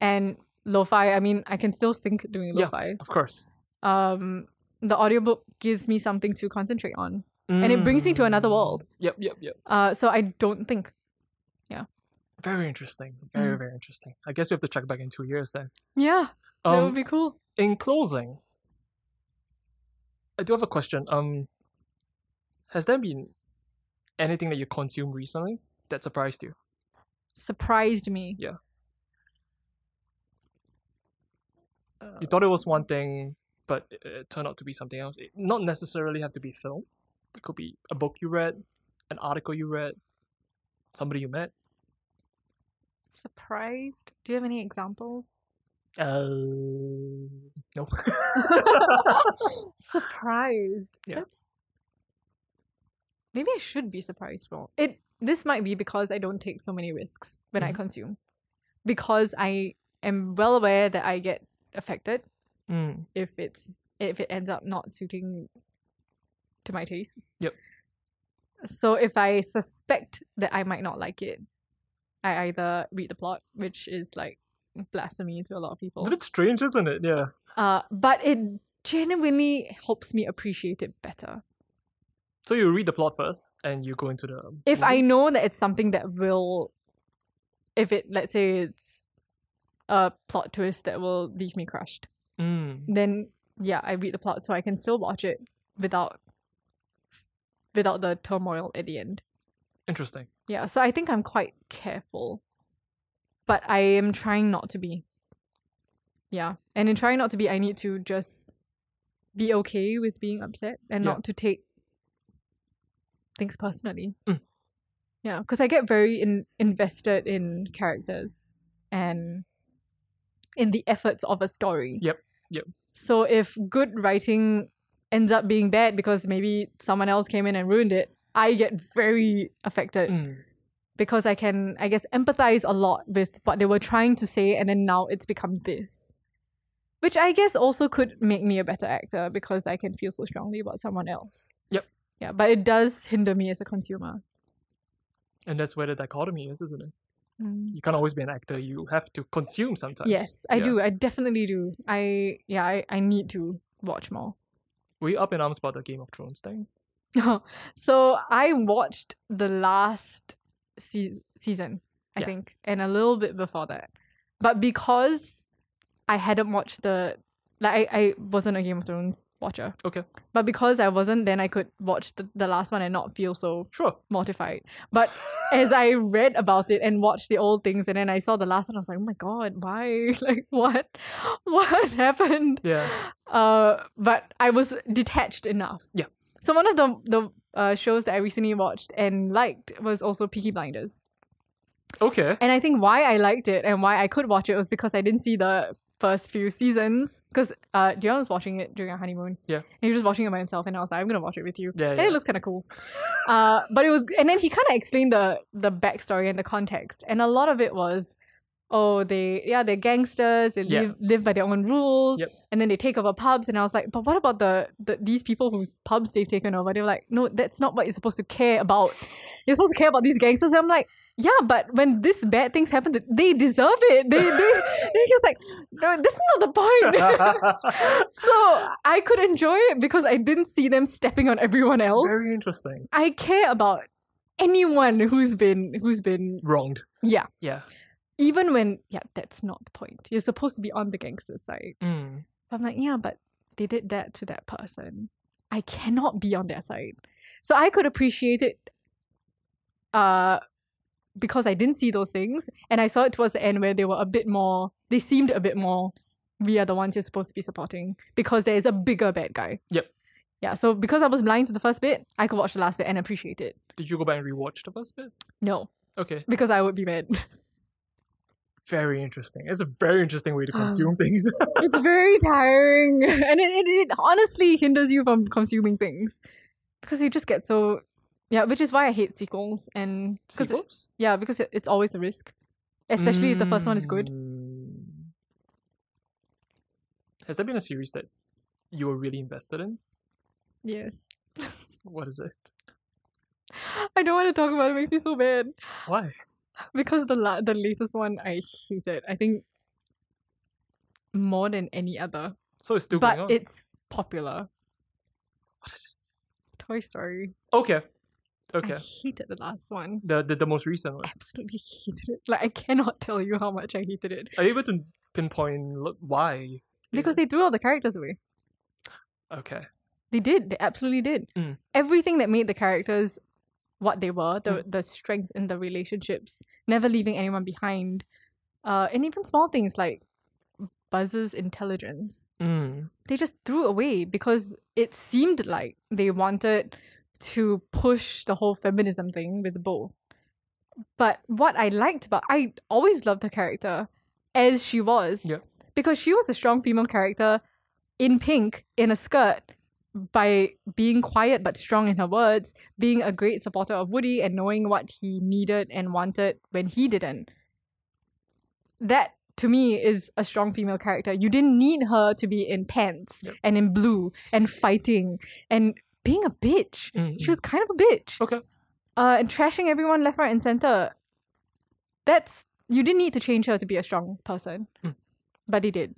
and lo-fi, I mean, I can still think doing
Yeah.
lo-fi.
Of course.
Um, the audiobook gives me something to concentrate on. And it brings me to another world.
Mm. Yep, yep, yep.
Uh, so I don't think
Very interesting. Very,
Mm.
very interesting. I guess we have to check back in two years then.
Yeah, that
Um,
would be cool.
in closing, I do have a question. Um, has there been anything that you consumed recently that surprised you?
Surprised me.
Yeah.
Uh,
You thought it was one thing, but it, it turned out to be something else. It not necessarily have to be film. It could be a book you read, an article you read, somebody you met.
surprised? Do you have any examples?
Uh,
Oh.
no.
surprised.
Yeah.
That's- Maybe I should be surprised more. It this might be because I don't take so many risks when I
Mhm.
consume. Because I am well aware that I get affected
Mm,
if it's if it ends up not suiting to my taste.
Yep.
So if I suspect that I might not like it, I either read the plot, which is like blasphemy to a lot of people.
it's a bit strange, isn't it? Yeah.
Uh, but it genuinely helps me appreciate it better.
So you read the plot first, and you go into the.
If I know that it's something that will if it let's say it's a plot twist that will leave me crushed.
I. Mm.
then yeah, I read the plot so I can still watch it without without the turmoil at the end.
Interesting.
Yeah, so I think I'm quite careful. But I am trying not to be. Yeah. And in trying not to be, I need to just be okay with being upset and
Yeah.
not to take things personally.
Mm.
Yeah, because I get very in- invested in characters and in the efforts of a story.
Yep, yep.
So if good writing ends up being bad because maybe someone else came in and ruined it, I get very affected
Mm.
because I can, I guess, empathize a lot with what they were trying to say, and then now it's become this. Which I guess also could make me a better actor because I can feel so strongly about someone else.
Yep.
Yeah, but it does hinder me as a consumer.
And that's where the dichotomy is, isn't it?
Mm.
you can't always be an actor. You have to consume sometimes.
Yes, I
Yeah.
do. I definitely do. I, yeah, I, I need to watch more.
Were you up in arms about the Game of Thrones thing?
so I watched the last se- season, I
Yeah.
think, and a little bit before that. But because I hadn't watched the like I, I wasn't a Game of Thrones watcher.
Okay.
But because I wasn't, then I could watch the, the last one and not feel so
Sure.
mortified. But as I read about it and watched the old things and then I saw the last one, I was like, Oh my god, why? Like what what happened?
Yeah.
Uh, but I was detached enough.
Yeah.
So one of the the uh, shows that I recently watched and liked was also Peaky Blinders,
Okay.
and I think why I liked it and why I could watch it was because I didn't see the first few seasons because uh, Dion was watching it during our honeymoon.
Yeah.
And he was just watching it by himself, and I was like, I'm gonna watch it with you.
Yeah.
And
yeah.
it looks kind of cool, uh, but it was, and then he kind of explained the the backstory and the context, and a lot of it was oh, they yeah, they're gangsters. They
Yeah.
live live by their own rules,
Yep.
and then they take over pubs. And I was like, but what about the, the these people whose pubs they've taken over? They were like, no, that's not what you're supposed to care about. You're supposed to care about these gangsters. And I'm like. Yeah, but when this bad things happen, to, they deserve it. They they they're just like, no, this is not the point. so I could enjoy it because I didn't see them stepping on everyone else.
Very interesting.
I care about anyone who's been who's been
Wronged.
yeah.
Yeah.
Even when yeah, that's not the point. You're supposed to be on the gangster side.
Mm.
I'm like, yeah, but they did that to that person. I cannot be on their side. So I could appreciate it uh because I didn't see those things and I saw it towards the end where they were a bit more they seemed a bit more we are the ones you're supposed to be supporting because there is a bigger bad guy.
Yep.
Yeah, so because I was blind to the first bit, I could watch the last bit and appreciate it.
Did you go back and rewatch the first bit?
No,
Okay.
because I would be mad.
Very interesting. It's a very interesting way to consume things.
it's very tiring and it, it, it honestly hinders you from consuming things because you just get so yeah which is why i hate sequels and 'cause it-
Sequels?
yeah because it, it's always a risk especially if the first one is good
Mm. Has there been a series that you were really invested in?
yes
What is it?
i don't want to talk about it, it makes me so bad
Why?
because the la- the latest one i hate it i think more than any other
So it's still going
but
on.
it's popular
what is it?
toy story
Okay. Okay.
i hated the last one
The, the the most recent one.
absolutely hated it like i cannot tell you how much i hated it
Are you able to pinpoint lo- why?
because they threw all the characters away
Okay.
They did. They absolutely did.
Mm.
Everything that made the characters what they were, the the strength in the relationships, never leaving anyone behind, uh, and even small things like Buzz's intelligence,
Mm.
they just threw away because it seemed like they wanted to push the whole feminism thing with Bo. But what I liked about I always loved her character as she was.
Yeah.
Because she was a strong female character in pink in a skirt by being quiet but strong in her words, being a great supporter of Woody and knowing what he needed and wanted when he didn't. That to me is a strong female character. You didn't need her to be in pants
Yep.
and in blue and fighting and being a bitch.
Mm,
She was kind of a bitch.
Okay.
Uh, and trashing everyone left, right, and center. That's you didn't need to change her to be a strong person,
Mm.
but they did.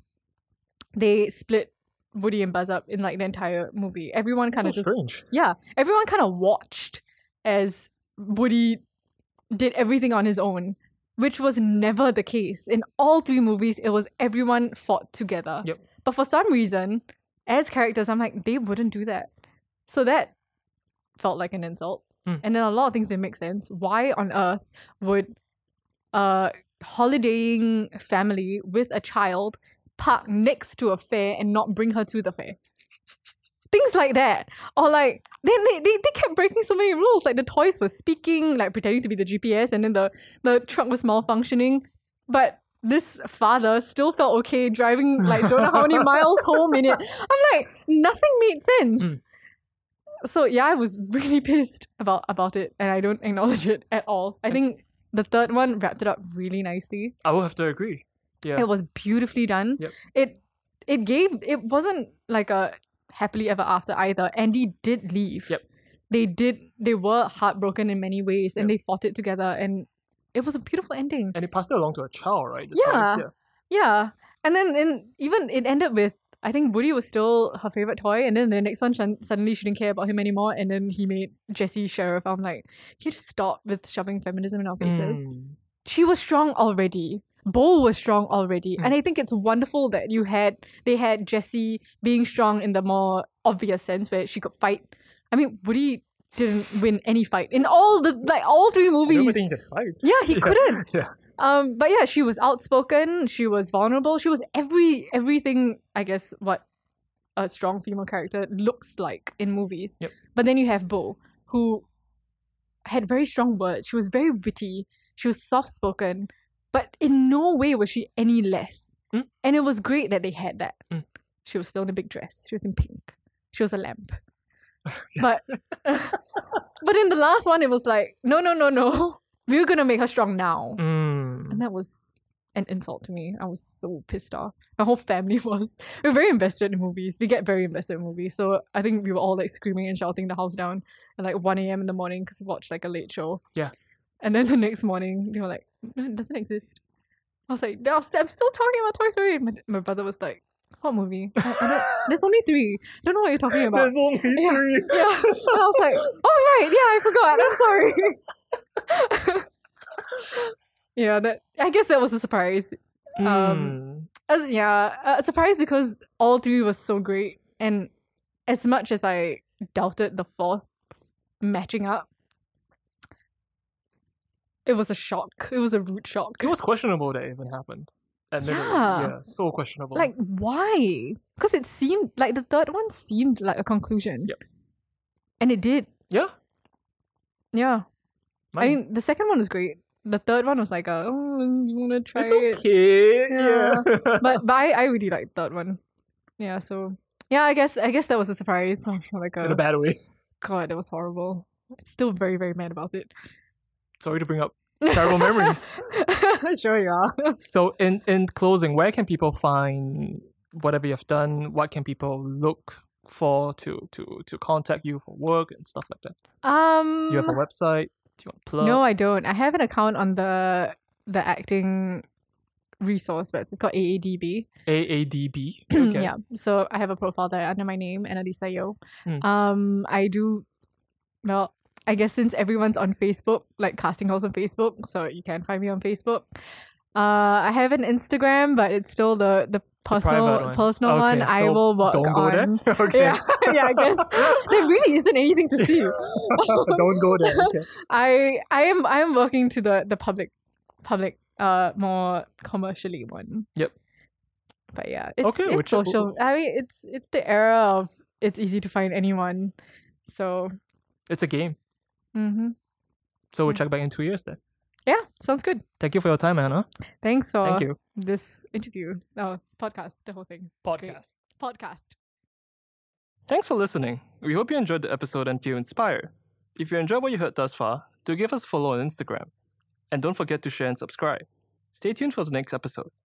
They split Woody and Buzz up in like the entire movie. Everyone kind
so
of just
strange.
yeah, everyone kind of watched as Woody did everything on his own, which was never the case. In all three movies, it was everyone fought together.
Yep.
But for some reason, as characters, I'm like, they wouldn't do that. So that felt like an insult.
Hmm.
And then a lot of things didn't make sense. Why on earth would a holidaying family with a child park next to a fair and not bring her to the fair? Things like that or like then they, they, they kept breaking so many rules like the toys were speaking like pretending to be the gps and then the, the truck was malfunctioning but this father still felt okay driving like don't know how many miles home in it i'm like nothing made sense so yeah i was really pissed about about it and i don't acknowledge it at all i think the third one wrapped it up really nicely
I will have to agree. Yeah.
it was beautifully done.
Yep.
It it gave it wasn't like a happily ever after either. Andy did leave.
Yep.
They did they were heartbroken in many ways and they fought it together and it was a beautiful ending.
And he passed it along to a child, right? The
Yeah.
toys,
Yeah. And then in even it ended with I think Woody was still her favorite toy, and then the next one shun- suddenly she didn't care about him anymore, and then he made Jesse sheriff. I'm like, can you just stop with shoving feminism in our
yeah.
faces?
Mm.
she was strong already. Bo was strong already.
Hmm.
And I think it's wonderful that you had they had Jessie being strong in the more obvious sense where she could fight. I mean, Woody didn't win any fight in all the like all three
I don't
movies.
think he can fight.
Yeah, he
Yeah.
couldn't.
Yeah.
Um, but yeah, she was outspoken. She was vulnerable. She was every everything. I guess what a strong female character looks like in movies.
Yep.
But then you have Bo, who had very strong words. She was very witty. She was soft spoken, but in no way was she any less.
Mm.
And it was great that they had that.
Mm.
She was still in a big dress. She was in pink. She was a lamp. but but in the last one, it was like no, no, no, no. We are gonna make her strong now.
Mm.
And that was an insult to me. I was so pissed off. My whole family was. We are very invested in movies. We get very invested in movies. So I think we were all like screaming and shouting the house down at like 1 a.m. in the morning because we watched like a late show.
Yeah.
And then the next morning, they were like, no, it doesn't exist. I was like, no, I'm st- I'm still talking about Toy Story. My, my brother was like, what movie? I, I don't, there's only three. I don't know what you're talking about.
There's only
Yeah.
three.
yeah. And I was like, oh, right. Yeah, I forgot. I'm sorry. yeah, that I guess that was a surprise.
Mm.
Um, As, yeah, a surprise because all three were so great, and as much as I doubted the fourth matching up, it was a shock. It was a rude shock.
it was questionable that it even happened. Admittedly.
Yeah.
yeah, so questionable.
like why? Because it seemed like the third one seemed like a conclusion.
Yep.
And it did.
yeah,
Yeah. I
mine-
mean, the second one was great. The third one was like a oh, you wanna try
it's
it.
okay.
Yeah.
yeah.
but but I, I really liked that one. Yeah, so yeah, I guess I guess that was a surprise. Oh my
in a
god,
bad way.
god, that was horrible. Still very very mad about it.
Sorry to bring up terrible memories.
sure, you are.
So, in in closing, where can people find whatever you've done? What can people look for to to to contact you for work and stuff like that?
Um,
Do you have a website? Do you want to plug?
no, I don't. I have an account on the the acting resource, but it's called AADB.
AADB. Okay.
yeah. So I have a profile there under my name, Annalisa Yo.
Mm.
Um, I do. Well, I guess since everyone's on Facebook, like Casting House on Facebook, so you can find me on Facebook. Uh, I have an Instagram, but it's still the the personal
private one.
personal
Okay,
one. I
so
will work
Don't go
on.
there. okay.
Yeah, yeah. I guess there really isn't anything to see.
Don't go there. Okay.
I I am I am working to the the public public uh more commercially one.
Yep.
But yeah, it's,
Okay,
it's
which-
social. I mean, it's it's the era of it's easy to find anyone. So
It's a game.
mhm.
So we'll
Mm.
check back in two years then.
yeah, sounds good.
Thank you for your time, Anna.
Thanks for
Thank you.
this interview, oh, podcast, the whole thing. It's great. podcast.
Thanks for listening. We hope you enjoyed the episode and feel inspired. If you enjoyed what you heard thus far, do give us a follow on Instagram. And don't forget to share and subscribe. Stay tuned for the next episode.